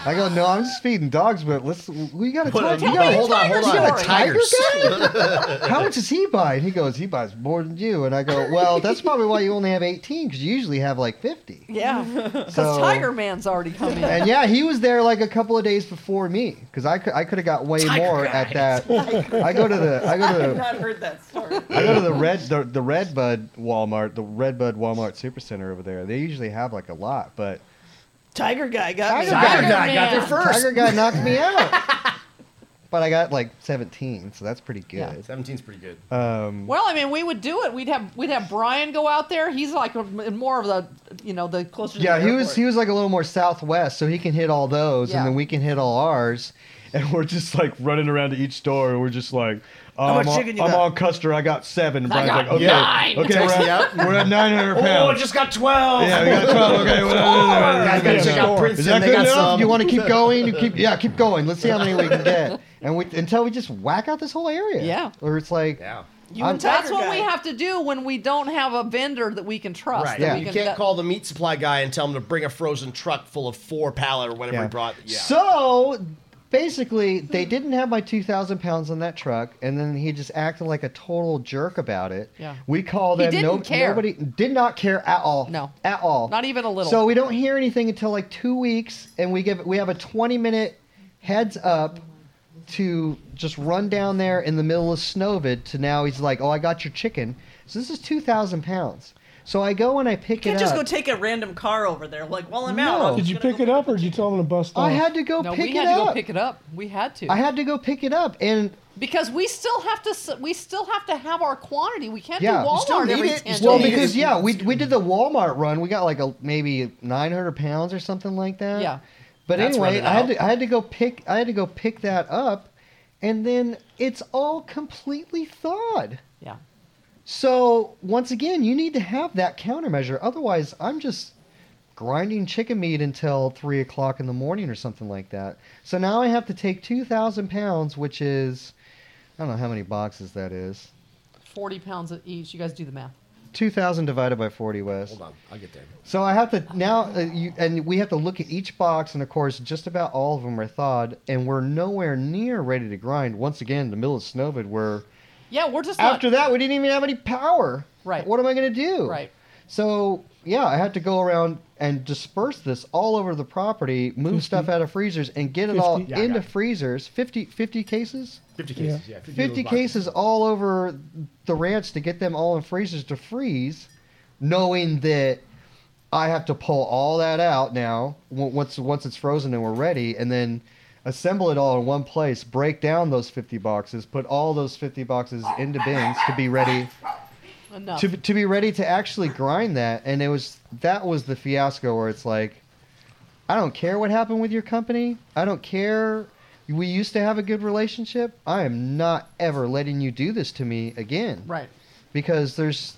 [SPEAKER 3] I go, no, I'm just feeding dogs, but let's we got to
[SPEAKER 2] But,
[SPEAKER 3] talk.
[SPEAKER 2] uh,
[SPEAKER 3] You got
[SPEAKER 2] hold on,
[SPEAKER 1] tiger
[SPEAKER 2] hold on.
[SPEAKER 1] story.
[SPEAKER 2] The tigers.
[SPEAKER 3] How much does he buy? And he goes, he buys more than you. And I go, well, that's probably why you only have 18 because you usually have like 50.
[SPEAKER 1] yeah, because
[SPEAKER 3] So-
[SPEAKER 1] Tiger Man's already coming.
[SPEAKER 3] And yeah, he was there like a couple of days before me because I could, I could have got way
[SPEAKER 2] Tiger
[SPEAKER 3] more
[SPEAKER 2] guy.
[SPEAKER 3] at that. I go to the I go to
[SPEAKER 4] I've
[SPEAKER 3] the
[SPEAKER 4] not heard that story.
[SPEAKER 3] I go to the red the, the red bud Walmart, the red bud Walmart Supercenter over there. They usually have like a lot, but
[SPEAKER 4] Tiger guy got me.
[SPEAKER 3] Tiger
[SPEAKER 2] Tiger
[SPEAKER 3] guy.
[SPEAKER 2] guy got there
[SPEAKER 1] Man.
[SPEAKER 2] first.
[SPEAKER 3] Tiger guy knocked me out. but I got like 17, so that's pretty good.
[SPEAKER 2] 17's pretty good.
[SPEAKER 3] Um,
[SPEAKER 1] Well, I mean, we would do it. We'd have we'd have Brian go out there. He's like a, more of the you know the closer.
[SPEAKER 3] yeah,
[SPEAKER 1] to
[SPEAKER 3] he
[SPEAKER 1] the
[SPEAKER 3] was he was like a little more southwest, so he can hit all those,
[SPEAKER 1] Yeah.
[SPEAKER 3] and then we can hit all ours. And we're just like running around to each store, and we're just like, oh,
[SPEAKER 4] much
[SPEAKER 3] I'm, on,
[SPEAKER 4] chicken you
[SPEAKER 3] I'm
[SPEAKER 4] got?
[SPEAKER 3] on Custer, I got seven. And
[SPEAKER 1] I
[SPEAKER 3] Brian's
[SPEAKER 1] got
[SPEAKER 3] like, okay,
[SPEAKER 2] nine.
[SPEAKER 3] okay,
[SPEAKER 2] Takes
[SPEAKER 3] we're
[SPEAKER 2] me
[SPEAKER 3] at, we're at 900
[SPEAKER 2] Oh, I
[SPEAKER 3] pounds.
[SPEAKER 2] just got 12.
[SPEAKER 3] yeah, we got 12. Okay, we're
[SPEAKER 2] Guys,
[SPEAKER 3] at
[SPEAKER 2] gotta check out Princeton.
[SPEAKER 3] Is that
[SPEAKER 2] they
[SPEAKER 3] good
[SPEAKER 2] got
[SPEAKER 3] enough?
[SPEAKER 2] some.
[SPEAKER 3] You want to keep going? You keep yeah, keep going. Let's see how many we can get, and we until we just whack out this whole area.
[SPEAKER 1] Yeah.
[SPEAKER 3] where it's like
[SPEAKER 2] Yeah.
[SPEAKER 4] You
[SPEAKER 3] I'm-
[SPEAKER 4] and Tiger
[SPEAKER 1] That's what
[SPEAKER 4] guy.
[SPEAKER 1] we have to do when we don't have a vendor that we can trust.
[SPEAKER 2] Right.
[SPEAKER 1] that
[SPEAKER 3] Yeah.
[SPEAKER 1] we
[SPEAKER 2] You
[SPEAKER 1] can-
[SPEAKER 2] can't
[SPEAKER 1] that-
[SPEAKER 2] call the meat supply guy and tell him to bring a frozen truck full of four pallet or whatever he brought. Yeah.
[SPEAKER 3] So basically, they didn't have my 2,000 pounds on that truck, and then he just acted like a total jerk about it.
[SPEAKER 1] Yeah.
[SPEAKER 3] We called
[SPEAKER 1] He
[SPEAKER 3] him.
[SPEAKER 1] didn't
[SPEAKER 3] no,
[SPEAKER 1] care.
[SPEAKER 3] Nobody did not care at all.
[SPEAKER 1] No.
[SPEAKER 3] at all.
[SPEAKER 1] Not even a little.
[SPEAKER 3] So we don't hear anything until like two weeks, and we give we have a 20 minute heads up. To just run down there in the middle of Snowvid to now he's like, oh, I got your chicken. So this is two thousand pounds. So I go and I pick
[SPEAKER 4] You
[SPEAKER 3] it
[SPEAKER 4] can't just
[SPEAKER 3] up.
[SPEAKER 4] go take a random car over there. Like, while I'm
[SPEAKER 3] No.
[SPEAKER 4] out, I'm
[SPEAKER 5] did
[SPEAKER 4] just
[SPEAKER 5] you
[SPEAKER 4] gonna
[SPEAKER 5] pick
[SPEAKER 4] go
[SPEAKER 5] it up or did you tell them to bust off?
[SPEAKER 3] I had to go
[SPEAKER 1] Oh. no,
[SPEAKER 3] pick
[SPEAKER 1] we
[SPEAKER 3] it
[SPEAKER 1] had to
[SPEAKER 3] up.
[SPEAKER 1] go pick it up. We had to
[SPEAKER 3] I had to go pick it up, and
[SPEAKER 1] because we still have to s- we still have to have our quantity. We can't
[SPEAKER 3] Yeah.
[SPEAKER 1] do
[SPEAKER 3] You
[SPEAKER 1] Walmart
[SPEAKER 2] still need
[SPEAKER 1] every
[SPEAKER 2] it. You
[SPEAKER 1] ten
[SPEAKER 2] still
[SPEAKER 3] Well,
[SPEAKER 1] days.
[SPEAKER 2] need
[SPEAKER 3] because
[SPEAKER 2] it-
[SPEAKER 3] yeah, we we did the Walmart run. We got like a maybe 900 pounds or something like that.
[SPEAKER 1] Yeah.
[SPEAKER 3] But
[SPEAKER 2] That's
[SPEAKER 3] anyway,
[SPEAKER 2] running
[SPEAKER 3] I had
[SPEAKER 2] out.
[SPEAKER 3] to I had to go pick I had to go pick that up, and then it's all completely thawed.
[SPEAKER 1] yeah.
[SPEAKER 3] So once again, you need to have that countermeasure. Otherwise, I'm just grinding chicken meat until three o'clock in the morning or something like that. So now I have to take 2,000 pounds, which is I don't know how many boxes that is.
[SPEAKER 1] Forty pounds each. You guys do the math.
[SPEAKER 3] 2,000 divided by 40 West.
[SPEAKER 2] Hold on. I'll get there.
[SPEAKER 3] So I have to now, uh, you, and we have to look at each box, and of course, just about all of them are thawed, and we're nowhere near ready to grind. Once again, in the middle of Snowvid, where
[SPEAKER 1] Yeah, we're just
[SPEAKER 3] after
[SPEAKER 1] not,
[SPEAKER 3] that we didn't even have any power.
[SPEAKER 1] Right.
[SPEAKER 3] What am I going to do?
[SPEAKER 1] Right.
[SPEAKER 3] So yeah, I had to go around and disperse this all over the property, move stuff out of freezers, and get it all
[SPEAKER 5] 50?
[SPEAKER 2] Yeah, I
[SPEAKER 3] into
[SPEAKER 2] got it.
[SPEAKER 3] freezers. 50, 50 cases.
[SPEAKER 2] 50
[SPEAKER 5] Yeah.
[SPEAKER 2] cases. Yeah. 50, of
[SPEAKER 3] 50
[SPEAKER 2] those boxes.
[SPEAKER 3] cases all over the ranch to get them all in freezers to freeze, knowing that I have to pull all that out now w- once once it's frozen and we're ready, and then assemble it all in one place, break down those 50 boxes, put all those 50 boxes into bins to be ready
[SPEAKER 1] enough.
[SPEAKER 3] to, to be ready to actually grind that. And it was that was the fiasco where it's like, I don't care what happened with your company. I don't care. We used to have a good relationship. I am not ever letting you do this to me again.
[SPEAKER 1] right.
[SPEAKER 3] Because there's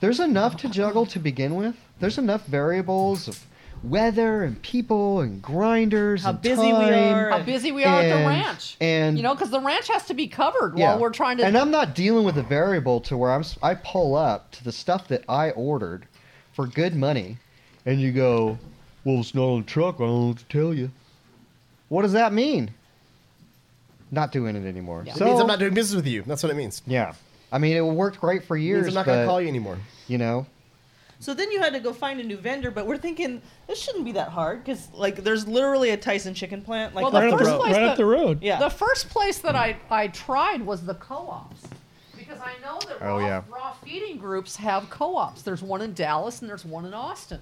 [SPEAKER 3] there's enough to juggle to begin with. There's enough variables of weather and people and grinders
[SPEAKER 4] How
[SPEAKER 3] and
[SPEAKER 4] busy we
[SPEAKER 3] time
[SPEAKER 4] are.
[SPEAKER 1] How busy we are at the
[SPEAKER 3] And-
[SPEAKER 1] ranch.
[SPEAKER 3] and-
[SPEAKER 1] you know, because the ranch has to be covered while we're trying to.
[SPEAKER 3] and I'm not dealing with a variable to where I'm. s- I pull up to the stuff that I ordered for good money, and you go, "Well, it's not on the truck. I don't know what to tell you." What does that mean? Not doing it anymore.
[SPEAKER 1] Yeah. It
[SPEAKER 2] It means
[SPEAKER 3] So
[SPEAKER 2] I'm not doing business with you. That's what it means.
[SPEAKER 3] yeah, I mean it worked great for
[SPEAKER 2] It means
[SPEAKER 3] years.
[SPEAKER 2] I'm not
[SPEAKER 3] but,
[SPEAKER 2] going to call you anymore.
[SPEAKER 3] You know,
[SPEAKER 4] So then you had to go find a new vendor, but we're thinking this shouldn't be that hard because like there's literally a Tyson chicken plant like
[SPEAKER 1] Well,
[SPEAKER 4] up
[SPEAKER 5] right up the,
[SPEAKER 1] first
[SPEAKER 5] ro-
[SPEAKER 1] place
[SPEAKER 5] right
[SPEAKER 1] that-
[SPEAKER 5] up the road.
[SPEAKER 4] Yeah.
[SPEAKER 1] The first place that I, I tried was the co-ops because I know that
[SPEAKER 3] Oh,
[SPEAKER 1] raw,
[SPEAKER 3] yeah.
[SPEAKER 1] raw feeding groups have co-ops. There's one in Dallas and there's one in Austin.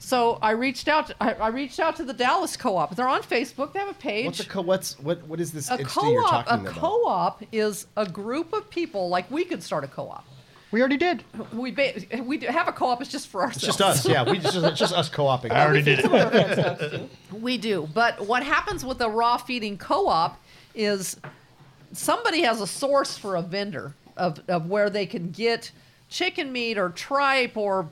[SPEAKER 1] So I reached out. I, I reached out to the Dallas co-op. They're on Facebook. They have a page.
[SPEAKER 2] What's a co- what's what what is this
[SPEAKER 1] a
[SPEAKER 2] entity you're
[SPEAKER 1] co-op.
[SPEAKER 2] talking
[SPEAKER 1] A
[SPEAKER 2] about?
[SPEAKER 1] co-op is a group of people. Like we could start a co-op.
[SPEAKER 3] We already did.
[SPEAKER 1] We ba- we do have a co-op. It's just for ourselves.
[SPEAKER 2] It's just us. Yeah, we just it's just us co-oping.
[SPEAKER 3] did it.
[SPEAKER 4] Other fun stuff, too.
[SPEAKER 1] We do. But what happens with a raw feeding co op is somebody has a source for a vendor of, of where they can get chicken meat or tripe or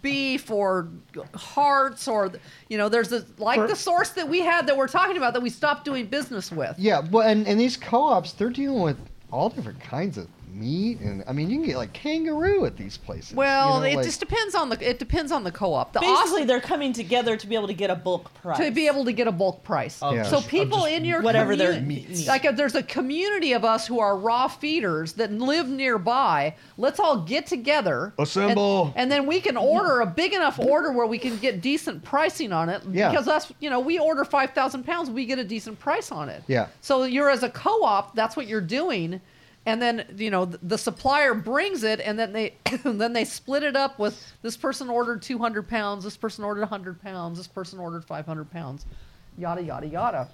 [SPEAKER 1] beef or hearts or, you know, there's a, like
[SPEAKER 3] For-
[SPEAKER 1] the source that we had that we're talking about that we stopped doing business with.
[SPEAKER 3] Yeah, well, and, and these co-ops, they're dealing with all different kinds of meat, and I mean, you can get like kangaroo at these places.
[SPEAKER 1] Well,
[SPEAKER 3] you know,
[SPEAKER 1] it
[SPEAKER 3] like-
[SPEAKER 1] just depends on the it depends on the co-op. The
[SPEAKER 4] Basically,
[SPEAKER 1] Austin-
[SPEAKER 4] they're coming together to be able to get a bulk price.
[SPEAKER 1] to be able to get a bulk price.
[SPEAKER 3] Yeah.
[SPEAKER 1] So
[SPEAKER 3] just-
[SPEAKER 1] people
[SPEAKER 2] just
[SPEAKER 1] in your
[SPEAKER 4] whatever their
[SPEAKER 1] commu-
[SPEAKER 4] meats.
[SPEAKER 1] like uh, there's a community of us who are raw feeders that live nearby. Let's all get together, and-
[SPEAKER 3] Assemble.
[SPEAKER 1] and, then we can order a big enough order where we can get decent pricing on it.
[SPEAKER 3] Yeah.
[SPEAKER 1] Because us, you know, we order five thousand pounds, we get a decent price on it.
[SPEAKER 3] Yeah.
[SPEAKER 1] So you're as a co-op, that's what you're doing. And then you know th- the supplier brings it, and then they then they split it up with this person ordered 200 pounds, this person ordered 100 pounds, this person ordered 500 pounds, yada yada yada.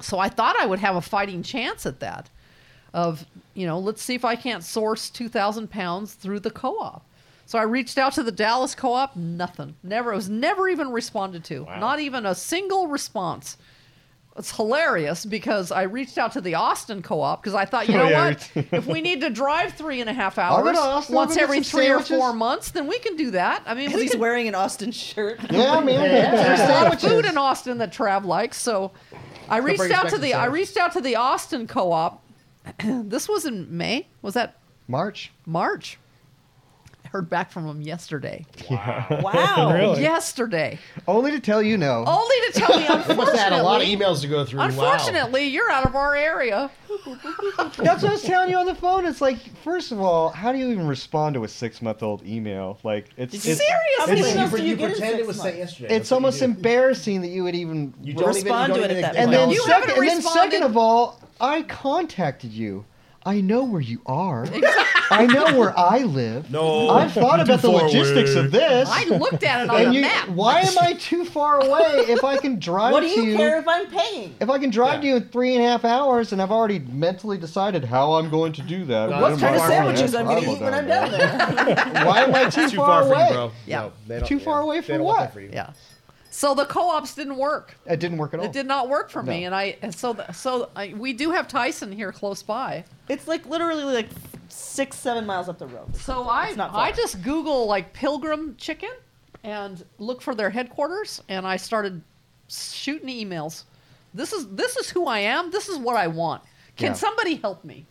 [SPEAKER 1] So I thought I would have a fighting chance at that. Of you know, let's see if I can't source 2,000 pounds through the co-op. So I reached out to the Dallas co-op, nothing, never. It was never even responded to, not even a single response it's hilarious because I reached out to the Austin co-op because I thought, you
[SPEAKER 3] Oh,
[SPEAKER 1] know
[SPEAKER 3] yeah,
[SPEAKER 1] what? if we need to drive three and a half
[SPEAKER 3] I'll go
[SPEAKER 1] hours
[SPEAKER 3] to Austin, I'll
[SPEAKER 1] once
[SPEAKER 3] go get
[SPEAKER 1] every
[SPEAKER 3] some
[SPEAKER 1] three or
[SPEAKER 3] sandwiches.
[SPEAKER 1] four months, then we can do that. I mean,
[SPEAKER 4] Because
[SPEAKER 1] we
[SPEAKER 4] he's
[SPEAKER 1] can,
[SPEAKER 4] wearing an Austin shirt.
[SPEAKER 3] yeah, man.
[SPEAKER 1] there's a lot of
[SPEAKER 3] sandwiches.
[SPEAKER 1] food in Austin that Trav likes, so I reached
[SPEAKER 2] brings
[SPEAKER 1] out
[SPEAKER 2] back
[SPEAKER 1] to
[SPEAKER 2] the
[SPEAKER 1] the I
[SPEAKER 2] sandwich.
[SPEAKER 1] reached out to the Austin co-op. this was in May. Was that
[SPEAKER 3] March.
[SPEAKER 1] March? I heard back from them yesterday.
[SPEAKER 4] Wow.
[SPEAKER 5] Really?
[SPEAKER 1] Yesterday,
[SPEAKER 3] Only to tell you no.
[SPEAKER 1] only to tell me
[SPEAKER 2] You must
[SPEAKER 1] unfortunately.
[SPEAKER 2] have had a lot of emails to go through. wow.
[SPEAKER 1] Unfortunately, you're out of our area.
[SPEAKER 3] That's what I was telling you on the phone. It's like, first of all, how do you even respond to a six-month-old email? Like, it's
[SPEAKER 4] Did you-
[SPEAKER 3] it's,
[SPEAKER 4] How
[SPEAKER 1] Seriously.
[SPEAKER 4] many emails do
[SPEAKER 2] you,
[SPEAKER 4] you
[SPEAKER 2] you
[SPEAKER 4] get in
[SPEAKER 2] pretend
[SPEAKER 4] six
[SPEAKER 2] it was
[SPEAKER 4] months?
[SPEAKER 2] sent yesterday.
[SPEAKER 3] it's
[SPEAKER 2] That's what
[SPEAKER 3] almost
[SPEAKER 2] you do.
[SPEAKER 3] embarrassing that you would even
[SPEAKER 2] You don't even- you
[SPEAKER 4] Respond
[SPEAKER 2] don't
[SPEAKER 4] to it
[SPEAKER 2] even
[SPEAKER 4] at
[SPEAKER 2] acknowledge
[SPEAKER 4] that
[SPEAKER 3] And then,
[SPEAKER 1] You
[SPEAKER 3] second,
[SPEAKER 1] haven't
[SPEAKER 3] and then
[SPEAKER 1] responded.
[SPEAKER 3] second of all, I contacted you. I know where you are. I know where I live.
[SPEAKER 2] No,
[SPEAKER 3] I've thought about the
[SPEAKER 2] far
[SPEAKER 3] logistics
[SPEAKER 2] away.
[SPEAKER 3] of this.
[SPEAKER 1] I looked at it on
[SPEAKER 3] and
[SPEAKER 1] the
[SPEAKER 3] you,
[SPEAKER 1] map.
[SPEAKER 3] why am I too far away if I can drive
[SPEAKER 4] What do
[SPEAKER 3] to
[SPEAKER 4] you
[SPEAKER 3] you?
[SPEAKER 4] care if I'm paying?
[SPEAKER 3] If I can drive to
[SPEAKER 2] Yeah.
[SPEAKER 3] you in three and a half hours, and I've already mentally decided how I'm going to do that,
[SPEAKER 2] What
[SPEAKER 3] I'm
[SPEAKER 2] kind of
[SPEAKER 3] not gonna
[SPEAKER 2] sandwiches
[SPEAKER 3] have
[SPEAKER 4] I'm gonna
[SPEAKER 3] trouble
[SPEAKER 4] eat when
[SPEAKER 3] down
[SPEAKER 4] I'm done
[SPEAKER 3] there.
[SPEAKER 4] there?
[SPEAKER 3] Why am I too,
[SPEAKER 2] Too far,
[SPEAKER 3] away?
[SPEAKER 2] for you, bro.
[SPEAKER 1] Yeah.
[SPEAKER 2] No, they don't-
[SPEAKER 3] Too far away
[SPEAKER 2] They
[SPEAKER 3] for
[SPEAKER 2] don't want
[SPEAKER 3] what?
[SPEAKER 2] that for you.
[SPEAKER 1] Yeah. So the co-ops didn't work.
[SPEAKER 3] It didn't work at all.
[SPEAKER 1] It did not work for me,
[SPEAKER 3] Oh. No.
[SPEAKER 1] and I and so the, so I, we do have Tyson here close by.
[SPEAKER 4] It's like literally like six, seven miles up the road.
[SPEAKER 1] So I
[SPEAKER 4] It's not far.
[SPEAKER 1] I just Google like Pilgrim Chicken and look for their headquarters, and I started shooting emails. This is this is who I am. This is what I want. Can
[SPEAKER 3] Yeah.
[SPEAKER 1] somebody help me?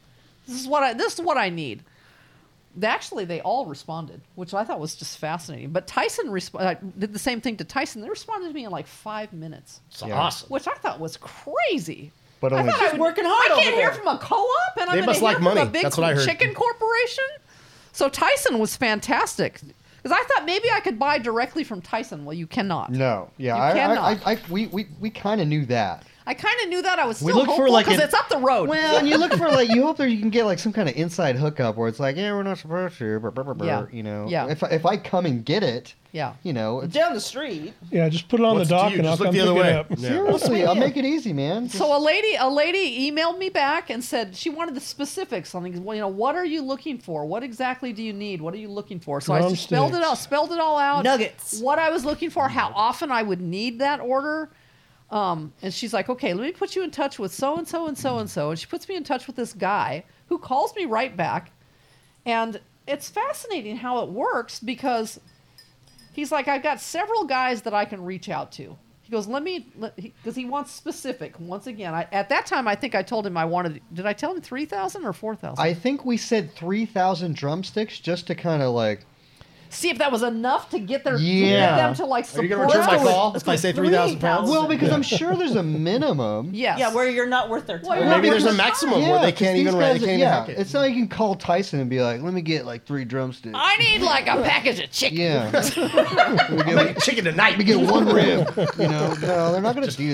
[SPEAKER 1] This is what I this is what I need. They- Actually, they all responded, which I thought was just fascinating. But Tyson resp- I did the same thing to Tyson. They responded to me in like five minutes.
[SPEAKER 2] It's
[SPEAKER 3] Yeah.
[SPEAKER 2] awesome.
[SPEAKER 1] which I thought was crazy.
[SPEAKER 3] But
[SPEAKER 1] I
[SPEAKER 3] only-
[SPEAKER 1] thought I
[SPEAKER 3] She's
[SPEAKER 1] would-
[SPEAKER 4] working hard
[SPEAKER 1] I can't
[SPEAKER 4] over
[SPEAKER 1] hear
[SPEAKER 4] there.
[SPEAKER 1] from a co-op, and I'm
[SPEAKER 2] They
[SPEAKER 1] going to
[SPEAKER 2] must
[SPEAKER 1] hear
[SPEAKER 2] like
[SPEAKER 1] from a
[SPEAKER 2] money.
[SPEAKER 1] big
[SPEAKER 2] That's what I heard.
[SPEAKER 1] chicken corporation. So Tyson was fantastic because I thought maybe I could buy directly from Tyson. Well, you cannot.
[SPEAKER 3] No, yeah,
[SPEAKER 1] You
[SPEAKER 3] I, I, I,
[SPEAKER 1] cannot.
[SPEAKER 3] I, we, we, we kind of knew that.
[SPEAKER 1] I kind of knew that. I was
[SPEAKER 3] We
[SPEAKER 1] still
[SPEAKER 3] look for,
[SPEAKER 1] hopeful
[SPEAKER 3] like,
[SPEAKER 1] because
[SPEAKER 3] an-
[SPEAKER 1] it's up the road.
[SPEAKER 3] Well, and you look for like you hope that you can get like some kind of inside hookup where it's like, yeah, we're not supposed to, but
[SPEAKER 1] Yeah.
[SPEAKER 3] you know,
[SPEAKER 1] Yeah.
[SPEAKER 3] If I- if I come and get it,
[SPEAKER 1] yeah.
[SPEAKER 3] you know, it's,
[SPEAKER 4] down the street.
[SPEAKER 5] Yeah, just put it on
[SPEAKER 2] What's
[SPEAKER 5] the
[SPEAKER 2] to
[SPEAKER 5] dock
[SPEAKER 2] you?
[SPEAKER 5] and I'll
[SPEAKER 2] Just look
[SPEAKER 5] come
[SPEAKER 2] the
[SPEAKER 5] pick
[SPEAKER 2] other
[SPEAKER 5] it
[SPEAKER 2] way.
[SPEAKER 5] up.
[SPEAKER 2] Yeah.
[SPEAKER 3] seriously, I'll
[SPEAKER 4] in.
[SPEAKER 3] make it easy, man. Just-
[SPEAKER 1] So a lady, a lady emailed me back and said she wanted the specifics. on the- well, you know, what are you looking for? What exactly do you need? What are you looking for? So I spelled it out,
[SPEAKER 5] Drumsticks.
[SPEAKER 1] spelled it all out.
[SPEAKER 4] Nuggets.
[SPEAKER 1] What I was looking for, how often I would need that order. Um, and she's like, okay, let me put you in touch with so and so and so and so. And she puts me in touch with this guy who calls me right back. And it's fascinating how it works because he's like, I've got several guys that I can reach out to. He goes, let me, because he, wants specific. Once again, I, at that time, I think I told him I wanted. Did I tell him three thousand or four thousand?
[SPEAKER 3] I think we said three thousand drumsticks just to kind of like,
[SPEAKER 1] See if that was enough to get their, to get
[SPEAKER 3] Yeah.
[SPEAKER 1] them to like
[SPEAKER 2] Are
[SPEAKER 1] support.
[SPEAKER 2] you going to return my
[SPEAKER 1] us.
[SPEAKER 2] call if I say 3,000 pounds?
[SPEAKER 3] well, because I'm sure there's a minimum.
[SPEAKER 1] Yes.
[SPEAKER 4] Yeah, where you're not worth their
[SPEAKER 1] Well,
[SPEAKER 4] time.
[SPEAKER 1] you're
[SPEAKER 2] Or maybe
[SPEAKER 1] Yeah,
[SPEAKER 2] there's a
[SPEAKER 1] because-
[SPEAKER 2] maximum where they
[SPEAKER 3] 'cause
[SPEAKER 2] can't
[SPEAKER 3] these
[SPEAKER 2] even write
[SPEAKER 3] guys-
[SPEAKER 2] they can't even
[SPEAKER 3] yeah,
[SPEAKER 2] hack it.
[SPEAKER 3] it's not like you can call Tyson and be like, "Let me get like three drumsticks."
[SPEAKER 1] I need like a package of chicken.
[SPEAKER 3] yeah, let me get,
[SPEAKER 2] Make chicken tonight.
[SPEAKER 3] let me get one rib. You know, no, they're not going to do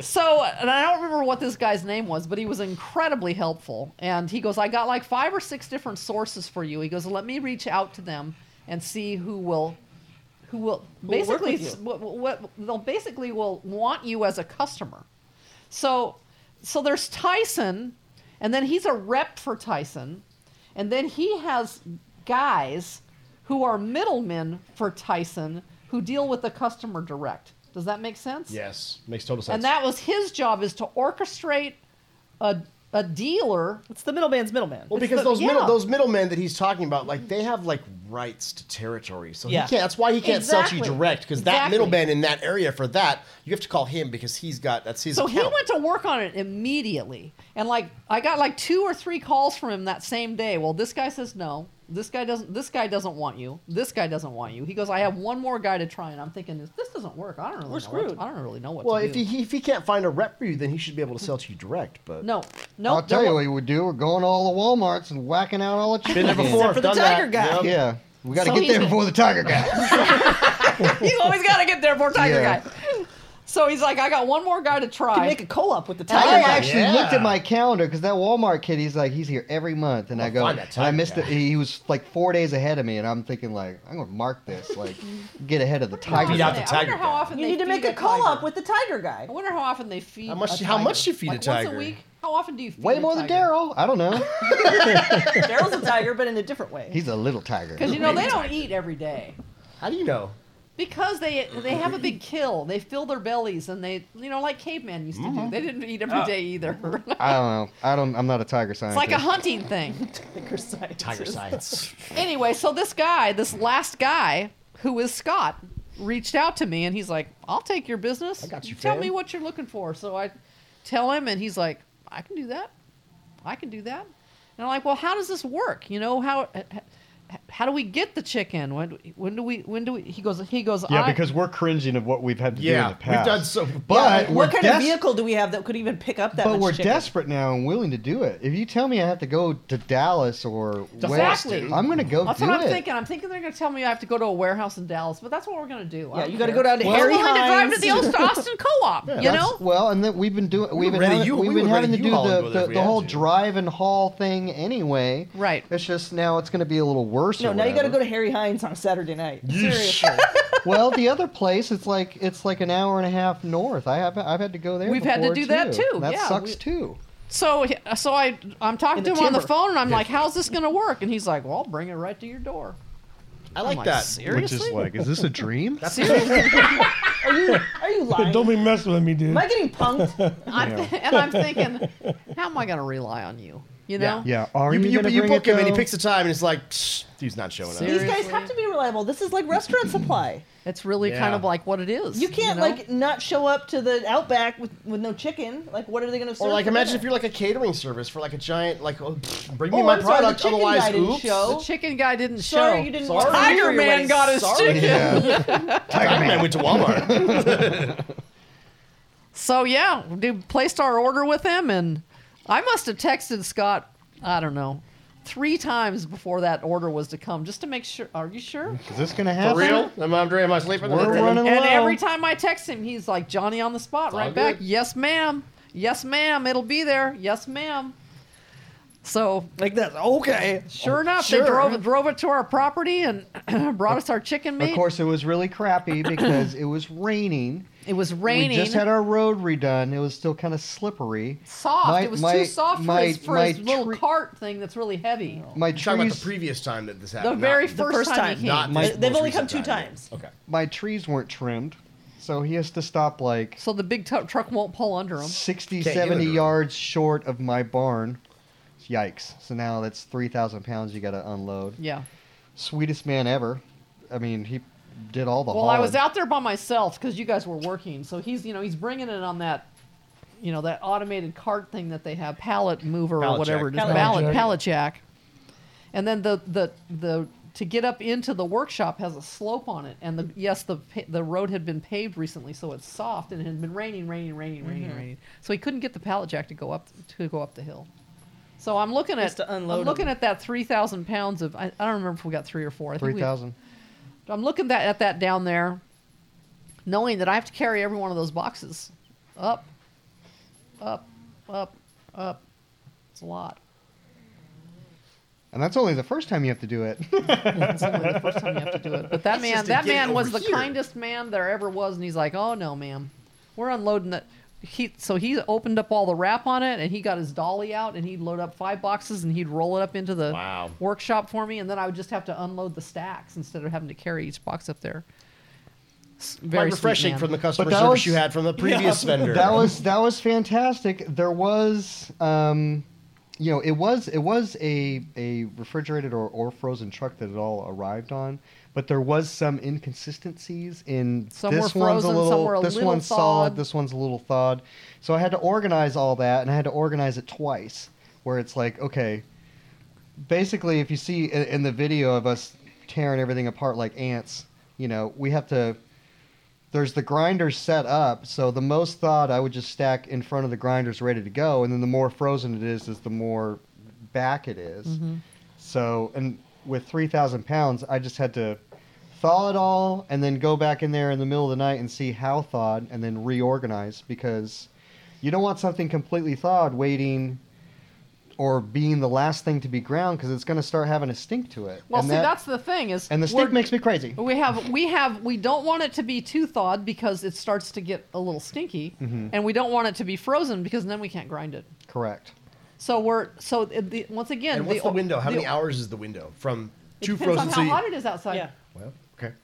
[SPEAKER 1] So, and I don't remember what this guy's name was, but he was incredibly helpful. And he goes, I got like five or six different sources for you. He goes, let me reach out to them and see who will, who will
[SPEAKER 4] will work
[SPEAKER 1] basically,
[SPEAKER 4] with you.
[SPEAKER 1] s- what, what, what- they'll basically will want you as a customer. So, so there's Tyson, and then he's a rep for Tyson. And then he has guys who are middlemen for Tyson who deal with the customer direct. Does that make sense?
[SPEAKER 2] Yes, makes total sense.
[SPEAKER 1] And that was his job is to orchestrate a, a dealer.
[SPEAKER 4] It's the middleman's middleman.
[SPEAKER 2] Well,
[SPEAKER 1] It's
[SPEAKER 2] because
[SPEAKER 1] the-
[SPEAKER 2] those middle,
[SPEAKER 1] yeah.
[SPEAKER 2] those middlemen that he's talking about, like they have like rights to territory, so
[SPEAKER 4] Yeah.
[SPEAKER 2] he can't. That's why he can't sell
[SPEAKER 1] Exactly.
[SPEAKER 2] to you direct because that
[SPEAKER 1] Exactly.
[SPEAKER 2] middleman in that area for that you have to call him because he's got that's his.
[SPEAKER 1] So he
[SPEAKER 2] account.
[SPEAKER 1] went to work on it immediately. And like I got like two or three calls from him that same day. Well, this guy says no. This guy doesn't this guy doesn't want you. This guy doesn't want you. He goes, I have one more guy to try and I'm thinking if this doesn't work, I don't really
[SPEAKER 4] We're
[SPEAKER 1] know what to-
[SPEAKER 4] screwed.
[SPEAKER 1] I don't really know what
[SPEAKER 2] Well,
[SPEAKER 1] to
[SPEAKER 2] if
[SPEAKER 1] do.
[SPEAKER 2] he if he can't find a rep for you, then he should be able to sell to you direct. But
[SPEAKER 1] no. No.
[SPEAKER 3] I'll tell you what you would do. We're going to all the Walmarts and whacking out all the
[SPEAKER 2] been there
[SPEAKER 3] chickens.
[SPEAKER 2] before.
[SPEAKER 4] for the
[SPEAKER 2] done
[SPEAKER 4] tiger guy.
[SPEAKER 2] that. Yep.
[SPEAKER 3] Yeah. We got to
[SPEAKER 1] So
[SPEAKER 3] get
[SPEAKER 1] he's
[SPEAKER 3] there
[SPEAKER 1] been-
[SPEAKER 3] before the tiger guy.
[SPEAKER 1] you always gotta get there for Tiger
[SPEAKER 3] Yeah.
[SPEAKER 1] Guy. So he's like, I got one more guy to try.
[SPEAKER 4] You make a co-op with the
[SPEAKER 1] I
[SPEAKER 4] tiger.
[SPEAKER 3] I
[SPEAKER 1] Yeah.
[SPEAKER 4] guy.
[SPEAKER 3] actually
[SPEAKER 2] Yeah.
[SPEAKER 3] looked at my calendar because that Walmart kid, he's like, he's here every month, and I
[SPEAKER 2] I'll
[SPEAKER 3] go,
[SPEAKER 2] find that
[SPEAKER 3] and I
[SPEAKER 2] tiger
[SPEAKER 3] missed
[SPEAKER 2] guy.
[SPEAKER 3] it. He was like four days ahead of me, and I'm thinking like, I'm gonna mark this, like, get ahead of the tiger.
[SPEAKER 2] Beat out the
[SPEAKER 1] I wonder
[SPEAKER 2] tiger
[SPEAKER 1] how
[SPEAKER 2] guy.
[SPEAKER 1] often
[SPEAKER 4] You
[SPEAKER 1] they
[SPEAKER 4] need to
[SPEAKER 1] feed
[SPEAKER 4] make a
[SPEAKER 1] tiger.
[SPEAKER 4] co-op with the tiger guy.
[SPEAKER 1] I wonder how often they feed.
[SPEAKER 2] How much-
[SPEAKER 1] a
[SPEAKER 2] how much
[SPEAKER 1] tiger.
[SPEAKER 2] you feed a
[SPEAKER 1] Like, Once
[SPEAKER 2] tiger?
[SPEAKER 1] a week. How often do you feed
[SPEAKER 3] Way
[SPEAKER 1] a
[SPEAKER 3] more than
[SPEAKER 1] tiger?
[SPEAKER 3] Daryl. I don't know.
[SPEAKER 4] Daryl's a tiger, but in a different way.
[SPEAKER 3] He's a little tiger.
[SPEAKER 1] Because you know they don't eat every day.
[SPEAKER 2] How do you know?
[SPEAKER 1] Because they they have a big kill. They fill their bellies and they you know like cavemen used to
[SPEAKER 2] Mm-hmm.
[SPEAKER 1] do. They didn't eat every day either. it's
[SPEAKER 3] I don't know. I don't. I'm not a tiger scientist.
[SPEAKER 1] like a hunting thing.
[SPEAKER 4] tiger scientist.
[SPEAKER 2] Tiger science.
[SPEAKER 1] anyway, so this guy, this last guy, who is Scott, reached out to me and he's like, "I'll take your business.
[SPEAKER 2] I got you,
[SPEAKER 1] Tell
[SPEAKER 2] fam."
[SPEAKER 1] me what you're looking for." So I tell him, and he's like, "I can do that. I can do that." And I'm like, "Well, how does this work? You know how." How do we get the chicken? When when do we when do we? He goes he goes.
[SPEAKER 3] Yeah,
[SPEAKER 1] I,
[SPEAKER 3] because we're cringing of what we've had to do
[SPEAKER 2] Yeah,
[SPEAKER 3] in the past.
[SPEAKER 2] we've done so-
[SPEAKER 3] But we're
[SPEAKER 4] what kind
[SPEAKER 3] des-
[SPEAKER 4] of vehicle do we have that could even pick up that
[SPEAKER 3] But
[SPEAKER 4] much
[SPEAKER 3] we're
[SPEAKER 4] chicken?
[SPEAKER 3] desperate now and willing to do it. If you tell me I have to go to Dallas or West,
[SPEAKER 1] Exactly.
[SPEAKER 3] I'm going to go
[SPEAKER 1] That's
[SPEAKER 3] do
[SPEAKER 1] what I'm
[SPEAKER 3] it.
[SPEAKER 1] thinking. I'm thinking they're going to tell me I have to go to a warehouse in Dallas, but that's what we're going to do. I
[SPEAKER 4] Yeah,
[SPEAKER 1] don't
[SPEAKER 4] you got to
[SPEAKER 1] care.
[SPEAKER 4] go down to
[SPEAKER 1] I'm
[SPEAKER 4] Harry
[SPEAKER 1] willing to drive
[SPEAKER 4] Hines.
[SPEAKER 1] to the Austin, Austin co-op. you
[SPEAKER 3] That's-
[SPEAKER 1] know,
[SPEAKER 3] Well, and then we've been doing. We've been
[SPEAKER 2] ready
[SPEAKER 3] having,
[SPEAKER 2] you-
[SPEAKER 3] we've
[SPEAKER 2] we
[SPEAKER 3] been
[SPEAKER 2] were ready
[SPEAKER 3] having to
[SPEAKER 2] you
[SPEAKER 3] do
[SPEAKER 2] all
[SPEAKER 3] the
[SPEAKER 2] go there
[SPEAKER 3] the,
[SPEAKER 2] if we
[SPEAKER 3] the
[SPEAKER 2] had
[SPEAKER 3] whole
[SPEAKER 2] to.
[SPEAKER 3] drive and haul thing anyway.
[SPEAKER 1] Right.
[SPEAKER 3] It's just now it's going to be a little worse.
[SPEAKER 4] no,
[SPEAKER 3] or
[SPEAKER 4] now you got to
[SPEAKER 3] whatever.
[SPEAKER 4] go to Harry Hines on Saturday night.
[SPEAKER 2] Yeesh.
[SPEAKER 3] well, the other place, it's like it's like an hour and a half north. I have I've had to go there.
[SPEAKER 1] We've had to
[SPEAKER 3] before,
[SPEAKER 1] do that too,
[SPEAKER 3] That
[SPEAKER 1] yeah,
[SPEAKER 3] sucks
[SPEAKER 1] we-
[SPEAKER 3] too.
[SPEAKER 1] so so I I'm talking
[SPEAKER 4] In
[SPEAKER 1] to
[SPEAKER 4] the
[SPEAKER 1] him on the
[SPEAKER 4] timber.
[SPEAKER 1] phone, and I'm like, "How's this going to work?" And he's like, "Well, I'll bring it right to your door."
[SPEAKER 2] I
[SPEAKER 1] I'm
[SPEAKER 2] like that.
[SPEAKER 1] Seriously?
[SPEAKER 3] is this a dream? That's
[SPEAKER 1] Seriously?
[SPEAKER 4] Are you are you lying?
[SPEAKER 5] Don't be messing with me, dude.
[SPEAKER 4] Am I getting punked?
[SPEAKER 1] I'm, and I'm thinking, how am I going to rely on you? You know?
[SPEAKER 3] yeah. Are
[SPEAKER 2] You,
[SPEAKER 3] you,
[SPEAKER 2] you,
[SPEAKER 3] gonna
[SPEAKER 2] you
[SPEAKER 3] bring
[SPEAKER 2] book
[SPEAKER 3] it,
[SPEAKER 2] him and he
[SPEAKER 3] though?
[SPEAKER 2] picks a time and it's like "Psh, he's not showing up.
[SPEAKER 1] Seriously?
[SPEAKER 4] These guys have to be reliable. This is like restaurant supply.
[SPEAKER 1] It's really
[SPEAKER 2] Yeah.
[SPEAKER 1] kind of like what it is.
[SPEAKER 4] You can't
[SPEAKER 1] know?
[SPEAKER 4] like not show up to the Outback with, with no chicken. Like, what are they going to serve?
[SPEAKER 2] Or like,
[SPEAKER 4] for
[SPEAKER 2] imagine if
[SPEAKER 4] dinner?
[SPEAKER 2] you're like a catering service for like a giant like, oh, pfft, bring me
[SPEAKER 4] Oh,
[SPEAKER 2] my
[SPEAKER 4] I'm sorry, the
[SPEAKER 2] product,
[SPEAKER 4] chicken guy
[SPEAKER 2] otherwise,
[SPEAKER 4] didn't
[SPEAKER 2] oops.
[SPEAKER 4] show.
[SPEAKER 1] The chicken guy didn't
[SPEAKER 4] Sorry,
[SPEAKER 1] show.
[SPEAKER 4] you didn't.
[SPEAKER 2] Sorry.
[SPEAKER 4] want to
[SPEAKER 2] Tiger
[SPEAKER 4] hear your
[SPEAKER 1] Man
[SPEAKER 4] way.
[SPEAKER 1] got his
[SPEAKER 4] Sorry.
[SPEAKER 1] chicken.
[SPEAKER 3] Yeah.
[SPEAKER 2] Tiger Man went to Walmart.
[SPEAKER 1] So yeah, we placed our order with him, and I must have texted Scott. I don't know, three times before that order was to come, just to make sure. Are you sure?
[SPEAKER 3] Is this gonna
[SPEAKER 2] For
[SPEAKER 3] happen?
[SPEAKER 2] real? Am I, am I sleeping?
[SPEAKER 3] We're running
[SPEAKER 1] And
[SPEAKER 3] low.
[SPEAKER 1] every time I text him, he's like Johnny on the spot, right
[SPEAKER 2] all
[SPEAKER 1] back.
[SPEAKER 2] good.
[SPEAKER 1] Yes, ma'am. Yes, ma'am. It'll be there. Yes, ma'am. So
[SPEAKER 4] Like that. Okay.
[SPEAKER 1] sure enough,
[SPEAKER 2] sure.
[SPEAKER 1] they drove drove it to our property and brought us our chicken meat.
[SPEAKER 3] Of course, it was really crappy because it was raining.
[SPEAKER 1] it was raining.
[SPEAKER 3] We just had our road redone. It was still kind of slippery.
[SPEAKER 1] soft.
[SPEAKER 3] My-
[SPEAKER 1] it was
[SPEAKER 3] my-
[SPEAKER 1] too soft
[SPEAKER 3] my-
[SPEAKER 1] for his, for
[SPEAKER 3] my
[SPEAKER 1] his little
[SPEAKER 3] tree-
[SPEAKER 1] cart thing that's really heavy.
[SPEAKER 3] My
[SPEAKER 2] You're talking about
[SPEAKER 3] trees,
[SPEAKER 2] the previous time that this
[SPEAKER 1] The
[SPEAKER 2] happened.
[SPEAKER 1] very
[SPEAKER 2] not,
[SPEAKER 1] first,
[SPEAKER 4] first
[SPEAKER 1] time, he
[SPEAKER 4] time,
[SPEAKER 1] came.
[SPEAKER 2] not
[SPEAKER 3] My-
[SPEAKER 2] this
[SPEAKER 4] They've
[SPEAKER 2] most
[SPEAKER 4] only come
[SPEAKER 2] recent
[SPEAKER 4] two
[SPEAKER 2] time.
[SPEAKER 4] times.
[SPEAKER 2] Okay.
[SPEAKER 3] my trees weren't trimmed, so he has to stop like
[SPEAKER 1] So the big tu truck won't pull under him.
[SPEAKER 3] 60,
[SPEAKER 2] Can't get
[SPEAKER 3] 70
[SPEAKER 2] under it.
[SPEAKER 3] yards short of my barn. Yikes! So now that's three thousand pounds you got to unload.
[SPEAKER 1] Yeah.
[SPEAKER 3] Sweetest man ever. I mean, he did all the.
[SPEAKER 1] Well, I was
[SPEAKER 3] hauling.
[SPEAKER 1] out there by myself because you guys were working. So he's, you know, he's bringing it on that, you know, that automated cart thing that they have, pallet mover or
[SPEAKER 2] Pallet
[SPEAKER 1] whatever
[SPEAKER 2] jack.
[SPEAKER 1] it is,
[SPEAKER 4] Pallet
[SPEAKER 1] pallet
[SPEAKER 5] jack.
[SPEAKER 1] pallet jack. And then the the the to get up into the workshop has a slope on it, and the yes, the pa- the road had been paved recently, so it's soft, and it had been raining, raining, raining, raining, raining. So he couldn't get the pallet jack to go up to go up the hill. So I'm looking at
[SPEAKER 4] Just to unload
[SPEAKER 1] I'm looking
[SPEAKER 4] 'em.
[SPEAKER 1] at that three thousand pounds of I, I don't remember if we got three or four. I think
[SPEAKER 3] three
[SPEAKER 1] we-
[SPEAKER 3] thousand.
[SPEAKER 1] I'm looking that at that down there, knowing that I have to carry every one of those boxes up, up, up, up. It's a lot.
[SPEAKER 3] And that's only the first time you have to do it.
[SPEAKER 1] It's only the first time you have to do it. But that
[SPEAKER 2] It's
[SPEAKER 1] man,
[SPEAKER 2] just to
[SPEAKER 1] that
[SPEAKER 2] get
[SPEAKER 1] man
[SPEAKER 2] over
[SPEAKER 1] was the
[SPEAKER 2] here.
[SPEAKER 1] kindest man there ever was, and he's like, "Oh no, ma'am, we're unloading that. he so he opened up all the wrap on it and he got his dolly out and he'd load up five boxes and he'd roll it up into the
[SPEAKER 2] Wow.
[SPEAKER 1] workshop for me and then I would just have to unload the stacks instead of having to carry each box up there. S- Very sweet
[SPEAKER 2] Quite refreshing
[SPEAKER 1] man.
[SPEAKER 2] from the customer
[SPEAKER 3] But that
[SPEAKER 2] service
[SPEAKER 3] was-
[SPEAKER 2] you had from the previous vendor.
[SPEAKER 3] That was that was fantastic. There was, um, you know, it was it was a a refrigerated or, or frozen truck that it all arrived on, but there was some inconsistencies in
[SPEAKER 1] Some
[SPEAKER 3] this
[SPEAKER 1] were
[SPEAKER 3] one's a
[SPEAKER 1] frozen, some
[SPEAKER 3] little
[SPEAKER 1] were a
[SPEAKER 3] this
[SPEAKER 1] little
[SPEAKER 3] one's
[SPEAKER 1] thawed.
[SPEAKER 3] solid, this one's a little thawed. So I had to organize all that, and I had to organize it twice, where it's like, okay, basically, if you see in, in the video of us tearing everything apart like ants, you know, we have to. There's the grinders set up, so the most thawed I would just stack in front of the grinders ready to go, and then the more frozen it is, is the more back it is.
[SPEAKER 1] Mm-hmm.
[SPEAKER 3] So, and with 3,000 pounds, I just had to thaw it all and then go back in there in the middle of the night and see how thawed and then reorganize because you don't want something completely thawed waiting or being the last thing to be ground because it's going to start having a stink to it.
[SPEAKER 1] Well,
[SPEAKER 3] and
[SPEAKER 1] see,
[SPEAKER 3] that-
[SPEAKER 1] that's the thing is
[SPEAKER 3] and the
[SPEAKER 1] we're-
[SPEAKER 3] stink makes me crazy.
[SPEAKER 1] We have we have we don't want it to be too thawed because it starts to get a little stinky,
[SPEAKER 2] Mm-hmm.
[SPEAKER 1] and we don't want it to be frozen because then we can't grind it.
[SPEAKER 3] Correct.
[SPEAKER 1] So we're so it- the, once again
[SPEAKER 2] and what's the,
[SPEAKER 1] o-
[SPEAKER 2] window? How
[SPEAKER 1] the-
[SPEAKER 2] many hours is the window from
[SPEAKER 1] It
[SPEAKER 2] two
[SPEAKER 1] depends
[SPEAKER 2] frozen?
[SPEAKER 1] on
[SPEAKER 2] so
[SPEAKER 1] how
[SPEAKER 2] you-
[SPEAKER 1] hot it is outside.
[SPEAKER 4] Yeah.
[SPEAKER 2] well, okay.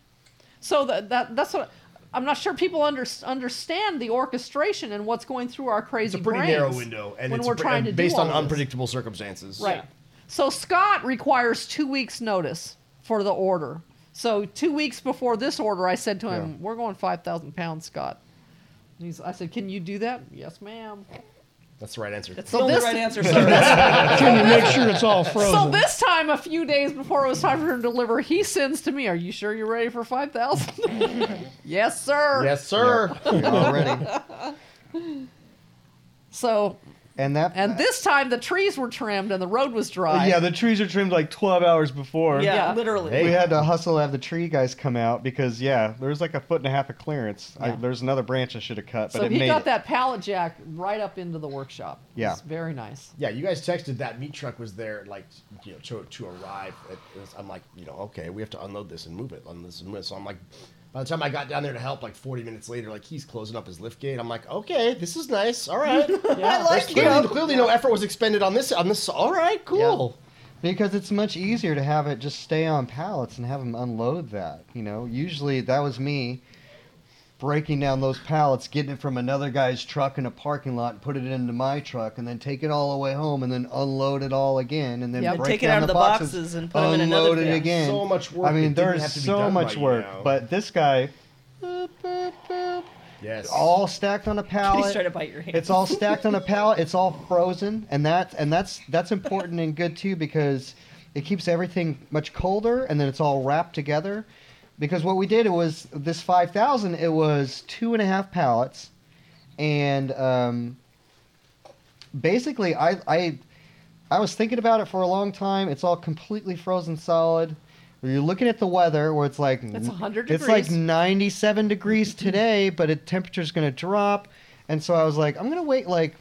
[SPEAKER 1] So that, that that's what I'm not sure people under, understand the orchestration and what's going through our
[SPEAKER 2] It's
[SPEAKER 1] crazy
[SPEAKER 2] a pretty
[SPEAKER 1] brains
[SPEAKER 2] narrow window, and
[SPEAKER 1] when
[SPEAKER 2] it's
[SPEAKER 1] we're
[SPEAKER 2] pre-
[SPEAKER 1] trying
[SPEAKER 2] and
[SPEAKER 1] to do
[SPEAKER 2] based
[SPEAKER 1] all
[SPEAKER 2] on
[SPEAKER 1] of this.
[SPEAKER 2] unpredictable circumstances.
[SPEAKER 1] Right. So Scott requires two weeks' notice for the order. So two weeks before this order, I said to him,
[SPEAKER 3] Yeah.
[SPEAKER 1] "We're going five thousand pounds, Scott." And He's, I said, "Can you do that?" Yes, ma'am.
[SPEAKER 2] That's the right answer.
[SPEAKER 1] So
[SPEAKER 4] Still the
[SPEAKER 1] this,
[SPEAKER 4] right answer, sir.
[SPEAKER 5] Can you make sure it's all
[SPEAKER 3] Oh,
[SPEAKER 5] frozen?
[SPEAKER 1] so this time, a few days before it was time for him to deliver, he sends to me, "Are you sure you're ready for 5,000? yes, sir.
[SPEAKER 2] yes, sir.
[SPEAKER 3] Yep. You're all ready.
[SPEAKER 1] So,
[SPEAKER 3] And that
[SPEAKER 1] and this time the trees were trimmed and the road was dry.
[SPEAKER 3] yeah, the trees are trimmed like 12 hours before.
[SPEAKER 1] Yeah.
[SPEAKER 4] yeah, literally.
[SPEAKER 2] Hey.
[SPEAKER 3] We had to hustle to have the tree guys come out because yeah, there was like a foot and a half of clearance. I,
[SPEAKER 1] Yeah.
[SPEAKER 3] there's another branch I should have cut, but
[SPEAKER 1] so
[SPEAKER 3] it
[SPEAKER 1] he
[SPEAKER 3] made
[SPEAKER 1] got
[SPEAKER 3] it.
[SPEAKER 1] that pallet jack right up into the workshop.
[SPEAKER 3] Yeah.
[SPEAKER 1] It's very nice.
[SPEAKER 2] Yeah, you guys texted that meat truck was there, like you know, to, to arrive. It was- I'm like, you know, okay, we have to unload this and move it, unload this and move it. So I'm like, by the time I got down there to help, like 40 minutes later, like he's closing up his lift gate. I'm like, okay, this is nice. All right,
[SPEAKER 1] Yeah.
[SPEAKER 2] I like clearly, clearly no effort was expended on this. On this, all right, cool.
[SPEAKER 3] Because it's much easier to have it just stay on pallets and have them unload that. You know, usually that was me breaking down those pallets, getting it from another guy's truck in a parking lot, and put it into my truck, and then take it all the way home, and then unload it all again, and then
[SPEAKER 1] Yep.
[SPEAKER 3] break
[SPEAKER 4] Take it
[SPEAKER 3] down
[SPEAKER 4] out of
[SPEAKER 3] the
[SPEAKER 4] the
[SPEAKER 3] boxes,
[SPEAKER 4] boxes and put 'em in another
[SPEAKER 3] unload it
[SPEAKER 4] bin.
[SPEAKER 3] again.
[SPEAKER 2] So much work
[SPEAKER 3] I
[SPEAKER 2] that
[SPEAKER 3] mean,
[SPEAKER 2] didn't
[SPEAKER 3] there's
[SPEAKER 2] have to be
[SPEAKER 3] so
[SPEAKER 2] done
[SPEAKER 3] much
[SPEAKER 2] by
[SPEAKER 3] work,
[SPEAKER 2] now.
[SPEAKER 3] but this guy. boop, boop, boop,
[SPEAKER 2] Yes.
[SPEAKER 3] all stacked on a pallet.
[SPEAKER 4] He's trying to bite your hand.
[SPEAKER 3] It's all stacked on a pallet. It's all frozen, and that and that's that's important and good too because it keeps everything much colder, and then it's all wrapped together. Because what we did it was this five thousand. It was two and a half pallets, and um, basically I I I was thinking about it for a long time. It's all completely frozen solid. You're looking at the weather where it's like
[SPEAKER 1] It's 100
[SPEAKER 3] It's like
[SPEAKER 1] degrees.
[SPEAKER 3] 97 degrees today, but the temperature's going to drop. And so I was like, I'm going to wait like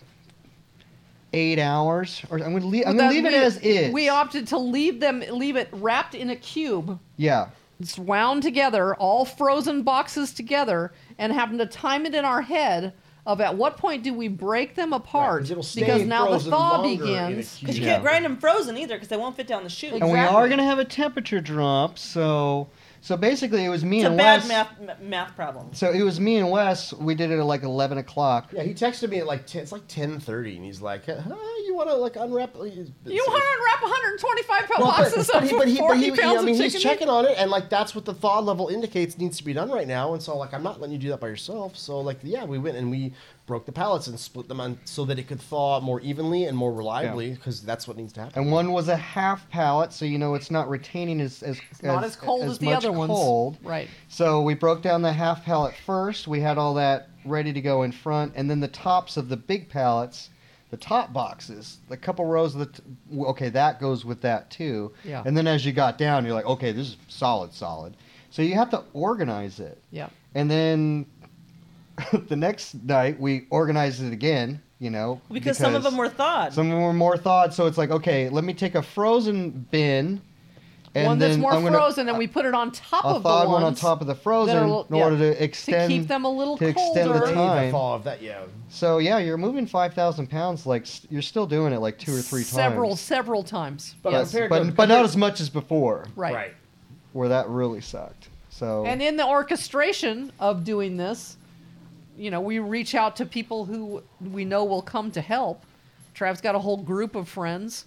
[SPEAKER 3] eight hours, or I'm going to leave. I'm
[SPEAKER 1] That
[SPEAKER 3] going to leave it
[SPEAKER 1] we-
[SPEAKER 3] as is.
[SPEAKER 1] We opted to leave them, leave it wrapped in a cube,
[SPEAKER 3] Yeah.
[SPEAKER 1] it's wound together, all frozen boxes together, and having to time it in our head of at what point do we break them apart
[SPEAKER 2] Right, 'cause it'll stay
[SPEAKER 1] because now the
[SPEAKER 2] frozen
[SPEAKER 1] thaw
[SPEAKER 2] longer in a
[SPEAKER 1] begins.
[SPEAKER 2] cube.
[SPEAKER 4] Because you
[SPEAKER 3] Yeah.
[SPEAKER 4] can't grind them frozen either, because they won't fit down the chute.
[SPEAKER 3] And we
[SPEAKER 1] Exactly.
[SPEAKER 3] are going to have a temperature drop. So so basically, it was me
[SPEAKER 4] It's a
[SPEAKER 3] and
[SPEAKER 4] bad
[SPEAKER 3] Wes.
[SPEAKER 4] math ma- math problem.
[SPEAKER 3] So it was me and Wes. We did it at like 11 o'clock.
[SPEAKER 2] Yeah, he texted me at like 10, it's like 10:30, and he's like, huh, "You want to like unwrap?"
[SPEAKER 1] You want to wrap 125 pound
[SPEAKER 2] Well, but-
[SPEAKER 1] boxes
[SPEAKER 2] but
[SPEAKER 1] of
[SPEAKER 2] he- but he- but
[SPEAKER 1] 40
[SPEAKER 2] he- he-
[SPEAKER 1] pounds
[SPEAKER 2] I mean,
[SPEAKER 1] of chicken?
[SPEAKER 2] he's checking on it, and like that's what the thaw level indicates needs to be done right now. And so, like, I'm not letting you do that by yourself. So, like, yeah, we went and we broke the pallets and split them on so that it could thaw more evenly and more reliably because that's what needs to happen.
[SPEAKER 3] and one was a half pallet, so you know it's not retaining as as
[SPEAKER 1] not as cold as the
[SPEAKER 3] much
[SPEAKER 1] other ones.
[SPEAKER 3] Cold.
[SPEAKER 1] Right.
[SPEAKER 3] So we broke down the half pallet first. We had all that ready to go in front, and then the tops of the big pallets, the top boxes, the couple rows of the. T- w- okay, that goes with that too.
[SPEAKER 1] Yeah.
[SPEAKER 3] And then as you got down, you're like, okay, this is solid, solid. So you have to organize it.
[SPEAKER 1] Yep.
[SPEAKER 3] And then the next night we organized it again. You know,
[SPEAKER 4] Because, some of them were thawed.
[SPEAKER 3] some were more thawed, so it's like, okay, let me take a frozen bin, and
[SPEAKER 1] one
[SPEAKER 3] then
[SPEAKER 1] that's more
[SPEAKER 3] I'm gonna,
[SPEAKER 1] frozen, and we put it on top
[SPEAKER 3] I
[SPEAKER 1] of the
[SPEAKER 3] thawed
[SPEAKER 1] ones
[SPEAKER 3] one on top of the frozen
[SPEAKER 1] a little-
[SPEAKER 3] in order
[SPEAKER 1] yeah,
[SPEAKER 3] to extend
[SPEAKER 1] to keep them a little
[SPEAKER 3] to extend the
[SPEAKER 1] colder.
[SPEAKER 3] time.
[SPEAKER 2] Hey, the fall of that, yeah.
[SPEAKER 3] So yeah, you're moving five thousand pounds. Like s- you're still doing it like two or three
[SPEAKER 1] several
[SPEAKER 3] times.
[SPEAKER 1] several times.
[SPEAKER 2] But
[SPEAKER 1] yes,
[SPEAKER 2] compared
[SPEAKER 3] but
[SPEAKER 2] to-
[SPEAKER 3] but not
[SPEAKER 2] compared-
[SPEAKER 3] as much as before,
[SPEAKER 1] right.
[SPEAKER 2] right.
[SPEAKER 3] where that really sucked. So
[SPEAKER 1] And in the orchestration of doing this, you know, we reach out to people who we know will come to help. Trav's got a whole group of friends.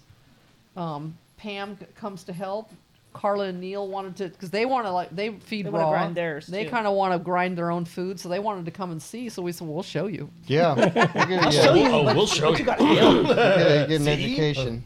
[SPEAKER 1] Um, Pam c- comes to help. Carla and Neil wanted to because they want to like they feed
[SPEAKER 4] They wanna
[SPEAKER 1] raw.
[SPEAKER 4] grind theirs,
[SPEAKER 1] they
[SPEAKER 4] too.
[SPEAKER 1] kind of want to grind their own food, so they wanted to come and see. So we said, "We'll show you."
[SPEAKER 3] yeah, you're gonna get,
[SPEAKER 4] Show you
[SPEAKER 2] Oh,
[SPEAKER 4] what-
[SPEAKER 2] we'll show
[SPEAKER 4] what
[SPEAKER 2] you.
[SPEAKER 4] you got to do.
[SPEAKER 3] you're gonna get an
[SPEAKER 2] See?
[SPEAKER 3] education.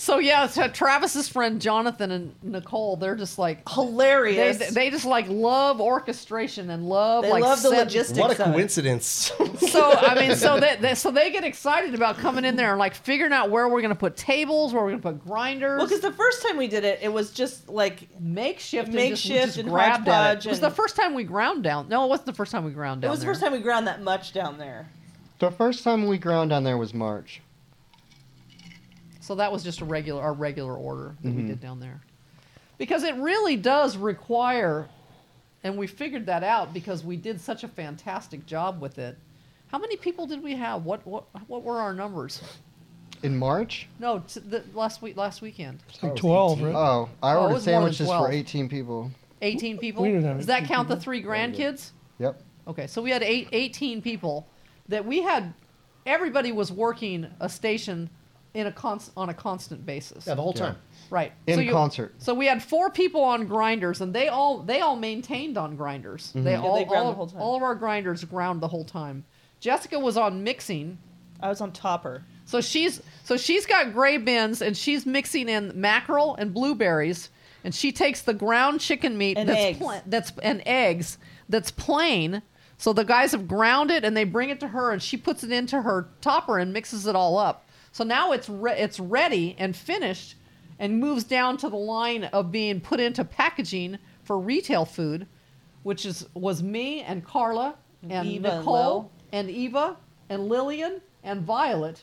[SPEAKER 1] So yeah, so Travis's friend Jonathan and Nicole, they're just like they,
[SPEAKER 4] Hilarious.
[SPEAKER 1] they just like love orchestration and love
[SPEAKER 4] They
[SPEAKER 1] like
[SPEAKER 4] love the
[SPEAKER 1] set-
[SPEAKER 4] logistics.
[SPEAKER 2] What a
[SPEAKER 4] Sticks on it.
[SPEAKER 2] coincidence.
[SPEAKER 1] So I mean, so that they, so they get excited about coming in there and like figuring out where we're gonna put tables, where we're gonna put grinders,
[SPEAKER 4] well, because the first time we did it, it was just like
[SPEAKER 1] makeshift, and just, we
[SPEAKER 4] Makeshift
[SPEAKER 1] just
[SPEAKER 4] and
[SPEAKER 1] grabbed at it.
[SPEAKER 4] hodgepodge
[SPEAKER 1] It was the
[SPEAKER 4] and-
[SPEAKER 1] first time we ground down. No, it wasn't the first time we ground down.
[SPEAKER 4] it was the
[SPEAKER 1] there.
[SPEAKER 4] first time we ground that much down there.
[SPEAKER 3] The first time we ground down there was March.
[SPEAKER 1] So that was just a regular our regular order that we did down there. Because it really does require and we figured that out because we did such a fantastic job with it. How many people did we have? What what what were our numbers?
[SPEAKER 3] In March?
[SPEAKER 1] No, t- the last week last weekend.
[SPEAKER 5] It's like 12, right?
[SPEAKER 3] Oh, I
[SPEAKER 1] Oh, it
[SPEAKER 3] ordered
[SPEAKER 1] was more than
[SPEAKER 3] sandwiches for
[SPEAKER 1] 12.
[SPEAKER 3] 18 people.
[SPEAKER 1] 18 people.
[SPEAKER 5] didn't have
[SPEAKER 1] Does that
[SPEAKER 5] 18
[SPEAKER 1] count the three grandkids?
[SPEAKER 3] Yep.
[SPEAKER 1] Okay, so we had eight, 18 people that we had everybody was working a station in a const, on a constant basis.
[SPEAKER 2] yeah, the whole time.
[SPEAKER 1] Right.
[SPEAKER 3] In
[SPEAKER 1] so you-
[SPEAKER 3] concert.
[SPEAKER 1] So we had four people on grinders, and they all they all maintained on grinders.
[SPEAKER 3] Mm-hmm.
[SPEAKER 1] They all
[SPEAKER 4] ground
[SPEAKER 1] all,
[SPEAKER 4] the whole time.
[SPEAKER 1] all of our grinders ground the whole time. Jessica was on mixing,
[SPEAKER 4] I was on topper.
[SPEAKER 1] so she's so she's got gray bins, and she's mixing in mackerel and blueberries, and she takes the ground chicken meat
[SPEAKER 4] And
[SPEAKER 1] that's
[SPEAKER 4] eggs.
[SPEAKER 1] that's and eggs that's plain. So the guys have ground it, and they bring it to her, and she puts it into her topper and mixes it all up. So now it's re- it's ready and finished, and moves down to the line of being put into packaging for retail food, which is was me and Carla and
[SPEAKER 4] Eva and Lil.
[SPEAKER 1] Nicole and Eva and Lillian and Violet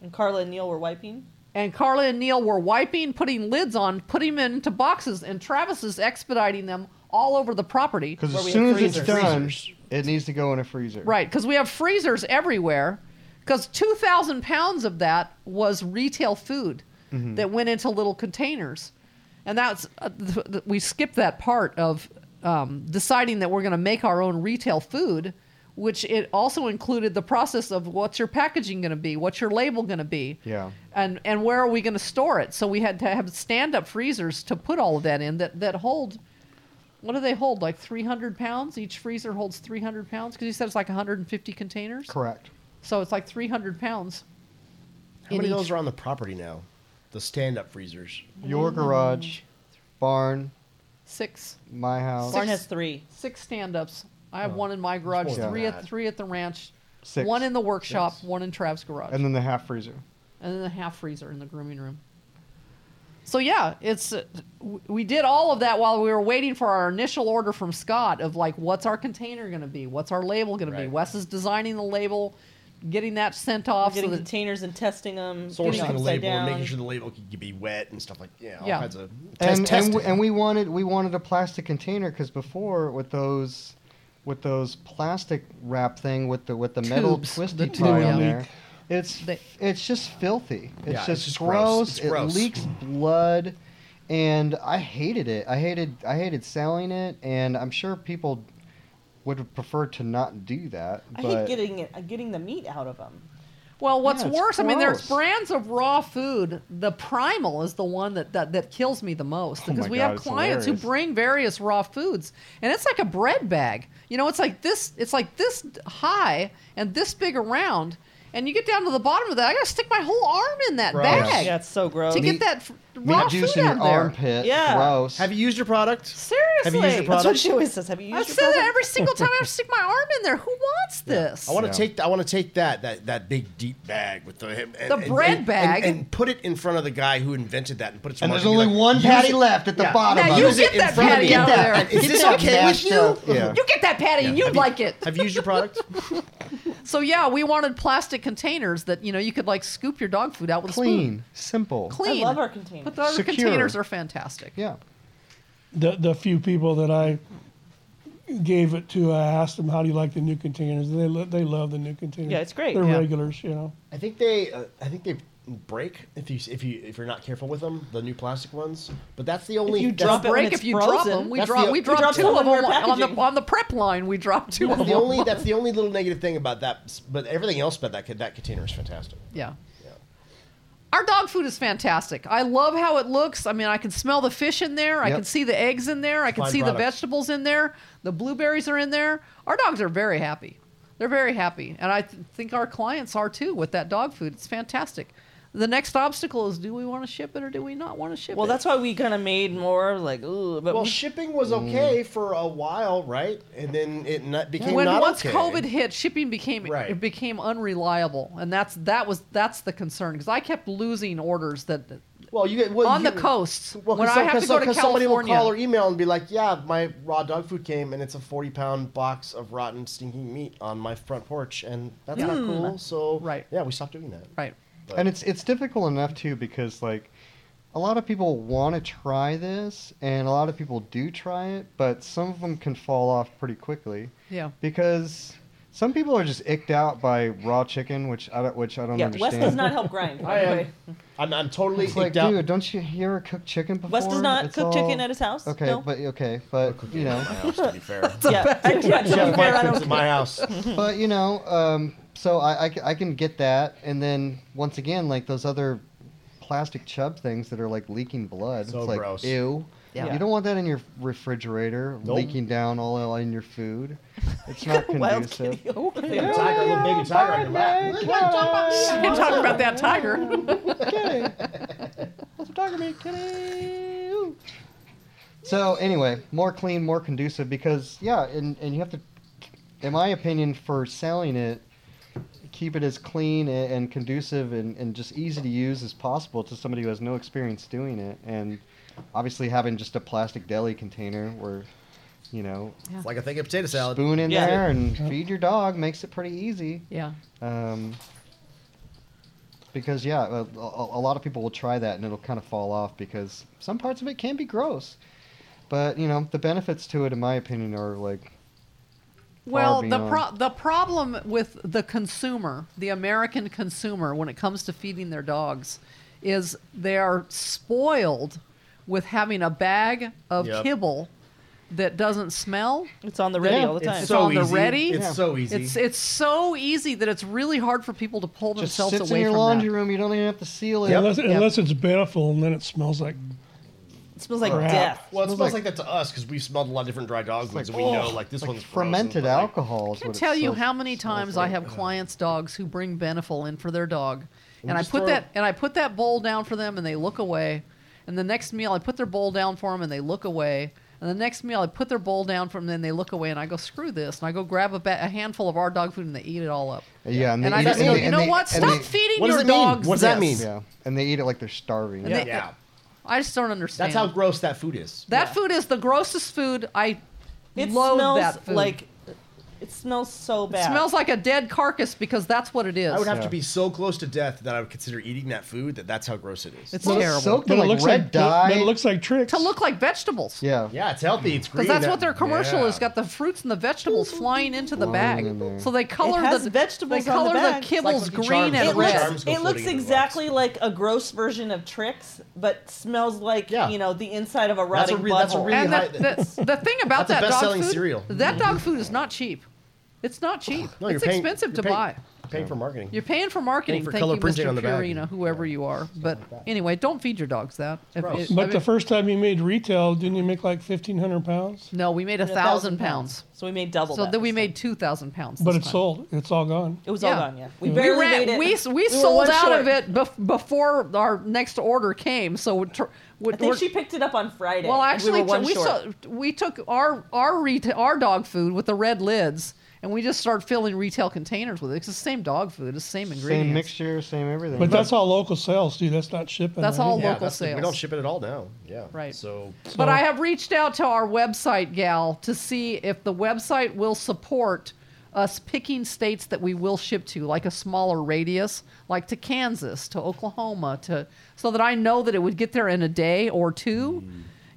[SPEAKER 4] And Carla and Neil were wiping.
[SPEAKER 1] and Carla and Neil were wiping, putting lids on, putting them into boxes, and Travis is expediting them all over the property.
[SPEAKER 3] Because
[SPEAKER 4] Where
[SPEAKER 3] as
[SPEAKER 4] we
[SPEAKER 3] soon
[SPEAKER 4] have
[SPEAKER 3] as it's
[SPEAKER 4] freezers.
[SPEAKER 3] done, it needs to go in a freezer.
[SPEAKER 1] Right, because we have freezers everywhere. Because 2,000 pounds of that was retail food that went into little containers. And that's, uh, th- th- we skipped that part of um, deciding that we're going to make our own retail food, which it also included the process of what's your packaging going to be? What's your label going to be?
[SPEAKER 3] Yeah.
[SPEAKER 1] and and where are we going to store it? So we had to have stand up freezers to put all of that in that that hold. What do they hold? Like 300 pounds? Each freezer holds 300 pounds? Because you said it's like 150 containers?
[SPEAKER 3] Correct.
[SPEAKER 1] So it's like 300 pounds.
[SPEAKER 2] How many
[SPEAKER 1] In
[SPEAKER 2] of
[SPEAKER 1] each-
[SPEAKER 2] those are on the property now? The stand up freezers.
[SPEAKER 3] Your garage, barn,
[SPEAKER 1] Six.
[SPEAKER 3] my house.
[SPEAKER 4] Barn has three.
[SPEAKER 1] Six stand ups. I have one in my garage,
[SPEAKER 2] more
[SPEAKER 3] than
[SPEAKER 1] three at,
[SPEAKER 2] that.
[SPEAKER 1] three at the ranch,
[SPEAKER 3] Six.
[SPEAKER 1] one in the workshop,
[SPEAKER 2] Six.
[SPEAKER 1] one in Trav's garage.
[SPEAKER 3] and then the half freezer.
[SPEAKER 1] and then the half freezer in the grooming room. So yeah, it's uh, w- we did all of that while we were waiting for our initial order from Scott of like what's our container going to be, what's our label going to be.
[SPEAKER 2] Right.
[SPEAKER 1] Wes is designing the label, getting that sent off.
[SPEAKER 4] Getting
[SPEAKER 1] so that,
[SPEAKER 4] containers and testing them. getting
[SPEAKER 2] Sourcing the
[SPEAKER 4] upside
[SPEAKER 2] label, and
[SPEAKER 4] down.
[SPEAKER 2] making sure the label can be wet and stuff like yeah, all
[SPEAKER 1] Yeah.
[SPEAKER 2] kinds of test
[SPEAKER 3] And and
[SPEAKER 2] testing.
[SPEAKER 3] we, and we wanted we wanted a plastic container because before with those with those plastic wrap thing with the with the metal
[SPEAKER 1] Tubes,
[SPEAKER 3] twisty
[SPEAKER 1] the
[SPEAKER 3] tie
[SPEAKER 5] tube,
[SPEAKER 3] on
[SPEAKER 5] yeah.
[SPEAKER 3] there. It's
[SPEAKER 1] They-
[SPEAKER 3] it's just filthy. It's
[SPEAKER 2] Yeah,
[SPEAKER 3] just,
[SPEAKER 2] it's just
[SPEAKER 3] gross.
[SPEAKER 2] gross. It's
[SPEAKER 3] it
[SPEAKER 2] gross.
[SPEAKER 3] leaks blood, and I hated it. I hated I hated selling it, and I'm sure people would have preferred to not do that.
[SPEAKER 4] I
[SPEAKER 3] but
[SPEAKER 4] hate getting it, uh, getting the meat out of them.
[SPEAKER 1] well, what's
[SPEAKER 3] Yeah, it's
[SPEAKER 1] worse, I mean, there's
[SPEAKER 3] gross.
[SPEAKER 1] brands of raw food. The primal is the one that that, that kills me the most
[SPEAKER 3] Oh my
[SPEAKER 1] because we
[SPEAKER 3] God,
[SPEAKER 1] have
[SPEAKER 3] it's
[SPEAKER 1] clients
[SPEAKER 3] hilarious.
[SPEAKER 1] who bring various raw foods, and it's like a bread bag. You know, it's like this. It's like this high and this big around. And you get down to the bottom of that. I gotta stick my whole arm in that
[SPEAKER 2] Gross.
[SPEAKER 1] bag.
[SPEAKER 4] Yeah, it's so gross.
[SPEAKER 1] to
[SPEAKER 3] Meat-
[SPEAKER 1] get that f- raw
[SPEAKER 3] meat juice
[SPEAKER 1] food
[SPEAKER 3] in your
[SPEAKER 1] out there.
[SPEAKER 3] armpit.
[SPEAKER 4] Yeah.
[SPEAKER 3] Gross.
[SPEAKER 2] Have you used your product?
[SPEAKER 1] Seriously,
[SPEAKER 2] Have you used your
[SPEAKER 4] That's what
[SPEAKER 2] product?
[SPEAKER 4] she always says. Have you used
[SPEAKER 1] I
[SPEAKER 4] your
[SPEAKER 1] say that
[SPEAKER 4] present?
[SPEAKER 1] every single time I have to stick my arm in there. Who wants this?
[SPEAKER 2] I want to
[SPEAKER 3] Yeah.
[SPEAKER 2] take. I want to take that that that big deep bag with the and,
[SPEAKER 1] The bread bag.
[SPEAKER 2] and, and put it in front of the guy who invented that and put it.
[SPEAKER 3] And
[SPEAKER 2] somewhere
[SPEAKER 3] there's
[SPEAKER 2] and be
[SPEAKER 3] only one
[SPEAKER 2] use
[SPEAKER 3] patty
[SPEAKER 2] it-
[SPEAKER 3] left at the
[SPEAKER 2] yeah.
[SPEAKER 3] bottom
[SPEAKER 1] Now
[SPEAKER 3] of
[SPEAKER 1] you
[SPEAKER 3] it.
[SPEAKER 2] use it
[SPEAKER 1] get
[SPEAKER 2] in
[SPEAKER 1] that
[SPEAKER 2] front of
[SPEAKER 1] patty
[SPEAKER 2] me.
[SPEAKER 1] out
[SPEAKER 2] Get
[SPEAKER 1] there.
[SPEAKER 2] that. Is
[SPEAKER 3] Get
[SPEAKER 2] this
[SPEAKER 3] that
[SPEAKER 2] okay with
[SPEAKER 3] mashed
[SPEAKER 2] you?
[SPEAKER 3] up. Yeah.
[SPEAKER 1] You get that patty, and you'd like it.
[SPEAKER 2] Have you used your product?
[SPEAKER 1] So So yeah, we wanted plastic containers that you know you could like scoop your dog food out with a
[SPEAKER 3] Clean,
[SPEAKER 1] spoon.
[SPEAKER 3] simple.
[SPEAKER 1] Clean.
[SPEAKER 4] I love our containers.
[SPEAKER 1] But our
[SPEAKER 3] Secure.
[SPEAKER 1] containers are fantastic.
[SPEAKER 3] Yeah.
[SPEAKER 5] the the few people that I gave it to, I asked them, "How do you like the new containers?" And they lo- they love the new containers.
[SPEAKER 4] Yeah, it's great.
[SPEAKER 5] They're
[SPEAKER 1] Yeah.
[SPEAKER 5] regulars, you know.
[SPEAKER 2] I think they, uh, I think they break if you if you if you're not careful with them, the new plastic ones. But that's the only.
[SPEAKER 4] you
[SPEAKER 2] that's
[SPEAKER 4] drop
[SPEAKER 2] the-
[SPEAKER 4] it when
[SPEAKER 1] Break
[SPEAKER 4] it's
[SPEAKER 1] if you drop
[SPEAKER 4] frozen.
[SPEAKER 1] them. We
[SPEAKER 2] That's
[SPEAKER 1] drop
[SPEAKER 2] the-
[SPEAKER 1] we
[SPEAKER 2] we
[SPEAKER 1] dropped
[SPEAKER 4] dropped
[SPEAKER 1] two
[SPEAKER 4] some
[SPEAKER 1] of them
[SPEAKER 4] in our
[SPEAKER 1] on the
[SPEAKER 4] packaging.
[SPEAKER 1] on the prep line. We dropped two of them.
[SPEAKER 2] That's the only. That's the only little negative thing about that. But everything else about that that container is fantastic.
[SPEAKER 1] Yeah.
[SPEAKER 2] Yeah.
[SPEAKER 1] Our dog food is fantastic. I love how it looks. I mean, I can smell the fish in there. I
[SPEAKER 3] Yep.
[SPEAKER 1] can see the eggs in there. I can
[SPEAKER 2] Fine
[SPEAKER 1] see the
[SPEAKER 2] product.
[SPEAKER 1] vegetables in there. The blueberries are in there. Our dogs are very happy. They're very happy. And I th- think our clients are too with that dog food. It's fantastic. The next obstacle is do we want to ship it or do we not want to ship
[SPEAKER 4] Well,
[SPEAKER 1] it?
[SPEAKER 4] that's why we kind of made more like, ooh, but
[SPEAKER 2] Well,
[SPEAKER 4] we-
[SPEAKER 2] shipping was okay for a while, right? And then it not, became
[SPEAKER 1] Mm. when
[SPEAKER 2] not
[SPEAKER 1] once
[SPEAKER 2] okay.
[SPEAKER 1] COVID hit, shipping became
[SPEAKER 2] Right.
[SPEAKER 1] it became unreliable, and that's that was that's the concern because I kept losing orders that
[SPEAKER 2] Well, you get well,
[SPEAKER 1] on
[SPEAKER 2] you-
[SPEAKER 1] the coast
[SPEAKER 2] Well,
[SPEAKER 1] when
[SPEAKER 2] 'cause
[SPEAKER 1] I
[SPEAKER 2] some-
[SPEAKER 1] have to
[SPEAKER 2] 'cause
[SPEAKER 1] go
[SPEAKER 2] some-
[SPEAKER 1] to
[SPEAKER 2] 'cause somebody will
[SPEAKER 1] California.
[SPEAKER 2] call or email and be like, "Yeah, my raw dog food came, and it's a forty-pound box of rotten, stinking meat on my front porch, and that's not cool."
[SPEAKER 1] Mm.
[SPEAKER 2] So,
[SPEAKER 1] Right.
[SPEAKER 2] yeah, we stopped doing that.
[SPEAKER 1] right.
[SPEAKER 2] But-
[SPEAKER 3] and it's it's difficult enough too because like a lot of people want to try this and a lot of people do try it but some of them can fall off pretty quickly
[SPEAKER 1] Yeah.
[SPEAKER 3] because some people are just icked out by raw chicken which i don't which i don't
[SPEAKER 4] yeah, Wes
[SPEAKER 3] understand
[SPEAKER 4] does not help grind. by
[SPEAKER 2] I
[SPEAKER 4] the
[SPEAKER 2] am.
[SPEAKER 4] way.
[SPEAKER 2] I'm, I'm totally
[SPEAKER 3] it's like
[SPEAKER 2] icked out.
[SPEAKER 3] dude don't you hear her cook chicken before
[SPEAKER 4] Wes does not
[SPEAKER 3] It's
[SPEAKER 4] cook
[SPEAKER 3] all-
[SPEAKER 4] chicken at his house.
[SPEAKER 3] okay
[SPEAKER 4] no.
[SPEAKER 3] but okay but you know
[SPEAKER 2] My house, to be fair.
[SPEAKER 4] yeah, I, yeah,
[SPEAKER 2] Jeff
[SPEAKER 4] Jeff,
[SPEAKER 2] Mike
[SPEAKER 4] I
[SPEAKER 2] cooks at my
[SPEAKER 4] don't
[SPEAKER 2] house.
[SPEAKER 3] but you know, um, so I, I c- I can get that, and then once again, like those other plastic chub things that are like leaking blood.
[SPEAKER 2] So
[SPEAKER 3] it's like
[SPEAKER 2] gross.
[SPEAKER 3] ew.
[SPEAKER 1] Yeah.
[SPEAKER 3] You don't want that in your refrigerator,
[SPEAKER 2] Nope.
[SPEAKER 3] leaking down all in your food. It's not
[SPEAKER 4] Wild
[SPEAKER 3] conducive.
[SPEAKER 4] kitty. Okay.
[SPEAKER 2] Yeah, tiger, little baby tiger on your lap.
[SPEAKER 1] You can't talk about, you can't talk about that tiger.
[SPEAKER 3] So anyway, more clean, more conducive because yeah, and and you have to, in my opinion, for selling it, keep it as clean and, and conducive and, and just easy to use as possible to somebody who has no experience doing it, and obviously having just a plastic deli container where, you know,
[SPEAKER 2] It's like a thing of potato salad.
[SPEAKER 3] spoon in
[SPEAKER 4] Yeah.
[SPEAKER 3] there and feed your dog makes it pretty easy.
[SPEAKER 1] yeah.
[SPEAKER 3] Um, because yeah, a, a, a lot of people will try that and it'll kind of fall off because some parts of it can be gross. But you know, the benefits to it, in my opinion, are like
[SPEAKER 1] Well,
[SPEAKER 3] far
[SPEAKER 1] the pro-
[SPEAKER 3] beyond.
[SPEAKER 1] the problem with the consumer, the American consumer, when it comes to feeding their dogs, is they are spoiled with having a bag of
[SPEAKER 2] Yep.
[SPEAKER 1] kibble that doesn't smell.
[SPEAKER 4] It's on the ready
[SPEAKER 3] Yeah,
[SPEAKER 4] all the
[SPEAKER 2] It's
[SPEAKER 4] time.
[SPEAKER 1] It's
[SPEAKER 2] so
[SPEAKER 1] on the
[SPEAKER 2] easy.
[SPEAKER 1] ready.
[SPEAKER 2] It's
[SPEAKER 1] Yeah.
[SPEAKER 2] so easy.
[SPEAKER 1] It's it's so easy that it's really hard for people to pull
[SPEAKER 3] just
[SPEAKER 1] themselves
[SPEAKER 3] sits
[SPEAKER 1] away
[SPEAKER 3] in your
[SPEAKER 1] from
[SPEAKER 3] laundry
[SPEAKER 1] that.
[SPEAKER 3] room. You don't even have to seal it.
[SPEAKER 5] Unless
[SPEAKER 1] Yep.
[SPEAKER 5] unless it's beautiful, and then it smells like
[SPEAKER 4] It smells like
[SPEAKER 5] Crap.
[SPEAKER 4] death.
[SPEAKER 2] well, it
[SPEAKER 3] smells
[SPEAKER 2] smells
[SPEAKER 3] like-
[SPEAKER 2] like, that to us because we've smelled a lot of different dry dog foods, and we know like this
[SPEAKER 3] Like
[SPEAKER 2] one's frozen,
[SPEAKER 3] fermented
[SPEAKER 2] but, like,
[SPEAKER 3] alcohol.
[SPEAKER 1] I can't tell you how many times I have clients' dogs who bring Beneful in for their dog, and I
[SPEAKER 2] just
[SPEAKER 1] put
[SPEAKER 2] throw-
[SPEAKER 1] that and I put that bowl down for them, and they look away. And the next meal, I put their bowl down for them, and they look away. And the next meal, I put their bowl down for them, and they look away. And I go, screw this, and I go grab a, ba- a handful of our dog food, and they eat it all up.
[SPEAKER 3] Yeah, and,
[SPEAKER 1] And
[SPEAKER 3] they
[SPEAKER 1] I
[SPEAKER 3] eat
[SPEAKER 1] just
[SPEAKER 3] it-
[SPEAKER 1] go,
[SPEAKER 3] and they-
[SPEAKER 1] you know
[SPEAKER 3] and
[SPEAKER 1] what?
[SPEAKER 3] they-
[SPEAKER 1] Stop feeding
[SPEAKER 2] What does
[SPEAKER 1] your
[SPEAKER 2] it mean?
[SPEAKER 1] dogs.
[SPEAKER 2] What does that
[SPEAKER 1] this."
[SPEAKER 2] mean?
[SPEAKER 3] Yeah, and they eat it like they're starving.
[SPEAKER 1] And they-
[SPEAKER 2] Yeah,
[SPEAKER 1] I just don't understand.
[SPEAKER 2] that's how gross that food is.
[SPEAKER 1] that
[SPEAKER 4] Yeah.
[SPEAKER 1] food is the grossest food. I
[SPEAKER 4] It
[SPEAKER 1] loathe
[SPEAKER 4] smells
[SPEAKER 1] that food.
[SPEAKER 4] like it smells so
[SPEAKER 1] it
[SPEAKER 4] bad.
[SPEAKER 1] smells like a dead carcass because that's what it is.
[SPEAKER 2] I would have to
[SPEAKER 3] Yeah.
[SPEAKER 2] be so close to death that I would consider eating that food. That that's how gross it is.
[SPEAKER 1] it's
[SPEAKER 3] Well, it's
[SPEAKER 1] terrible.
[SPEAKER 3] soaked
[SPEAKER 5] but
[SPEAKER 3] in
[SPEAKER 5] it
[SPEAKER 3] like
[SPEAKER 5] looks
[SPEAKER 3] red
[SPEAKER 5] like
[SPEAKER 3] dye.
[SPEAKER 5] but it looks like tricks.
[SPEAKER 1] to look like vegetables.
[SPEAKER 3] yeah.
[SPEAKER 2] yeah, it's healthy. It's green.
[SPEAKER 1] Because that's
[SPEAKER 2] that-
[SPEAKER 1] what their commercial
[SPEAKER 2] yeah.
[SPEAKER 1] is. Got the fruits and the vegetables flying into the
[SPEAKER 3] Flying in
[SPEAKER 2] Mm.
[SPEAKER 3] there.
[SPEAKER 1] bag. So they color
[SPEAKER 4] It has
[SPEAKER 1] the
[SPEAKER 4] vegetables
[SPEAKER 1] They
[SPEAKER 4] on the
[SPEAKER 1] color
[SPEAKER 4] bag. It's
[SPEAKER 2] like
[SPEAKER 1] kibbles
[SPEAKER 2] Lucky
[SPEAKER 1] green
[SPEAKER 2] Charms.
[SPEAKER 1] and
[SPEAKER 4] it
[SPEAKER 2] Red
[SPEAKER 1] red.
[SPEAKER 2] Charms
[SPEAKER 4] looks,
[SPEAKER 2] go
[SPEAKER 4] it looks
[SPEAKER 2] floating in the
[SPEAKER 4] exactly like a gross version of tricks, but smells like
[SPEAKER 2] Yeah.
[SPEAKER 4] you know the inside of a
[SPEAKER 2] That's a
[SPEAKER 4] rotting
[SPEAKER 2] re- that's a
[SPEAKER 4] butthole.
[SPEAKER 2] really
[SPEAKER 1] And
[SPEAKER 2] high-
[SPEAKER 1] the, the, the thing about
[SPEAKER 2] That's
[SPEAKER 1] that
[SPEAKER 2] a
[SPEAKER 1] dog
[SPEAKER 2] best-selling
[SPEAKER 1] food,
[SPEAKER 2] cereal. Mm-hmm. Oh,
[SPEAKER 1] that dog food is not cheap. It's not cheap.
[SPEAKER 2] No, you're
[SPEAKER 1] it's
[SPEAKER 2] paying-
[SPEAKER 1] expensive
[SPEAKER 2] you're
[SPEAKER 1] to
[SPEAKER 2] paying-
[SPEAKER 1] buy.
[SPEAKER 2] Paying for marketing.
[SPEAKER 1] You're paying for marketing.
[SPEAKER 2] Paying for
[SPEAKER 1] thank
[SPEAKER 2] color
[SPEAKER 1] you,
[SPEAKER 2] printing
[SPEAKER 1] Mr.
[SPEAKER 2] on the bag.
[SPEAKER 1] Purina, whoever you are. But anyway, don't feed your dogs that. If-
[SPEAKER 2] gross.
[SPEAKER 1] if- I
[SPEAKER 5] but
[SPEAKER 1] mean-
[SPEAKER 5] the first time you made retail, didn't you make like fifteen hundred pounds?
[SPEAKER 1] no, we made a
[SPEAKER 4] A
[SPEAKER 1] thousand pounds.
[SPEAKER 4] So we made double.
[SPEAKER 1] So
[SPEAKER 4] that
[SPEAKER 1] then we
[SPEAKER 4] this time.
[SPEAKER 1] made two thousand pounds.
[SPEAKER 5] But
[SPEAKER 1] this
[SPEAKER 5] it's
[SPEAKER 1] time.
[SPEAKER 5] sold. It's all gone.
[SPEAKER 4] It was
[SPEAKER 1] Yeah.
[SPEAKER 4] all gone. Yeah, we
[SPEAKER 1] We
[SPEAKER 4] barely
[SPEAKER 1] ran,
[SPEAKER 4] made it.
[SPEAKER 1] we, we,
[SPEAKER 4] were
[SPEAKER 1] sold
[SPEAKER 4] one
[SPEAKER 1] out
[SPEAKER 4] short.
[SPEAKER 1] of it bef- before our next order came. So we're tr- we're-
[SPEAKER 4] I think
[SPEAKER 1] we're-
[SPEAKER 4] she picked it up on Friday.
[SPEAKER 1] well,
[SPEAKER 4] and
[SPEAKER 1] actually,
[SPEAKER 4] we, were one
[SPEAKER 1] t- we,
[SPEAKER 4] short.
[SPEAKER 1] so- we took our our reta- our dog food with the red lids, and we just started filling retail containers with it. It's the same dog food, it's the same ingredients.
[SPEAKER 3] Same mixture, same everything.
[SPEAKER 5] But that's all local sales, dude. That's not shipping.
[SPEAKER 1] That's
[SPEAKER 5] right?
[SPEAKER 1] all
[SPEAKER 2] yeah,
[SPEAKER 1] local
[SPEAKER 2] that's the-
[SPEAKER 1] sales.
[SPEAKER 2] We don't ship it at all now. Yeah.
[SPEAKER 1] Right.
[SPEAKER 2] So
[SPEAKER 1] But I have reached out to our website gal to see if the website will support us picking states that we will ship to, like a smaller radius, like to Kansas, to Oklahoma, to so that I know that it would get there in a day or two,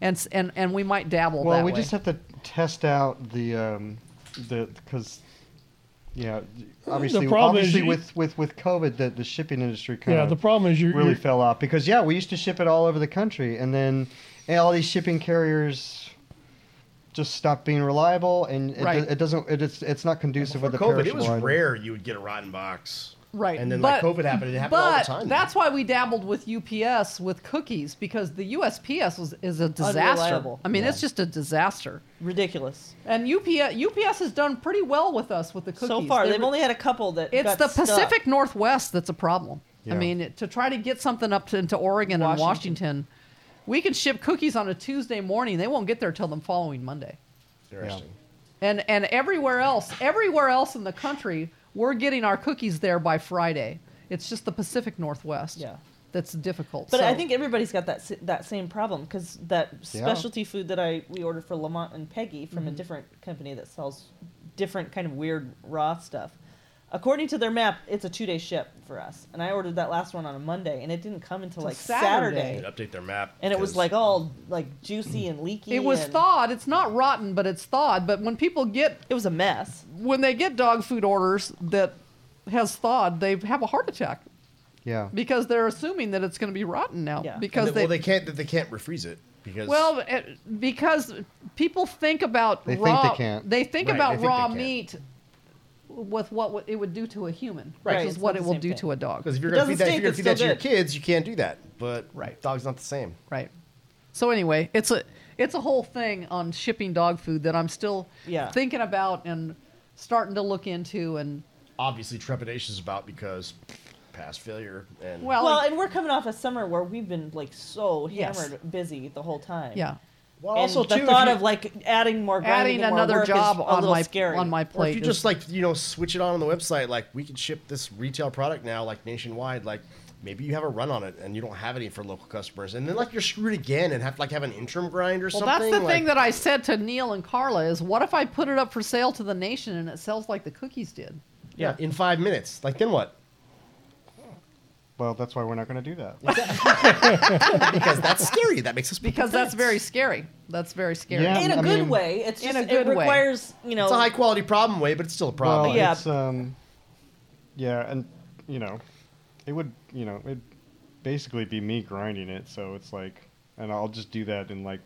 [SPEAKER 1] and s- and and we might dabble
[SPEAKER 3] Well,
[SPEAKER 1] that
[SPEAKER 3] we
[SPEAKER 1] way.
[SPEAKER 3] just have to test out the um, the because yeah, obviously,
[SPEAKER 5] Uh, problem is
[SPEAKER 3] obviously
[SPEAKER 5] you-
[SPEAKER 3] with, with with COVID, the, the shipping industry kind
[SPEAKER 5] Yeah,
[SPEAKER 3] of
[SPEAKER 5] the problem is you're,
[SPEAKER 3] really
[SPEAKER 5] you're
[SPEAKER 3] fell off because yeah, we used to ship it all over the country, and then and all these shipping carriers just stopped being reliable, and it,
[SPEAKER 1] Right.
[SPEAKER 3] it doesn't it, it's it's not conducive
[SPEAKER 2] For
[SPEAKER 3] with the
[SPEAKER 2] COVID, it was
[SPEAKER 3] perishable item.
[SPEAKER 2] rare you would get a rotten box.
[SPEAKER 1] Right.
[SPEAKER 2] And then
[SPEAKER 1] but,
[SPEAKER 2] like COVID happened, it happened
[SPEAKER 1] but
[SPEAKER 2] all the time.
[SPEAKER 1] That's why we dabbled with UPS with cookies because the USPS was, is a disaster.
[SPEAKER 4] Unreliable.
[SPEAKER 1] I mean, it's just a disaster.
[SPEAKER 4] Ridiculous.
[SPEAKER 1] And UPS, UPS has done pretty well with us with the cookies.
[SPEAKER 4] So far,
[SPEAKER 1] They
[SPEAKER 4] they've
[SPEAKER 1] were-
[SPEAKER 4] only had a couple that.
[SPEAKER 1] It's
[SPEAKER 4] got
[SPEAKER 1] the
[SPEAKER 4] stuck.
[SPEAKER 1] Pacific Northwest that's a problem.
[SPEAKER 3] Yeah.
[SPEAKER 1] I mean, it- to try to get something up to, into Oregon and
[SPEAKER 4] Washington.
[SPEAKER 1] Washington, we can ship cookies on a Tuesday morning. They won't get there till the following Monday.
[SPEAKER 2] Interesting.
[SPEAKER 1] And and everywhere else, everywhere else in the country, we're getting our cookies there by Friday. It's just the Pacific Northwest.
[SPEAKER 4] Yeah.
[SPEAKER 1] That's difficult.
[SPEAKER 4] But I
[SPEAKER 1] So-
[SPEAKER 4] think everybody's got that s- that same problem because that specialty food that I we ordered for Lamont and Peggy from a
[SPEAKER 1] Mm-hmm.
[SPEAKER 4] different company that sells different kind of weird raw stuff. According to their map, it's a two day ship for us, and I ordered that last one on a Monday, and it didn't come until
[SPEAKER 1] Till
[SPEAKER 4] like
[SPEAKER 1] Saturday.
[SPEAKER 4] Saturday.
[SPEAKER 2] They'd update their map.
[SPEAKER 4] And it was
[SPEAKER 2] 'cause-
[SPEAKER 4] like all like juicy and leaky.
[SPEAKER 1] Mm-hmm. it was
[SPEAKER 4] and
[SPEAKER 1] thawed. It's not rotten, but it's thawed. But when people get
[SPEAKER 4] It was a mess.
[SPEAKER 1] when they get dog food orders that has thawed, they have a heart attack
[SPEAKER 3] Yeah,
[SPEAKER 1] because they're assuming that it's going to be rotten now
[SPEAKER 4] Yeah.
[SPEAKER 1] because
[SPEAKER 2] And
[SPEAKER 1] they,
[SPEAKER 2] well, they can't. They can't refreeze it because
[SPEAKER 1] Well, it- because people think about
[SPEAKER 3] They think
[SPEAKER 1] raw,
[SPEAKER 3] they can't.
[SPEAKER 1] they think
[SPEAKER 2] Right,
[SPEAKER 1] about
[SPEAKER 2] they think
[SPEAKER 1] raw
[SPEAKER 2] they can't.
[SPEAKER 1] meat with what w- it would do to a human,
[SPEAKER 4] Right,
[SPEAKER 1] which
[SPEAKER 4] it's
[SPEAKER 1] is what
[SPEAKER 4] not
[SPEAKER 1] it
[SPEAKER 4] the
[SPEAKER 1] will
[SPEAKER 4] same
[SPEAKER 1] do
[SPEAKER 4] thing.
[SPEAKER 1] to a dog.
[SPEAKER 2] because if you're
[SPEAKER 4] It
[SPEAKER 2] gonna
[SPEAKER 4] doesn't
[SPEAKER 2] feed that, if you're gonna
[SPEAKER 4] stink, it's
[SPEAKER 2] feed that to
[SPEAKER 4] still
[SPEAKER 2] your
[SPEAKER 4] good.
[SPEAKER 2] kids, you can't do that. But
[SPEAKER 1] Right.
[SPEAKER 2] dog's not the same.
[SPEAKER 1] Right. So anyway, it's a it's a whole thing on shipping dog food that I'm still
[SPEAKER 4] Yeah.
[SPEAKER 1] thinking about and starting to look into and
[SPEAKER 2] Obviously, trepidations about because past failure and
[SPEAKER 1] well,
[SPEAKER 4] Well, and we're coming off a summer where we've been like so
[SPEAKER 1] Yes.
[SPEAKER 4] hammered, busy the whole time.
[SPEAKER 1] yeah,
[SPEAKER 2] Well,
[SPEAKER 4] And
[SPEAKER 2] also
[SPEAKER 4] the
[SPEAKER 2] too, if
[SPEAKER 4] thought
[SPEAKER 2] you-
[SPEAKER 4] of like adding more, grinding
[SPEAKER 1] adding
[SPEAKER 4] and more
[SPEAKER 1] another
[SPEAKER 4] work is
[SPEAKER 1] job
[SPEAKER 4] a
[SPEAKER 1] on
[SPEAKER 4] little
[SPEAKER 1] my
[SPEAKER 4] scary.
[SPEAKER 1] on my
[SPEAKER 2] Or
[SPEAKER 1] plate.
[SPEAKER 2] if you
[SPEAKER 1] is-
[SPEAKER 2] just like you know switch it on on the website, like we can ship this retail product now, like nationwide. Like maybe you have a run on it and you don't have any for local customers, and then like you're screwed again and have to like have an interim grind or
[SPEAKER 1] well,
[SPEAKER 2] something.
[SPEAKER 1] that's the
[SPEAKER 2] like,
[SPEAKER 1] thing that I said to Neil and Carla is, what if I put it up for sale to the nation and it sells like the cookies did?
[SPEAKER 2] yeah, in five minutes. Like then what?
[SPEAKER 3] well, that's why we're not going to do that.
[SPEAKER 2] Because that's scary. That makes us
[SPEAKER 1] Because that's very scary. That's very scary.
[SPEAKER 3] Yeah.
[SPEAKER 4] in a
[SPEAKER 3] I
[SPEAKER 4] good
[SPEAKER 3] mean-
[SPEAKER 4] way. It's
[SPEAKER 1] Um, In
[SPEAKER 4] just,
[SPEAKER 1] a good
[SPEAKER 4] it
[SPEAKER 1] way.
[SPEAKER 4] requires you know
[SPEAKER 2] It's a high quality problem way, but it's still a problem.
[SPEAKER 3] Well,
[SPEAKER 4] yeah.
[SPEAKER 3] it's um, yeah, and you know, it would you know it basically be me grinding it, so it's like, and I'll just do that in like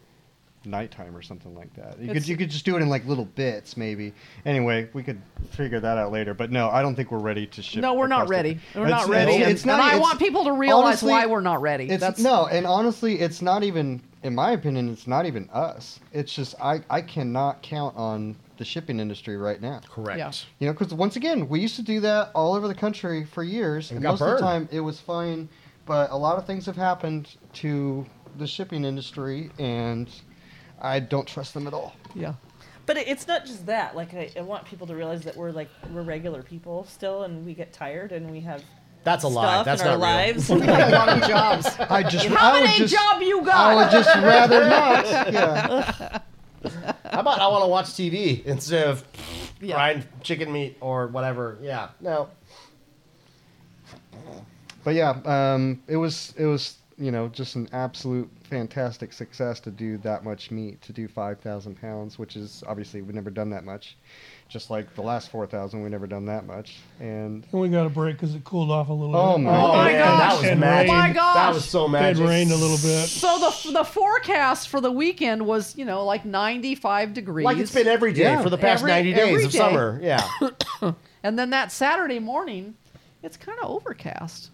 [SPEAKER 3] nighttime or something like that. You
[SPEAKER 1] It's-
[SPEAKER 3] could you could just do it in like little bits maybe. Anyway, we could figure that out later. But no, I don't think we're ready to ship.
[SPEAKER 1] No, we're not
[SPEAKER 3] across the-
[SPEAKER 1] ready. We're
[SPEAKER 3] It's-
[SPEAKER 1] not ready.
[SPEAKER 3] It's,
[SPEAKER 1] and,
[SPEAKER 3] it's not.
[SPEAKER 1] and I
[SPEAKER 3] it's-
[SPEAKER 1] want people to realize
[SPEAKER 3] honestly,
[SPEAKER 1] why we're not ready.
[SPEAKER 3] It's,
[SPEAKER 1] That's
[SPEAKER 3] no, and honestly, it's not even. In my opinion, it's not even us. It's just I, I cannot count on the shipping industry right now.
[SPEAKER 2] Correct.
[SPEAKER 1] Yeah.
[SPEAKER 3] You know, because once again, we used to do that all over the country for years,
[SPEAKER 2] And
[SPEAKER 3] and,
[SPEAKER 2] got
[SPEAKER 3] most of
[SPEAKER 2] burned.
[SPEAKER 3] the time it was fine. But a lot of things have happened to the shipping industry, and I don't trust them at all.
[SPEAKER 1] Yeah.
[SPEAKER 4] But it- it's not just that. Like I, I want people to realize that we're like we're regular people still, and we get tired, and we have
[SPEAKER 2] That's a
[SPEAKER 4] stuff
[SPEAKER 2] lie. That's
[SPEAKER 4] in our
[SPEAKER 2] not real.
[SPEAKER 4] lives.
[SPEAKER 1] a lot of jobs.
[SPEAKER 3] I just,
[SPEAKER 1] How
[SPEAKER 3] I would
[SPEAKER 1] many
[SPEAKER 3] just,
[SPEAKER 1] job you
[SPEAKER 3] I would
[SPEAKER 1] got?
[SPEAKER 3] just rather not. Yeah.
[SPEAKER 2] How about I want to watch TV instead of
[SPEAKER 1] Yeah.
[SPEAKER 2] grind chicken meat or whatever? Yeah. No.
[SPEAKER 3] But yeah, um, it was, it was, you know, just an absolute fantastic success to do that much meat, to do five thousand pounds, which is obviously we've never done that much. Just like the last four thousand, we've never done that much, and
[SPEAKER 5] and we got a break because it cooled off a little
[SPEAKER 3] Oh
[SPEAKER 5] bit.
[SPEAKER 3] my Oh
[SPEAKER 1] my
[SPEAKER 2] man,
[SPEAKER 1] gosh.
[SPEAKER 2] That was
[SPEAKER 5] And
[SPEAKER 2] magic.
[SPEAKER 5] rain.
[SPEAKER 1] Oh my gosh.
[SPEAKER 2] That was so
[SPEAKER 5] It had
[SPEAKER 2] magic.
[SPEAKER 5] rained a little bit.
[SPEAKER 1] So the the forecast for the weekend was, you know, like 95 degrees.
[SPEAKER 2] Like it's been every day
[SPEAKER 3] Yeah.
[SPEAKER 2] for the past
[SPEAKER 1] Every-
[SPEAKER 2] 90 days
[SPEAKER 1] every
[SPEAKER 2] of
[SPEAKER 1] day.
[SPEAKER 2] summer. Yeah.
[SPEAKER 1] and then that Saturday morning, it's kind of overcast.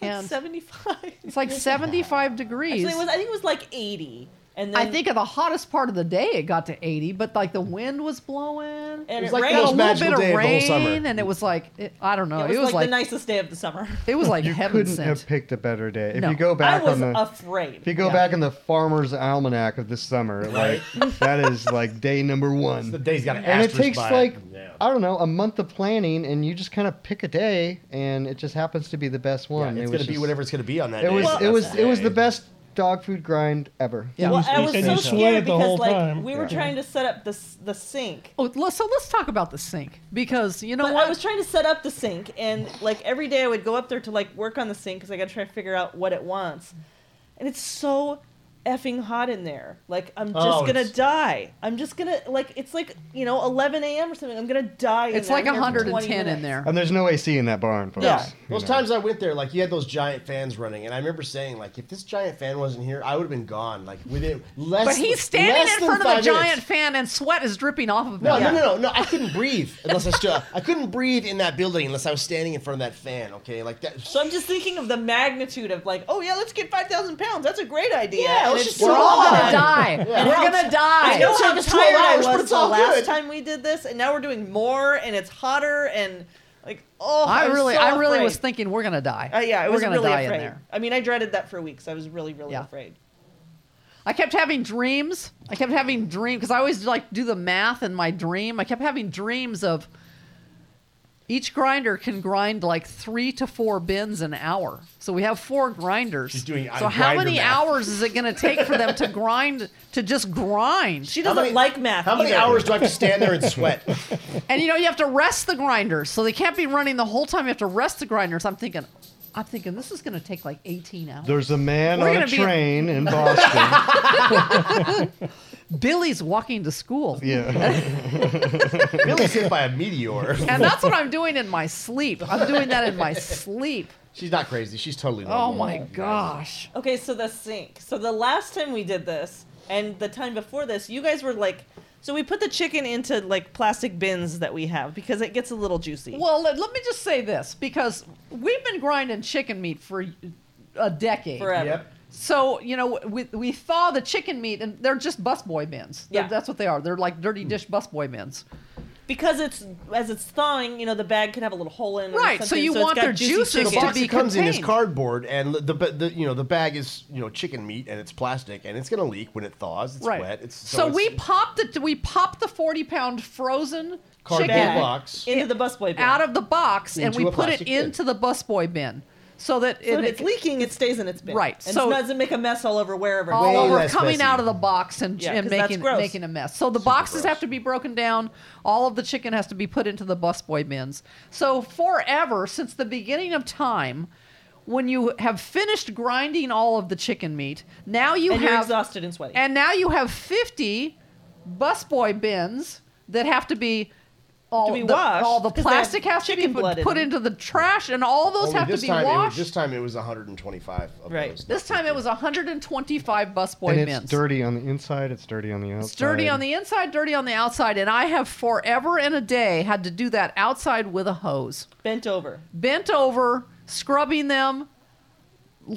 [SPEAKER 1] and
[SPEAKER 4] Seventy five.
[SPEAKER 1] it's like 75 degrees.
[SPEAKER 4] Actually, it was, I think it was like eighty, and then
[SPEAKER 1] I think at the hottest part of the day it got to 80, but like the wind was blowing.
[SPEAKER 4] and
[SPEAKER 2] was
[SPEAKER 4] it,
[SPEAKER 2] like
[SPEAKER 4] rained.
[SPEAKER 1] got a
[SPEAKER 2] Most
[SPEAKER 1] little
[SPEAKER 2] magical
[SPEAKER 1] bit of
[SPEAKER 2] day of the whole
[SPEAKER 1] rain,
[SPEAKER 2] summer.
[SPEAKER 1] and it was like it, I don't know.
[SPEAKER 4] It was, like, the nicest day of the summer.
[SPEAKER 1] It was like
[SPEAKER 3] You
[SPEAKER 1] heaven
[SPEAKER 3] couldn't
[SPEAKER 1] sent.
[SPEAKER 3] have picked a better day. If
[SPEAKER 1] No.
[SPEAKER 3] you go
[SPEAKER 4] I
[SPEAKER 3] back
[SPEAKER 4] was
[SPEAKER 3] on the if you
[SPEAKER 4] afraid.
[SPEAKER 3] go
[SPEAKER 1] Yeah.
[SPEAKER 3] back in the farmer's almanac of this summer, like that is like day number one.
[SPEAKER 2] the day's got an
[SPEAKER 3] and it
[SPEAKER 2] asterisk
[SPEAKER 3] takes
[SPEAKER 2] by
[SPEAKER 3] like
[SPEAKER 2] Yeah.
[SPEAKER 3] I don't know a month of planning, and you just kind of pick a day, and it just happens to be the best
[SPEAKER 2] Yeah,
[SPEAKER 3] one.
[SPEAKER 2] it's
[SPEAKER 3] it
[SPEAKER 2] gonna
[SPEAKER 3] was
[SPEAKER 2] be
[SPEAKER 3] just-
[SPEAKER 2] whatever it's gonna be on that
[SPEAKER 3] It
[SPEAKER 2] day.
[SPEAKER 3] was
[SPEAKER 2] but
[SPEAKER 3] it
[SPEAKER 2] that's
[SPEAKER 3] was it was
[SPEAKER 2] day.
[SPEAKER 3] the best dog food grind ever.
[SPEAKER 1] Yeah.
[SPEAKER 4] Well,
[SPEAKER 5] you-
[SPEAKER 4] I was
[SPEAKER 5] and
[SPEAKER 4] so
[SPEAKER 5] you
[SPEAKER 4] scared
[SPEAKER 5] sweated the
[SPEAKER 4] because
[SPEAKER 5] whole
[SPEAKER 4] like
[SPEAKER 5] time.
[SPEAKER 4] we were
[SPEAKER 3] Yeah.
[SPEAKER 4] trying to set up the s- the sink.
[SPEAKER 1] Oh, let's, so let's talk about the sink because you know
[SPEAKER 4] But
[SPEAKER 1] what?
[SPEAKER 4] I was trying to set up the sink, and like every day I would go up there to like work on the sink because I got to try to figure out what it wants. And it's so effing hot in there. Like I'm just
[SPEAKER 6] Oh,
[SPEAKER 4] gonna
[SPEAKER 6] it's-
[SPEAKER 4] die. I'm just gonna like it's like you know 11 a.m. or something. I'm gonna die. in
[SPEAKER 1] it's
[SPEAKER 4] there.
[SPEAKER 1] like
[SPEAKER 4] I'm here for
[SPEAKER 1] 110
[SPEAKER 4] 20
[SPEAKER 1] in there.
[SPEAKER 3] And there's no AC in that barn, folks.
[SPEAKER 4] Yeah.
[SPEAKER 3] you
[SPEAKER 2] Those
[SPEAKER 3] know.
[SPEAKER 2] times I went there, like you had those giant fans running, and I remember saying, like, if this giant fan wasn't here, I would have been gone. Like within less.
[SPEAKER 1] But he's standing
[SPEAKER 2] less
[SPEAKER 1] in
[SPEAKER 2] than
[SPEAKER 1] front of a
[SPEAKER 2] five
[SPEAKER 1] giant
[SPEAKER 2] minutes.
[SPEAKER 1] fan and sweat is dripping off of him.
[SPEAKER 2] No, no, no, no, no. I couldn't breathe unless I stood. up. I couldn't breathe in that building unless I was standing in front of that fan. Okay, like that.
[SPEAKER 4] So I'm just thinking of the magnitude of like, oh yeah, let's get 5,000 pounds. That's a great idea.
[SPEAKER 2] Yeah,
[SPEAKER 4] And
[SPEAKER 2] let's
[SPEAKER 4] it's
[SPEAKER 2] just do
[SPEAKER 1] We're
[SPEAKER 2] it
[SPEAKER 4] so
[SPEAKER 1] all
[SPEAKER 4] hot.
[SPEAKER 1] gonna die.
[SPEAKER 2] Yeah.
[SPEAKER 1] We're gonna die.
[SPEAKER 4] I know
[SPEAKER 2] It's
[SPEAKER 4] how
[SPEAKER 2] like it's
[SPEAKER 4] tired
[SPEAKER 2] 12
[SPEAKER 4] I
[SPEAKER 2] hours, but
[SPEAKER 4] was
[SPEAKER 2] it's
[SPEAKER 4] the
[SPEAKER 2] all
[SPEAKER 4] last
[SPEAKER 2] good.
[SPEAKER 4] time we did this, and now we're doing more, and it's hotter, and like oh,
[SPEAKER 1] I
[SPEAKER 4] was
[SPEAKER 1] really,
[SPEAKER 4] so
[SPEAKER 1] I really
[SPEAKER 4] afraid.
[SPEAKER 1] was thinking we're gonna die.
[SPEAKER 4] Uh, yeah, I
[SPEAKER 1] we're
[SPEAKER 4] was
[SPEAKER 1] gonna
[SPEAKER 4] really
[SPEAKER 1] die
[SPEAKER 4] afraid.
[SPEAKER 1] in there.
[SPEAKER 4] I mean, I dreaded that for weeks. I was really, really
[SPEAKER 1] Yeah.
[SPEAKER 4] afraid.
[SPEAKER 1] I kept having dreams. I kept having dreams because I always like do the math in my dream. I kept having dreams of each grinder can grind like three to four bins an hour. So we have four grinders.
[SPEAKER 2] She's doing
[SPEAKER 1] so how
[SPEAKER 2] grinder
[SPEAKER 1] many
[SPEAKER 2] math.
[SPEAKER 1] hours is it going to take for them to grind to just grind?
[SPEAKER 4] She doesn't like math.
[SPEAKER 2] How many
[SPEAKER 4] either.
[SPEAKER 2] hours do I have to stand there and sweat?
[SPEAKER 1] And you know you have to rest the grinders, so they can't be running the whole time. You have to rest the grinders. I'm thinking, I'm thinking this is going to take like 18 hours.
[SPEAKER 3] There's a man
[SPEAKER 1] We're
[SPEAKER 3] on
[SPEAKER 1] gonna
[SPEAKER 3] a
[SPEAKER 1] be-
[SPEAKER 3] train in Boston.
[SPEAKER 1] Billy's walking to school.
[SPEAKER 3] yeah.
[SPEAKER 2] Billy's hit by a meteor.
[SPEAKER 1] And that's what I'm doing in my sleep. I'm doing that in my sleep.
[SPEAKER 2] She's not crazy. She's totally.
[SPEAKER 1] Oh
[SPEAKER 2] normal.
[SPEAKER 1] my gosh.
[SPEAKER 4] Okay, so the sink. So the last time we did this, and the time before this, you guys were like, so we put the chicken into like plastic bins that we have because it gets a little juicy.
[SPEAKER 1] Well, let, let me just say this because we've been grinding chicken meat for a decade.
[SPEAKER 4] Forever.
[SPEAKER 2] Yep.
[SPEAKER 1] So, you know, we, we thaw the chicken meat and they're just busboy bins. They're-
[SPEAKER 4] Yeah.
[SPEAKER 1] That's what they are. They're like dirty dish busboy bins.
[SPEAKER 4] because it's as it's thawing, you know, the bag could have a little hole in it. or
[SPEAKER 1] Right, so
[SPEAKER 4] something,
[SPEAKER 1] you
[SPEAKER 4] it's
[SPEAKER 1] want
[SPEAKER 4] got
[SPEAKER 1] their
[SPEAKER 4] juicy
[SPEAKER 1] juices
[SPEAKER 2] The
[SPEAKER 1] to
[SPEAKER 4] chicken.
[SPEAKER 2] box
[SPEAKER 1] be
[SPEAKER 2] it comes in is
[SPEAKER 1] contained.
[SPEAKER 2] cardboard, and the, ba- the you know the bag is you know chicken meat, and it's plastic, and it's gonna leak when it thaws. It's
[SPEAKER 1] right.
[SPEAKER 2] wet. It's
[SPEAKER 1] so
[SPEAKER 2] it's-
[SPEAKER 1] we pop the we pop the 40 pound frozen
[SPEAKER 2] cardboard
[SPEAKER 1] chicken
[SPEAKER 2] box.
[SPEAKER 4] into the busboy bin.
[SPEAKER 1] out of the box and
[SPEAKER 2] Into
[SPEAKER 1] we
[SPEAKER 2] a
[SPEAKER 1] put it
[SPEAKER 2] plastic bin.
[SPEAKER 1] into the busboy bin so that
[SPEAKER 4] So
[SPEAKER 1] it,
[SPEAKER 4] if it's leaking, it stays in its bin.
[SPEAKER 1] Right,
[SPEAKER 4] And
[SPEAKER 1] so-
[SPEAKER 4] so it doesn't make a mess all over wherever. it
[SPEAKER 1] all
[SPEAKER 2] Way
[SPEAKER 4] goes.
[SPEAKER 1] over
[SPEAKER 2] less
[SPEAKER 1] coming
[SPEAKER 2] messy.
[SPEAKER 1] out of the box and,
[SPEAKER 4] Yeah,
[SPEAKER 1] and
[SPEAKER 4] 'cause that's
[SPEAKER 1] making
[SPEAKER 4] gross.
[SPEAKER 1] making a mess. So the boxes
[SPEAKER 2] gross.
[SPEAKER 1] have to be broken down. All of the chicken has to be put into the busboy bins. So forever since the beginning of time, when you have finished grinding all of the chicken meat, now you
[SPEAKER 4] and
[SPEAKER 1] have
[SPEAKER 4] you're exhausted and sweaty.
[SPEAKER 1] and now you have 50 busboy bins that have to be all
[SPEAKER 4] be
[SPEAKER 1] the,
[SPEAKER 4] washed,
[SPEAKER 1] all the
[SPEAKER 4] 'cause they have
[SPEAKER 1] plastic has to be
[SPEAKER 4] chicken blood
[SPEAKER 1] put,
[SPEAKER 4] in
[SPEAKER 1] put
[SPEAKER 4] them.
[SPEAKER 1] into the trash, and all those
[SPEAKER 2] Only
[SPEAKER 1] have to
[SPEAKER 2] this
[SPEAKER 1] be
[SPEAKER 2] time, It was,
[SPEAKER 1] washed.
[SPEAKER 2] this time it was 125. Of
[SPEAKER 4] Right.
[SPEAKER 2] Those.
[SPEAKER 1] This time it was 125 busboy
[SPEAKER 3] and
[SPEAKER 1] bins.
[SPEAKER 3] it's dirty on the inside. It's dirty on the outside.
[SPEAKER 1] It's dirty on the inside, dirty on the outside, and I have forever and a day had to do that outside with a hose,
[SPEAKER 4] bent over.
[SPEAKER 1] bent over, scrubbing them,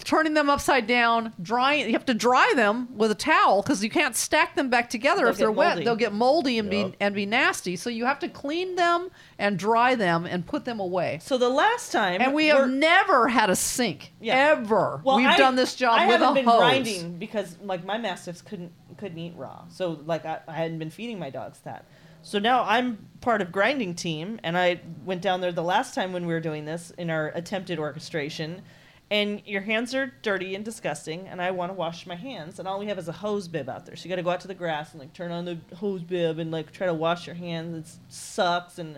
[SPEAKER 1] turning them upside down, drying. You have to dry them with a towel because you can't stack them back together
[SPEAKER 4] They'll
[SPEAKER 1] if they're
[SPEAKER 4] get
[SPEAKER 1] wet.
[SPEAKER 4] moldy.
[SPEAKER 1] They'll get moldy and
[SPEAKER 2] Yup.
[SPEAKER 1] be and be nasty. So you have to clean them and dry them and put them away.
[SPEAKER 4] So the last time,
[SPEAKER 1] And we have
[SPEAKER 4] we're-
[SPEAKER 1] never had a sink
[SPEAKER 4] Yeah.
[SPEAKER 1] ever.
[SPEAKER 4] well,
[SPEAKER 1] We've
[SPEAKER 4] I-
[SPEAKER 1] done this job
[SPEAKER 4] I
[SPEAKER 1] with
[SPEAKER 4] haven't
[SPEAKER 1] a
[SPEAKER 4] been
[SPEAKER 1] hose.
[SPEAKER 4] grinding because like my mastiffs couldn't couldn't eat raw, so like I, I hadn't been feeding my dogs that. So now I'm part of grinding team, and I went down there the last time when we were doing this in our attempted orchestration, and your hands are dirty and disgusting, and I want to wash my hands, and all we have is a hose bib out there, so you got to go out to the grass and like turn on the hose bib and like try to wash your hands. It sucks, and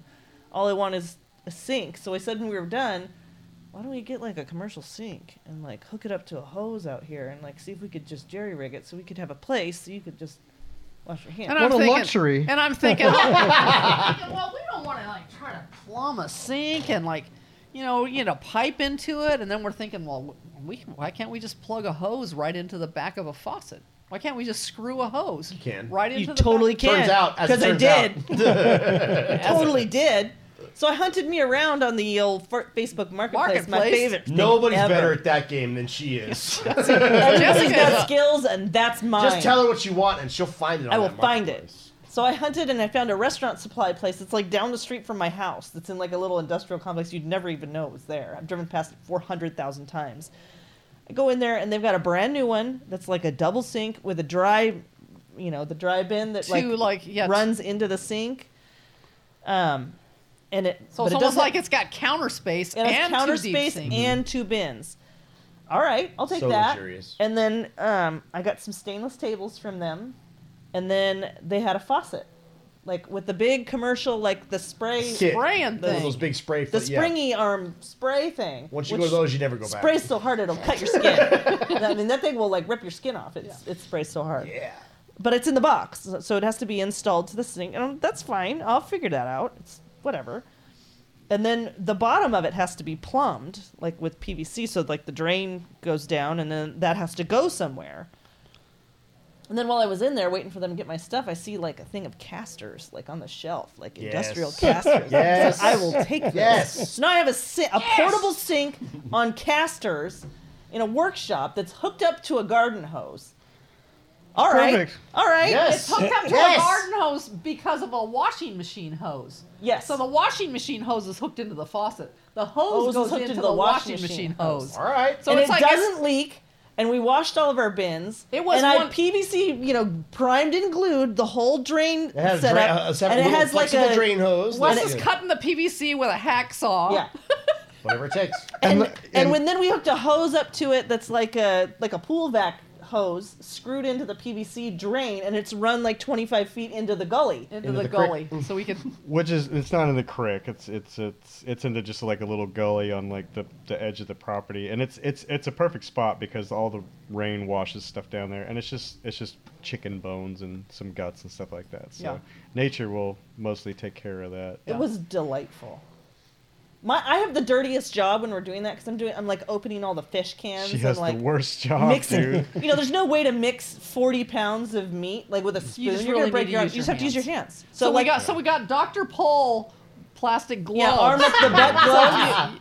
[SPEAKER 4] all I want is a sink. So I said when we were done, why don't we get like a commercial sink and like hook it up to a hose out here and like see if we could just jerry rig it so we could have a place so you could just wash your hands.
[SPEAKER 1] And
[SPEAKER 3] What
[SPEAKER 1] I'm
[SPEAKER 3] a
[SPEAKER 1] thinking-
[SPEAKER 3] luxury.
[SPEAKER 1] And I'm thinking, I'm thinking, well, we don't want to like try to plumb a sink and like, you know, you know, pipe into it. And then we're thinking, well, we can, why can't we just plug a hose right into the back of a faucet? Why can't we just screw a hose you
[SPEAKER 2] can.
[SPEAKER 1] right into
[SPEAKER 4] you
[SPEAKER 1] the
[SPEAKER 4] totally
[SPEAKER 1] back?
[SPEAKER 4] can.
[SPEAKER 2] Turns out, as it
[SPEAKER 4] because I
[SPEAKER 2] turns
[SPEAKER 4] did. I totally did. So I hunted me around on the old fir- Facebook marketplace, my
[SPEAKER 1] Marketplace?
[SPEAKER 4] favorite. thing
[SPEAKER 2] Nobody's
[SPEAKER 4] ever.
[SPEAKER 2] better at that game than she is.
[SPEAKER 4] Everybody's
[SPEAKER 1] Jessica is a-
[SPEAKER 4] got skills, and that's mine.
[SPEAKER 2] Just tell her what you want, and she'll find it. On
[SPEAKER 4] I will
[SPEAKER 2] that
[SPEAKER 4] find it.
[SPEAKER 2] marketplace.
[SPEAKER 4] So I hunted and I found a restaurant supply place that's like down the street from my house. That's in like a little industrial complex you'd never even know it was there. I've driven past it 400,000 times. I go in there and they've got a brand new one that's like a double sink with a dry, you know, the dry bin that
[SPEAKER 1] To,
[SPEAKER 4] like,
[SPEAKER 1] like, yeah, t-
[SPEAKER 4] runs into the sink. Um, and it
[SPEAKER 1] So it's
[SPEAKER 4] but it
[SPEAKER 1] almost
[SPEAKER 4] doesn't-
[SPEAKER 1] like it's got counter space
[SPEAKER 4] it
[SPEAKER 1] and,
[SPEAKER 4] has counter
[SPEAKER 1] two deep
[SPEAKER 4] space
[SPEAKER 1] sinks.
[SPEAKER 4] and two bins. All right, I'll take
[SPEAKER 2] So
[SPEAKER 4] that.
[SPEAKER 2] luxurious.
[SPEAKER 4] And then um, I got some stainless tables from them, and then they had a faucet, like with the big commercial, like the spray,
[SPEAKER 2] Kit.
[SPEAKER 1] Spraying
[SPEAKER 2] One of those
[SPEAKER 1] thing.
[SPEAKER 2] big spray.
[SPEAKER 4] the
[SPEAKER 2] foot- yeah.
[SPEAKER 4] springy arm spray thing.
[SPEAKER 2] Once you go
[SPEAKER 4] which
[SPEAKER 2] to those, you never go back.
[SPEAKER 4] sprays so hard it'll cut your skin. I mean, that thing will like rip your skin off. It's it sprays so hard.
[SPEAKER 2] Yeah.
[SPEAKER 4] But it's in the box, so it has to be installed to the sink, and that's fine. I'll figure that out. It's whatever. And then the bottom of it has to be plumbed, like with PVC, so like the drain goes down, and then that has to go somewhere. And then while I was in there waiting for them to get my stuff, I see like a thing of casters, like on the shelf, like industrial
[SPEAKER 2] Yes.
[SPEAKER 4] casters.
[SPEAKER 2] Yes.
[SPEAKER 4] I will take this.
[SPEAKER 2] Yes.
[SPEAKER 4] So now I have a, si- a portable sink on casters in a workshop that's hooked up to a garden hose. All right.
[SPEAKER 3] Perfect.
[SPEAKER 4] All right.
[SPEAKER 2] Yes.
[SPEAKER 1] It's hooked up to
[SPEAKER 2] Yes.
[SPEAKER 1] a garden hose because of a washing machine hose.
[SPEAKER 4] Yes.
[SPEAKER 1] So the washing machine hose is hooked into the faucet. The hose,
[SPEAKER 4] Hose is
[SPEAKER 1] goes
[SPEAKER 4] hooked
[SPEAKER 1] into the washing machine, hose.
[SPEAKER 2] All right.
[SPEAKER 1] So
[SPEAKER 4] and
[SPEAKER 1] it's
[SPEAKER 4] it
[SPEAKER 1] like
[SPEAKER 4] doesn't leak. And we washed all of our bins.
[SPEAKER 1] It was
[SPEAKER 4] and I
[SPEAKER 1] one-
[SPEAKER 4] PVC, you know, primed and glued the whole drain
[SPEAKER 2] It has a,
[SPEAKER 4] setup,
[SPEAKER 2] dra- a separate
[SPEAKER 4] and it
[SPEAKER 2] little
[SPEAKER 4] has like
[SPEAKER 2] flexible
[SPEAKER 4] a
[SPEAKER 2] drain hose.
[SPEAKER 1] Wes
[SPEAKER 2] that's
[SPEAKER 1] is
[SPEAKER 2] it.
[SPEAKER 1] cutting the PVC with a hacksaw.
[SPEAKER 4] yeah.
[SPEAKER 2] Whatever it takes.
[SPEAKER 4] and,
[SPEAKER 3] the-
[SPEAKER 4] and, when then we hooked a hose up to it that's like a like a pool vac hose screwed into the PVC drain and it's run like 25 feet into the gully.
[SPEAKER 1] Into,
[SPEAKER 2] Into
[SPEAKER 1] the,
[SPEAKER 2] the
[SPEAKER 1] gully.
[SPEAKER 2] creek.
[SPEAKER 1] So we could.
[SPEAKER 3] Which is it's not in the creek. It's it's it's it's into just like a little gully on like the, the edge of the property, and it's it's it's a perfect spot because all the rain washes stuff down there, and it's just it's just chicken bones and some guts and stuff like that. So
[SPEAKER 1] Yeah.
[SPEAKER 3] nature will mostly take care of that.
[SPEAKER 4] It was delightful. My I have the dirtiest job when we're doing that because I'm doing I'm like opening all the fish cans
[SPEAKER 3] She
[SPEAKER 4] and
[SPEAKER 3] has
[SPEAKER 4] like
[SPEAKER 3] the worst job,
[SPEAKER 4] mixing.
[SPEAKER 3] Uh-huh, dude.
[SPEAKER 4] you know, there's no way to mix 40 pounds of meat like with a spoon. You
[SPEAKER 1] just
[SPEAKER 4] are
[SPEAKER 1] really
[SPEAKER 4] gonna break
[SPEAKER 1] need to
[SPEAKER 4] your. arm.
[SPEAKER 1] use
[SPEAKER 4] You just
[SPEAKER 1] your
[SPEAKER 4] have to use your
[SPEAKER 1] hands.
[SPEAKER 4] hands.
[SPEAKER 1] So, we
[SPEAKER 4] like,
[SPEAKER 1] got. So we got Dr. Pole plastic gloves.
[SPEAKER 4] yeah, arm up the butt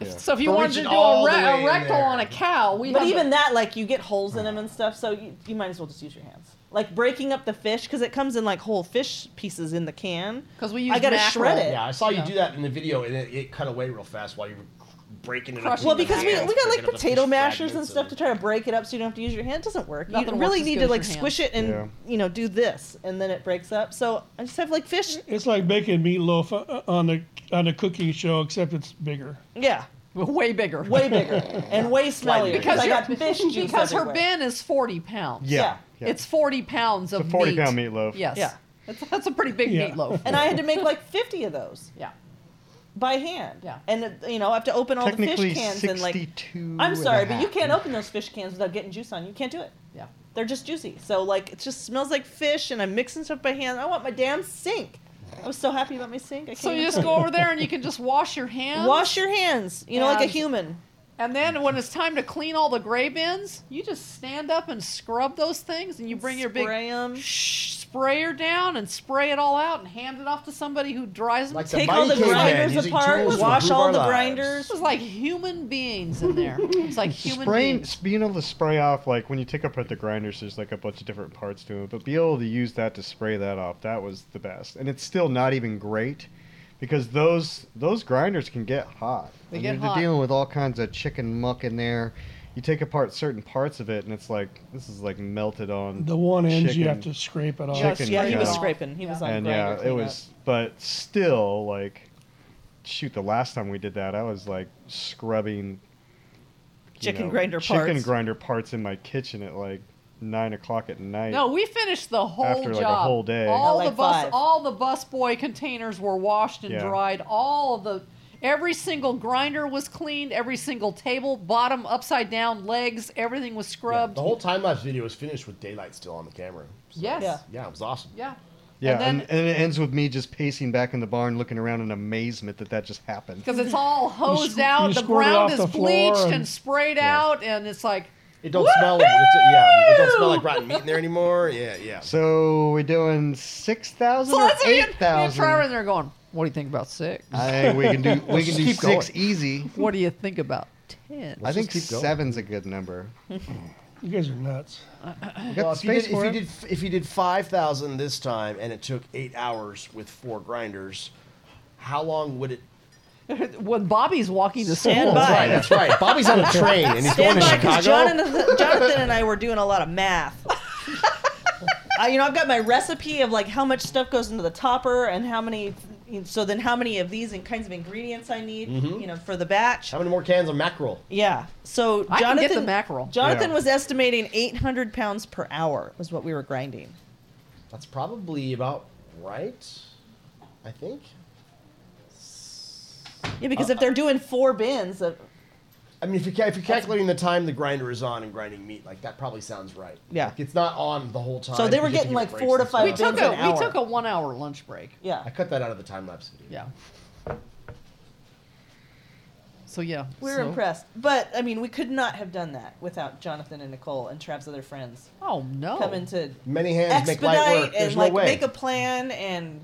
[SPEAKER 4] glove.
[SPEAKER 1] So if you
[SPEAKER 2] For
[SPEAKER 1] wanted to
[SPEAKER 2] reaching
[SPEAKER 1] do
[SPEAKER 2] all
[SPEAKER 1] a,
[SPEAKER 2] the
[SPEAKER 1] re-
[SPEAKER 2] way in
[SPEAKER 1] a rectal
[SPEAKER 2] there.
[SPEAKER 1] on a cow, we
[SPEAKER 4] But
[SPEAKER 1] have
[SPEAKER 4] even that, like, you get holes in them and stuff, so you, you might as well just use your hands. Like breaking up the fish because it comes in like whole fish pieces in the can.
[SPEAKER 1] 'Cause we
[SPEAKER 4] I
[SPEAKER 1] use
[SPEAKER 4] gotta
[SPEAKER 1] mackerel.
[SPEAKER 4] shred it.
[SPEAKER 2] Yeah, I saw you
[SPEAKER 1] Yeah.
[SPEAKER 2] do that in the video, and it, it cut away real fast while you were breaking it up.
[SPEAKER 1] Crushing
[SPEAKER 4] Well,
[SPEAKER 1] Yeah,
[SPEAKER 4] because we,
[SPEAKER 1] yeah,
[SPEAKER 4] we got like potato mashers and stuff to
[SPEAKER 2] try.
[SPEAKER 4] try to break it up so you don't have to use your hand. It doesn't work. You
[SPEAKER 1] Nothing works
[SPEAKER 4] really
[SPEAKER 1] as
[SPEAKER 4] need
[SPEAKER 1] good
[SPEAKER 4] to
[SPEAKER 1] as
[SPEAKER 4] like
[SPEAKER 1] your hand.
[SPEAKER 4] squish it and
[SPEAKER 3] Yeah.
[SPEAKER 4] you know do this, and then it breaks up. So I just have like fish.
[SPEAKER 5] It's like baking meatloaf uh, on the on a cooking show, except it's bigger.
[SPEAKER 4] Yeah,
[SPEAKER 1] way bigger.
[SPEAKER 4] way bigger and way smellier
[SPEAKER 2] bigger.
[SPEAKER 4] because I got
[SPEAKER 1] you're-
[SPEAKER 4] fish juice
[SPEAKER 1] because her
[SPEAKER 4] everywhere.
[SPEAKER 1] bin is 40 pounds.
[SPEAKER 3] Yeah,
[SPEAKER 4] Yeah.
[SPEAKER 1] It's 40 pounds of
[SPEAKER 3] a forty pound meatloaf.
[SPEAKER 1] Yes.
[SPEAKER 4] Yeah.
[SPEAKER 1] That's, that's a pretty big
[SPEAKER 5] Yeah.
[SPEAKER 1] meatloaf.
[SPEAKER 4] and I had to make like fifty of those
[SPEAKER 1] yeah.
[SPEAKER 4] by hand.
[SPEAKER 1] Yeah.
[SPEAKER 4] and uh, you know I have to open all the
[SPEAKER 3] Technically
[SPEAKER 4] fish cans and like
[SPEAKER 3] sixty-two. and
[SPEAKER 4] I'm
[SPEAKER 3] a
[SPEAKER 4] sorry, but you
[SPEAKER 3] half.
[SPEAKER 4] can't open those fish cans without getting juice on. You can't do it.
[SPEAKER 1] Yeah.
[SPEAKER 4] They're just juicy. So like it just smells like fish, and I'm mixing stuff by hand. I want my damn sink. I was so happy about my sink. I can't
[SPEAKER 1] So you
[SPEAKER 4] even
[SPEAKER 1] just
[SPEAKER 4] tell
[SPEAKER 1] go over there and you can just wash your hands.
[SPEAKER 4] Wash your hands, you know, like a
[SPEAKER 1] And-
[SPEAKER 4] human.
[SPEAKER 1] And then when it's time to clean all the gray bins, you just stand up and scrub those things and you bring your big
[SPEAKER 4] Spray 'em.
[SPEAKER 1] sh- sprayer down and spray it all out and hand it off to somebody who dries them.
[SPEAKER 2] Like
[SPEAKER 4] Take
[SPEAKER 2] The
[SPEAKER 4] all the
[SPEAKER 2] mighty caveman
[SPEAKER 4] grinders
[SPEAKER 2] using
[SPEAKER 4] apart.
[SPEAKER 2] tools to
[SPEAKER 4] Wash
[SPEAKER 2] improve
[SPEAKER 4] all
[SPEAKER 2] our
[SPEAKER 4] the
[SPEAKER 2] lives.
[SPEAKER 4] grinders.
[SPEAKER 1] this is like human beings in there. It's like human
[SPEAKER 3] spraying
[SPEAKER 1] beings.
[SPEAKER 3] being able to spray off like when you take apart the grinders there's like a bunch of different parts to it but be able to use that to spray that off that was the best and it's still not even great because those those grinders can get hot
[SPEAKER 1] They
[SPEAKER 3] I
[SPEAKER 1] get
[SPEAKER 3] mean,
[SPEAKER 1] hot.
[SPEAKER 3] they're dealing with all kinds of chicken muck in there you take apart certain parts of it and it's like this is like melted on
[SPEAKER 5] The one end you have
[SPEAKER 3] chicken.
[SPEAKER 5] to scrape it off.
[SPEAKER 3] Chicken.
[SPEAKER 4] yeah, he was
[SPEAKER 1] yeah.
[SPEAKER 4] scraping. He was on
[SPEAKER 3] and
[SPEAKER 4] grinder
[SPEAKER 3] yeah it
[SPEAKER 4] cleanup.
[SPEAKER 3] was but still like shoot the last time we did that i was like scrubbing you
[SPEAKER 4] Chicken
[SPEAKER 3] know,
[SPEAKER 4] grinder
[SPEAKER 3] chicken
[SPEAKER 4] parts.
[SPEAKER 3] grinder parts in my kitchen at like nine o'clock at night
[SPEAKER 1] No, we finished the whole
[SPEAKER 3] After, like, a
[SPEAKER 1] job.
[SPEAKER 3] whole day.
[SPEAKER 1] All
[SPEAKER 4] Not
[SPEAKER 1] the
[SPEAKER 4] like
[SPEAKER 1] bus,
[SPEAKER 4] five.
[SPEAKER 1] all the bus boy containers were washed and
[SPEAKER 3] Yeah.
[SPEAKER 1] dried. All of the, every single grinder was cleaned. Every single table, bottom upside down, legs, everything was scrubbed.
[SPEAKER 2] The whole time lapse video was finished with daylight still on the camera. So,
[SPEAKER 1] yes.
[SPEAKER 4] Yeah.
[SPEAKER 1] Yeah.
[SPEAKER 2] Yeah, it was awesome.
[SPEAKER 3] yeah
[SPEAKER 1] and
[SPEAKER 3] and,
[SPEAKER 1] then-
[SPEAKER 3] and, it ends with me just pacing back in the barn looking around in amazement that that just happened
[SPEAKER 1] Because it's all hosed
[SPEAKER 5] squ-
[SPEAKER 1] out.
[SPEAKER 5] you
[SPEAKER 1] The
[SPEAKER 5] squirt it
[SPEAKER 1] ground
[SPEAKER 5] off
[SPEAKER 1] is
[SPEAKER 5] the floor
[SPEAKER 1] bleached and,
[SPEAKER 5] and-
[SPEAKER 1] sprayed out, and it's like,
[SPEAKER 2] It don't smell like it's, yeah, it don't smell like rotten meat in there anymore. Yeah, yeah.
[SPEAKER 3] so we doing six thousand
[SPEAKER 1] so
[SPEAKER 3] or
[SPEAKER 1] that's
[SPEAKER 3] eight
[SPEAKER 1] Trevor
[SPEAKER 3] thousand
[SPEAKER 1] in there going, "What do you think about six?
[SPEAKER 3] i think we can do we
[SPEAKER 2] Let's
[SPEAKER 3] can
[SPEAKER 2] just
[SPEAKER 3] do
[SPEAKER 2] keep
[SPEAKER 3] six
[SPEAKER 2] going.
[SPEAKER 3] easy
[SPEAKER 1] What do you think about ten?
[SPEAKER 3] I
[SPEAKER 2] Let's
[SPEAKER 3] think
[SPEAKER 2] just keep going.
[SPEAKER 3] seven's a good number.
[SPEAKER 5] You guys are nuts.
[SPEAKER 3] We got
[SPEAKER 2] Well,
[SPEAKER 3] the
[SPEAKER 2] if, you did,
[SPEAKER 3] space
[SPEAKER 2] if
[SPEAKER 3] for
[SPEAKER 2] you
[SPEAKER 3] it.
[SPEAKER 2] did if you did five thousand this time and it took eight hours with four grinders, how long would it?
[SPEAKER 1] when Bobby's walking to
[SPEAKER 4] Stand
[SPEAKER 1] school,
[SPEAKER 4] by.
[SPEAKER 2] Right, that's right. Bobby's on a train and he's going
[SPEAKER 4] Stand
[SPEAKER 2] to
[SPEAKER 4] by, 'cause
[SPEAKER 2] Chicago.
[SPEAKER 4] Jonathan, Jonathan and I were doing a lot of math. I, you know, I've got my recipe of like how much stuff goes into the topper and how many you know, so then how many of these and kinds of ingredients I need, you know, for the batch.
[SPEAKER 2] How many more cans of mackerel?
[SPEAKER 4] Yeah. So
[SPEAKER 1] I can
[SPEAKER 4] Jonathan,
[SPEAKER 1] get the mackerel.
[SPEAKER 4] Jonathan
[SPEAKER 3] Yeah.
[SPEAKER 4] was estimating 800 pounds per hour was what we were grinding.
[SPEAKER 2] That's probably about right, I think.
[SPEAKER 4] Yeah, because if they're doing four bins, of,
[SPEAKER 2] I mean, if you're, ca- if you're calculating the time the grinder is on and grinding meat, like that probably sounds right.
[SPEAKER 4] Yeah.
[SPEAKER 2] Like, it's not on the whole time.
[SPEAKER 4] So they were
[SPEAKER 2] You have to
[SPEAKER 4] getting,
[SPEAKER 2] give
[SPEAKER 4] like,
[SPEAKER 2] it breaks
[SPEAKER 4] four to
[SPEAKER 2] and stuff.
[SPEAKER 1] we
[SPEAKER 4] five
[SPEAKER 1] took
[SPEAKER 4] bins an
[SPEAKER 1] a
[SPEAKER 4] hour.
[SPEAKER 1] we took a one hour lunch break.
[SPEAKER 2] I
[SPEAKER 4] yeah,
[SPEAKER 2] cut that out of the time lapse video.
[SPEAKER 1] Yeah. So yeah,
[SPEAKER 4] we were
[SPEAKER 1] so-
[SPEAKER 4] impressed. But I mean, we could not have done that without Jonathan and Nicole and Trav's other friends
[SPEAKER 1] Oh no!
[SPEAKER 4] coming to
[SPEAKER 2] Many hands make light work.
[SPEAKER 4] expedite
[SPEAKER 2] There's
[SPEAKER 4] and
[SPEAKER 2] no
[SPEAKER 4] like
[SPEAKER 2] way.
[SPEAKER 4] make a plan and.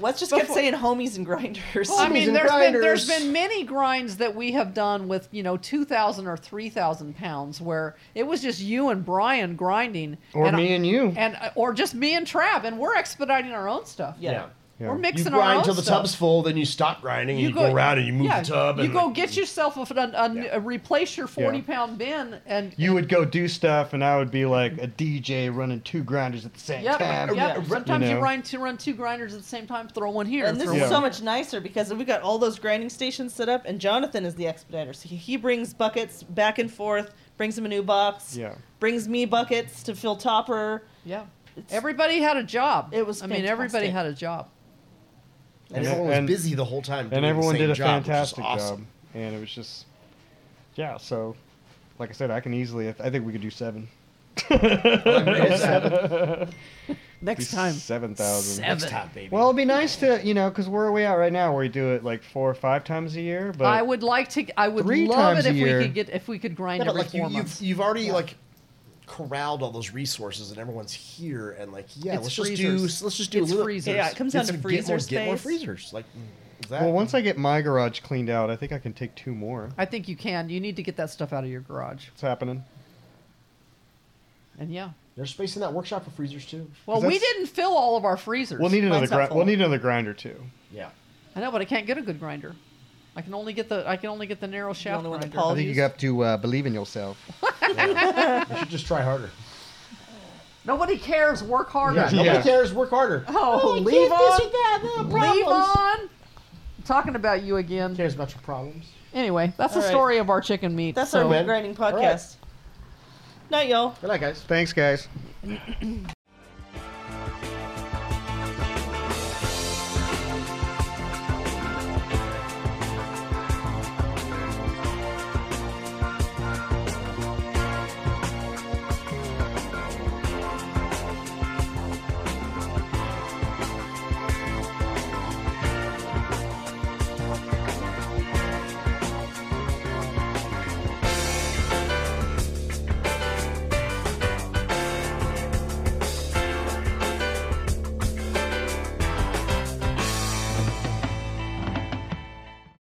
[SPEAKER 4] Let's just kept
[SPEAKER 1] Before-
[SPEAKER 4] saying homies and grinders.
[SPEAKER 1] I
[SPEAKER 2] Homies
[SPEAKER 1] mean,
[SPEAKER 2] and
[SPEAKER 1] there's been there's
[SPEAKER 2] grinders.
[SPEAKER 1] been many grinds that we have done with you know two thousand or three thousand pounds, where it was just you and Brian grinding,
[SPEAKER 3] Or
[SPEAKER 1] and
[SPEAKER 3] me and you.
[SPEAKER 1] and uh, or just me and Trav, and we're expediting our own stuff.
[SPEAKER 4] Yeah.
[SPEAKER 3] Yeah.
[SPEAKER 1] we're
[SPEAKER 3] You
[SPEAKER 2] You
[SPEAKER 1] mixing our own
[SPEAKER 2] grind till the
[SPEAKER 1] stuff.
[SPEAKER 2] tub's full, then you stop grinding and you, go, around and you move
[SPEAKER 1] yeah,
[SPEAKER 2] the tub.
[SPEAKER 1] You
[SPEAKER 2] and
[SPEAKER 1] go
[SPEAKER 2] like,
[SPEAKER 1] get yourself a, a, a-
[SPEAKER 2] Yeah.
[SPEAKER 1] a- replace your forty
[SPEAKER 3] Yeah.
[SPEAKER 1] pound bin, and
[SPEAKER 3] You would go do stuff, and I would be like a DJ running two grinders at the same
[SPEAKER 1] Yep,
[SPEAKER 3] time.
[SPEAKER 1] yep.
[SPEAKER 4] Yeah.
[SPEAKER 1] Sometimes you,
[SPEAKER 3] know.
[SPEAKER 1] run to run two grinders at the same time. Throw one here.
[SPEAKER 4] And this
[SPEAKER 1] throw
[SPEAKER 4] is
[SPEAKER 1] one
[SPEAKER 4] so
[SPEAKER 1] there.
[SPEAKER 4] much nicer because we've got all those grinding stations set up, and Jonathan is the expediter. So he, he brings buckets back and forth, brings him a new box,
[SPEAKER 3] Yeah.
[SPEAKER 4] brings me buckets to fill topper.
[SPEAKER 1] Yeah.
[SPEAKER 4] It's-
[SPEAKER 1] Everybody had a job.
[SPEAKER 4] It was
[SPEAKER 1] I mean, everybody
[SPEAKER 4] fantastic.
[SPEAKER 1] had a job.
[SPEAKER 2] And
[SPEAKER 3] And-
[SPEAKER 2] everyone was
[SPEAKER 3] and-
[SPEAKER 2] busy the whole time. doing
[SPEAKER 3] and
[SPEAKER 2] the
[SPEAKER 3] everyone
[SPEAKER 2] same
[SPEAKER 3] did a
[SPEAKER 2] job, which is
[SPEAKER 3] fantastic
[SPEAKER 2] awesome.
[SPEAKER 3] job. And it was just, yeah. So, like I said, I can easily. I think we could do seven.
[SPEAKER 1] Next time.
[SPEAKER 3] Seven thousand.
[SPEAKER 1] Seven.
[SPEAKER 2] Next time, baby.
[SPEAKER 3] Well, it'd be nice to you know, because where are we at right now? Where we do it like four or five times a year, but
[SPEAKER 1] I would like to. I would
[SPEAKER 3] Three
[SPEAKER 1] love it
[SPEAKER 3] times a
[SPEAKER 1] if
[SPEAKER 3] year.
[SPEAKER 1] we could get if we could grind
[SPEAKER 2] Yeah, but
[SPEAKER 1] every
[SPEAKER 2] like
[SPEAKER 1] four
[SPEAKER 2] you,
[SPEAKER 1] months.
[SPEAKER 2] you've, you've already like corralled all those resources and everyone's here and like yeah
[SPEAKER 1] It's
[SPEAKER 2] let's just
[SPEAKER 1] freezers.
[SPEAKER 2] do let's just do
[SPEAKER 1] It's
[SPEAKER 2] a little
[SPEAKER 1] freezers.
[SPEAKER 4] Yeah, it comes
[SPEAKER 2] Let's
[SPEAKER 4] down to
[SPEAKER 2] get more,
[SPEAKER 4] freezer
[SPEAKER 2] get more
[SPEAKER 4] space.
[SPEAKER 2] freezers like is that
[SPEAKER 3] well, once I get my garage cleaned out, I think I can take two more.
[SPEAKER 1] I think you can. You need to get that stuff out of your garage.
[SPEAKER 3] It's happening.
[SPEAKER 1] And yeah.
[SPEAKER 2] there's space in that workshop for freezers too
[SPEAKER 1] Well,
[SPEAKER 3] 'Cause
[SPEAKER 1] we
[SPEAKER 3] that's-
[SPEAKER 1] didn't fill all of our freezers.
[SPEAKER 3] We'll need another.
[SPEAKER 4] Mine's not
[SPEAKER 3] Gri-
[SPEAKER 4] full.
[SPEAKER 3] we'll need another grinder too.
[SPEAKER 2] yeah
[SPEAKER 1] I know, but I can't get a good grinder. I can only get the I can only get the narrow shaft
[SPEAKER 4] only one that
[SPEAKER 1] grinder.
[SPEAKER 4] Paul-
[SPEAKER 3] I think you
[SPEAKER 4] Apologies.
[SPEAKER 3] have to uh, believe in yourself.
[SPEAKER 2] you should just try harder
[SPEAKER 1] Nobody cares. Work harder.
[SPEAKER 2] yeah, nobody
[SPEAKER 3] Yeah.
[SPEAKER 2] cares work harder
[SPEAKER 1] Oh, leave on. Leave on. talking about you again.
[SPEAKER 2] Nobody cares about your problems
[SPEAKER 1] Anyway, that's
[SPEAKER 4] All
[SPEAKER 1] the
[SPEAKER 4] right.
[SPEAKER 1] story of our chicken meat.
[SPEAKER 4] That's
[SPEAKER 1] so.
[SPEAKER 4] our
[SPEAKER 2] man.
[SPEAKER 4] grinding
[SPEAKER 2] All right.
[SPEAKER 4] podcast. Night, y'all.
[SPEAKER 2] good night guys
[SPEAKER 3] Thanks, guys.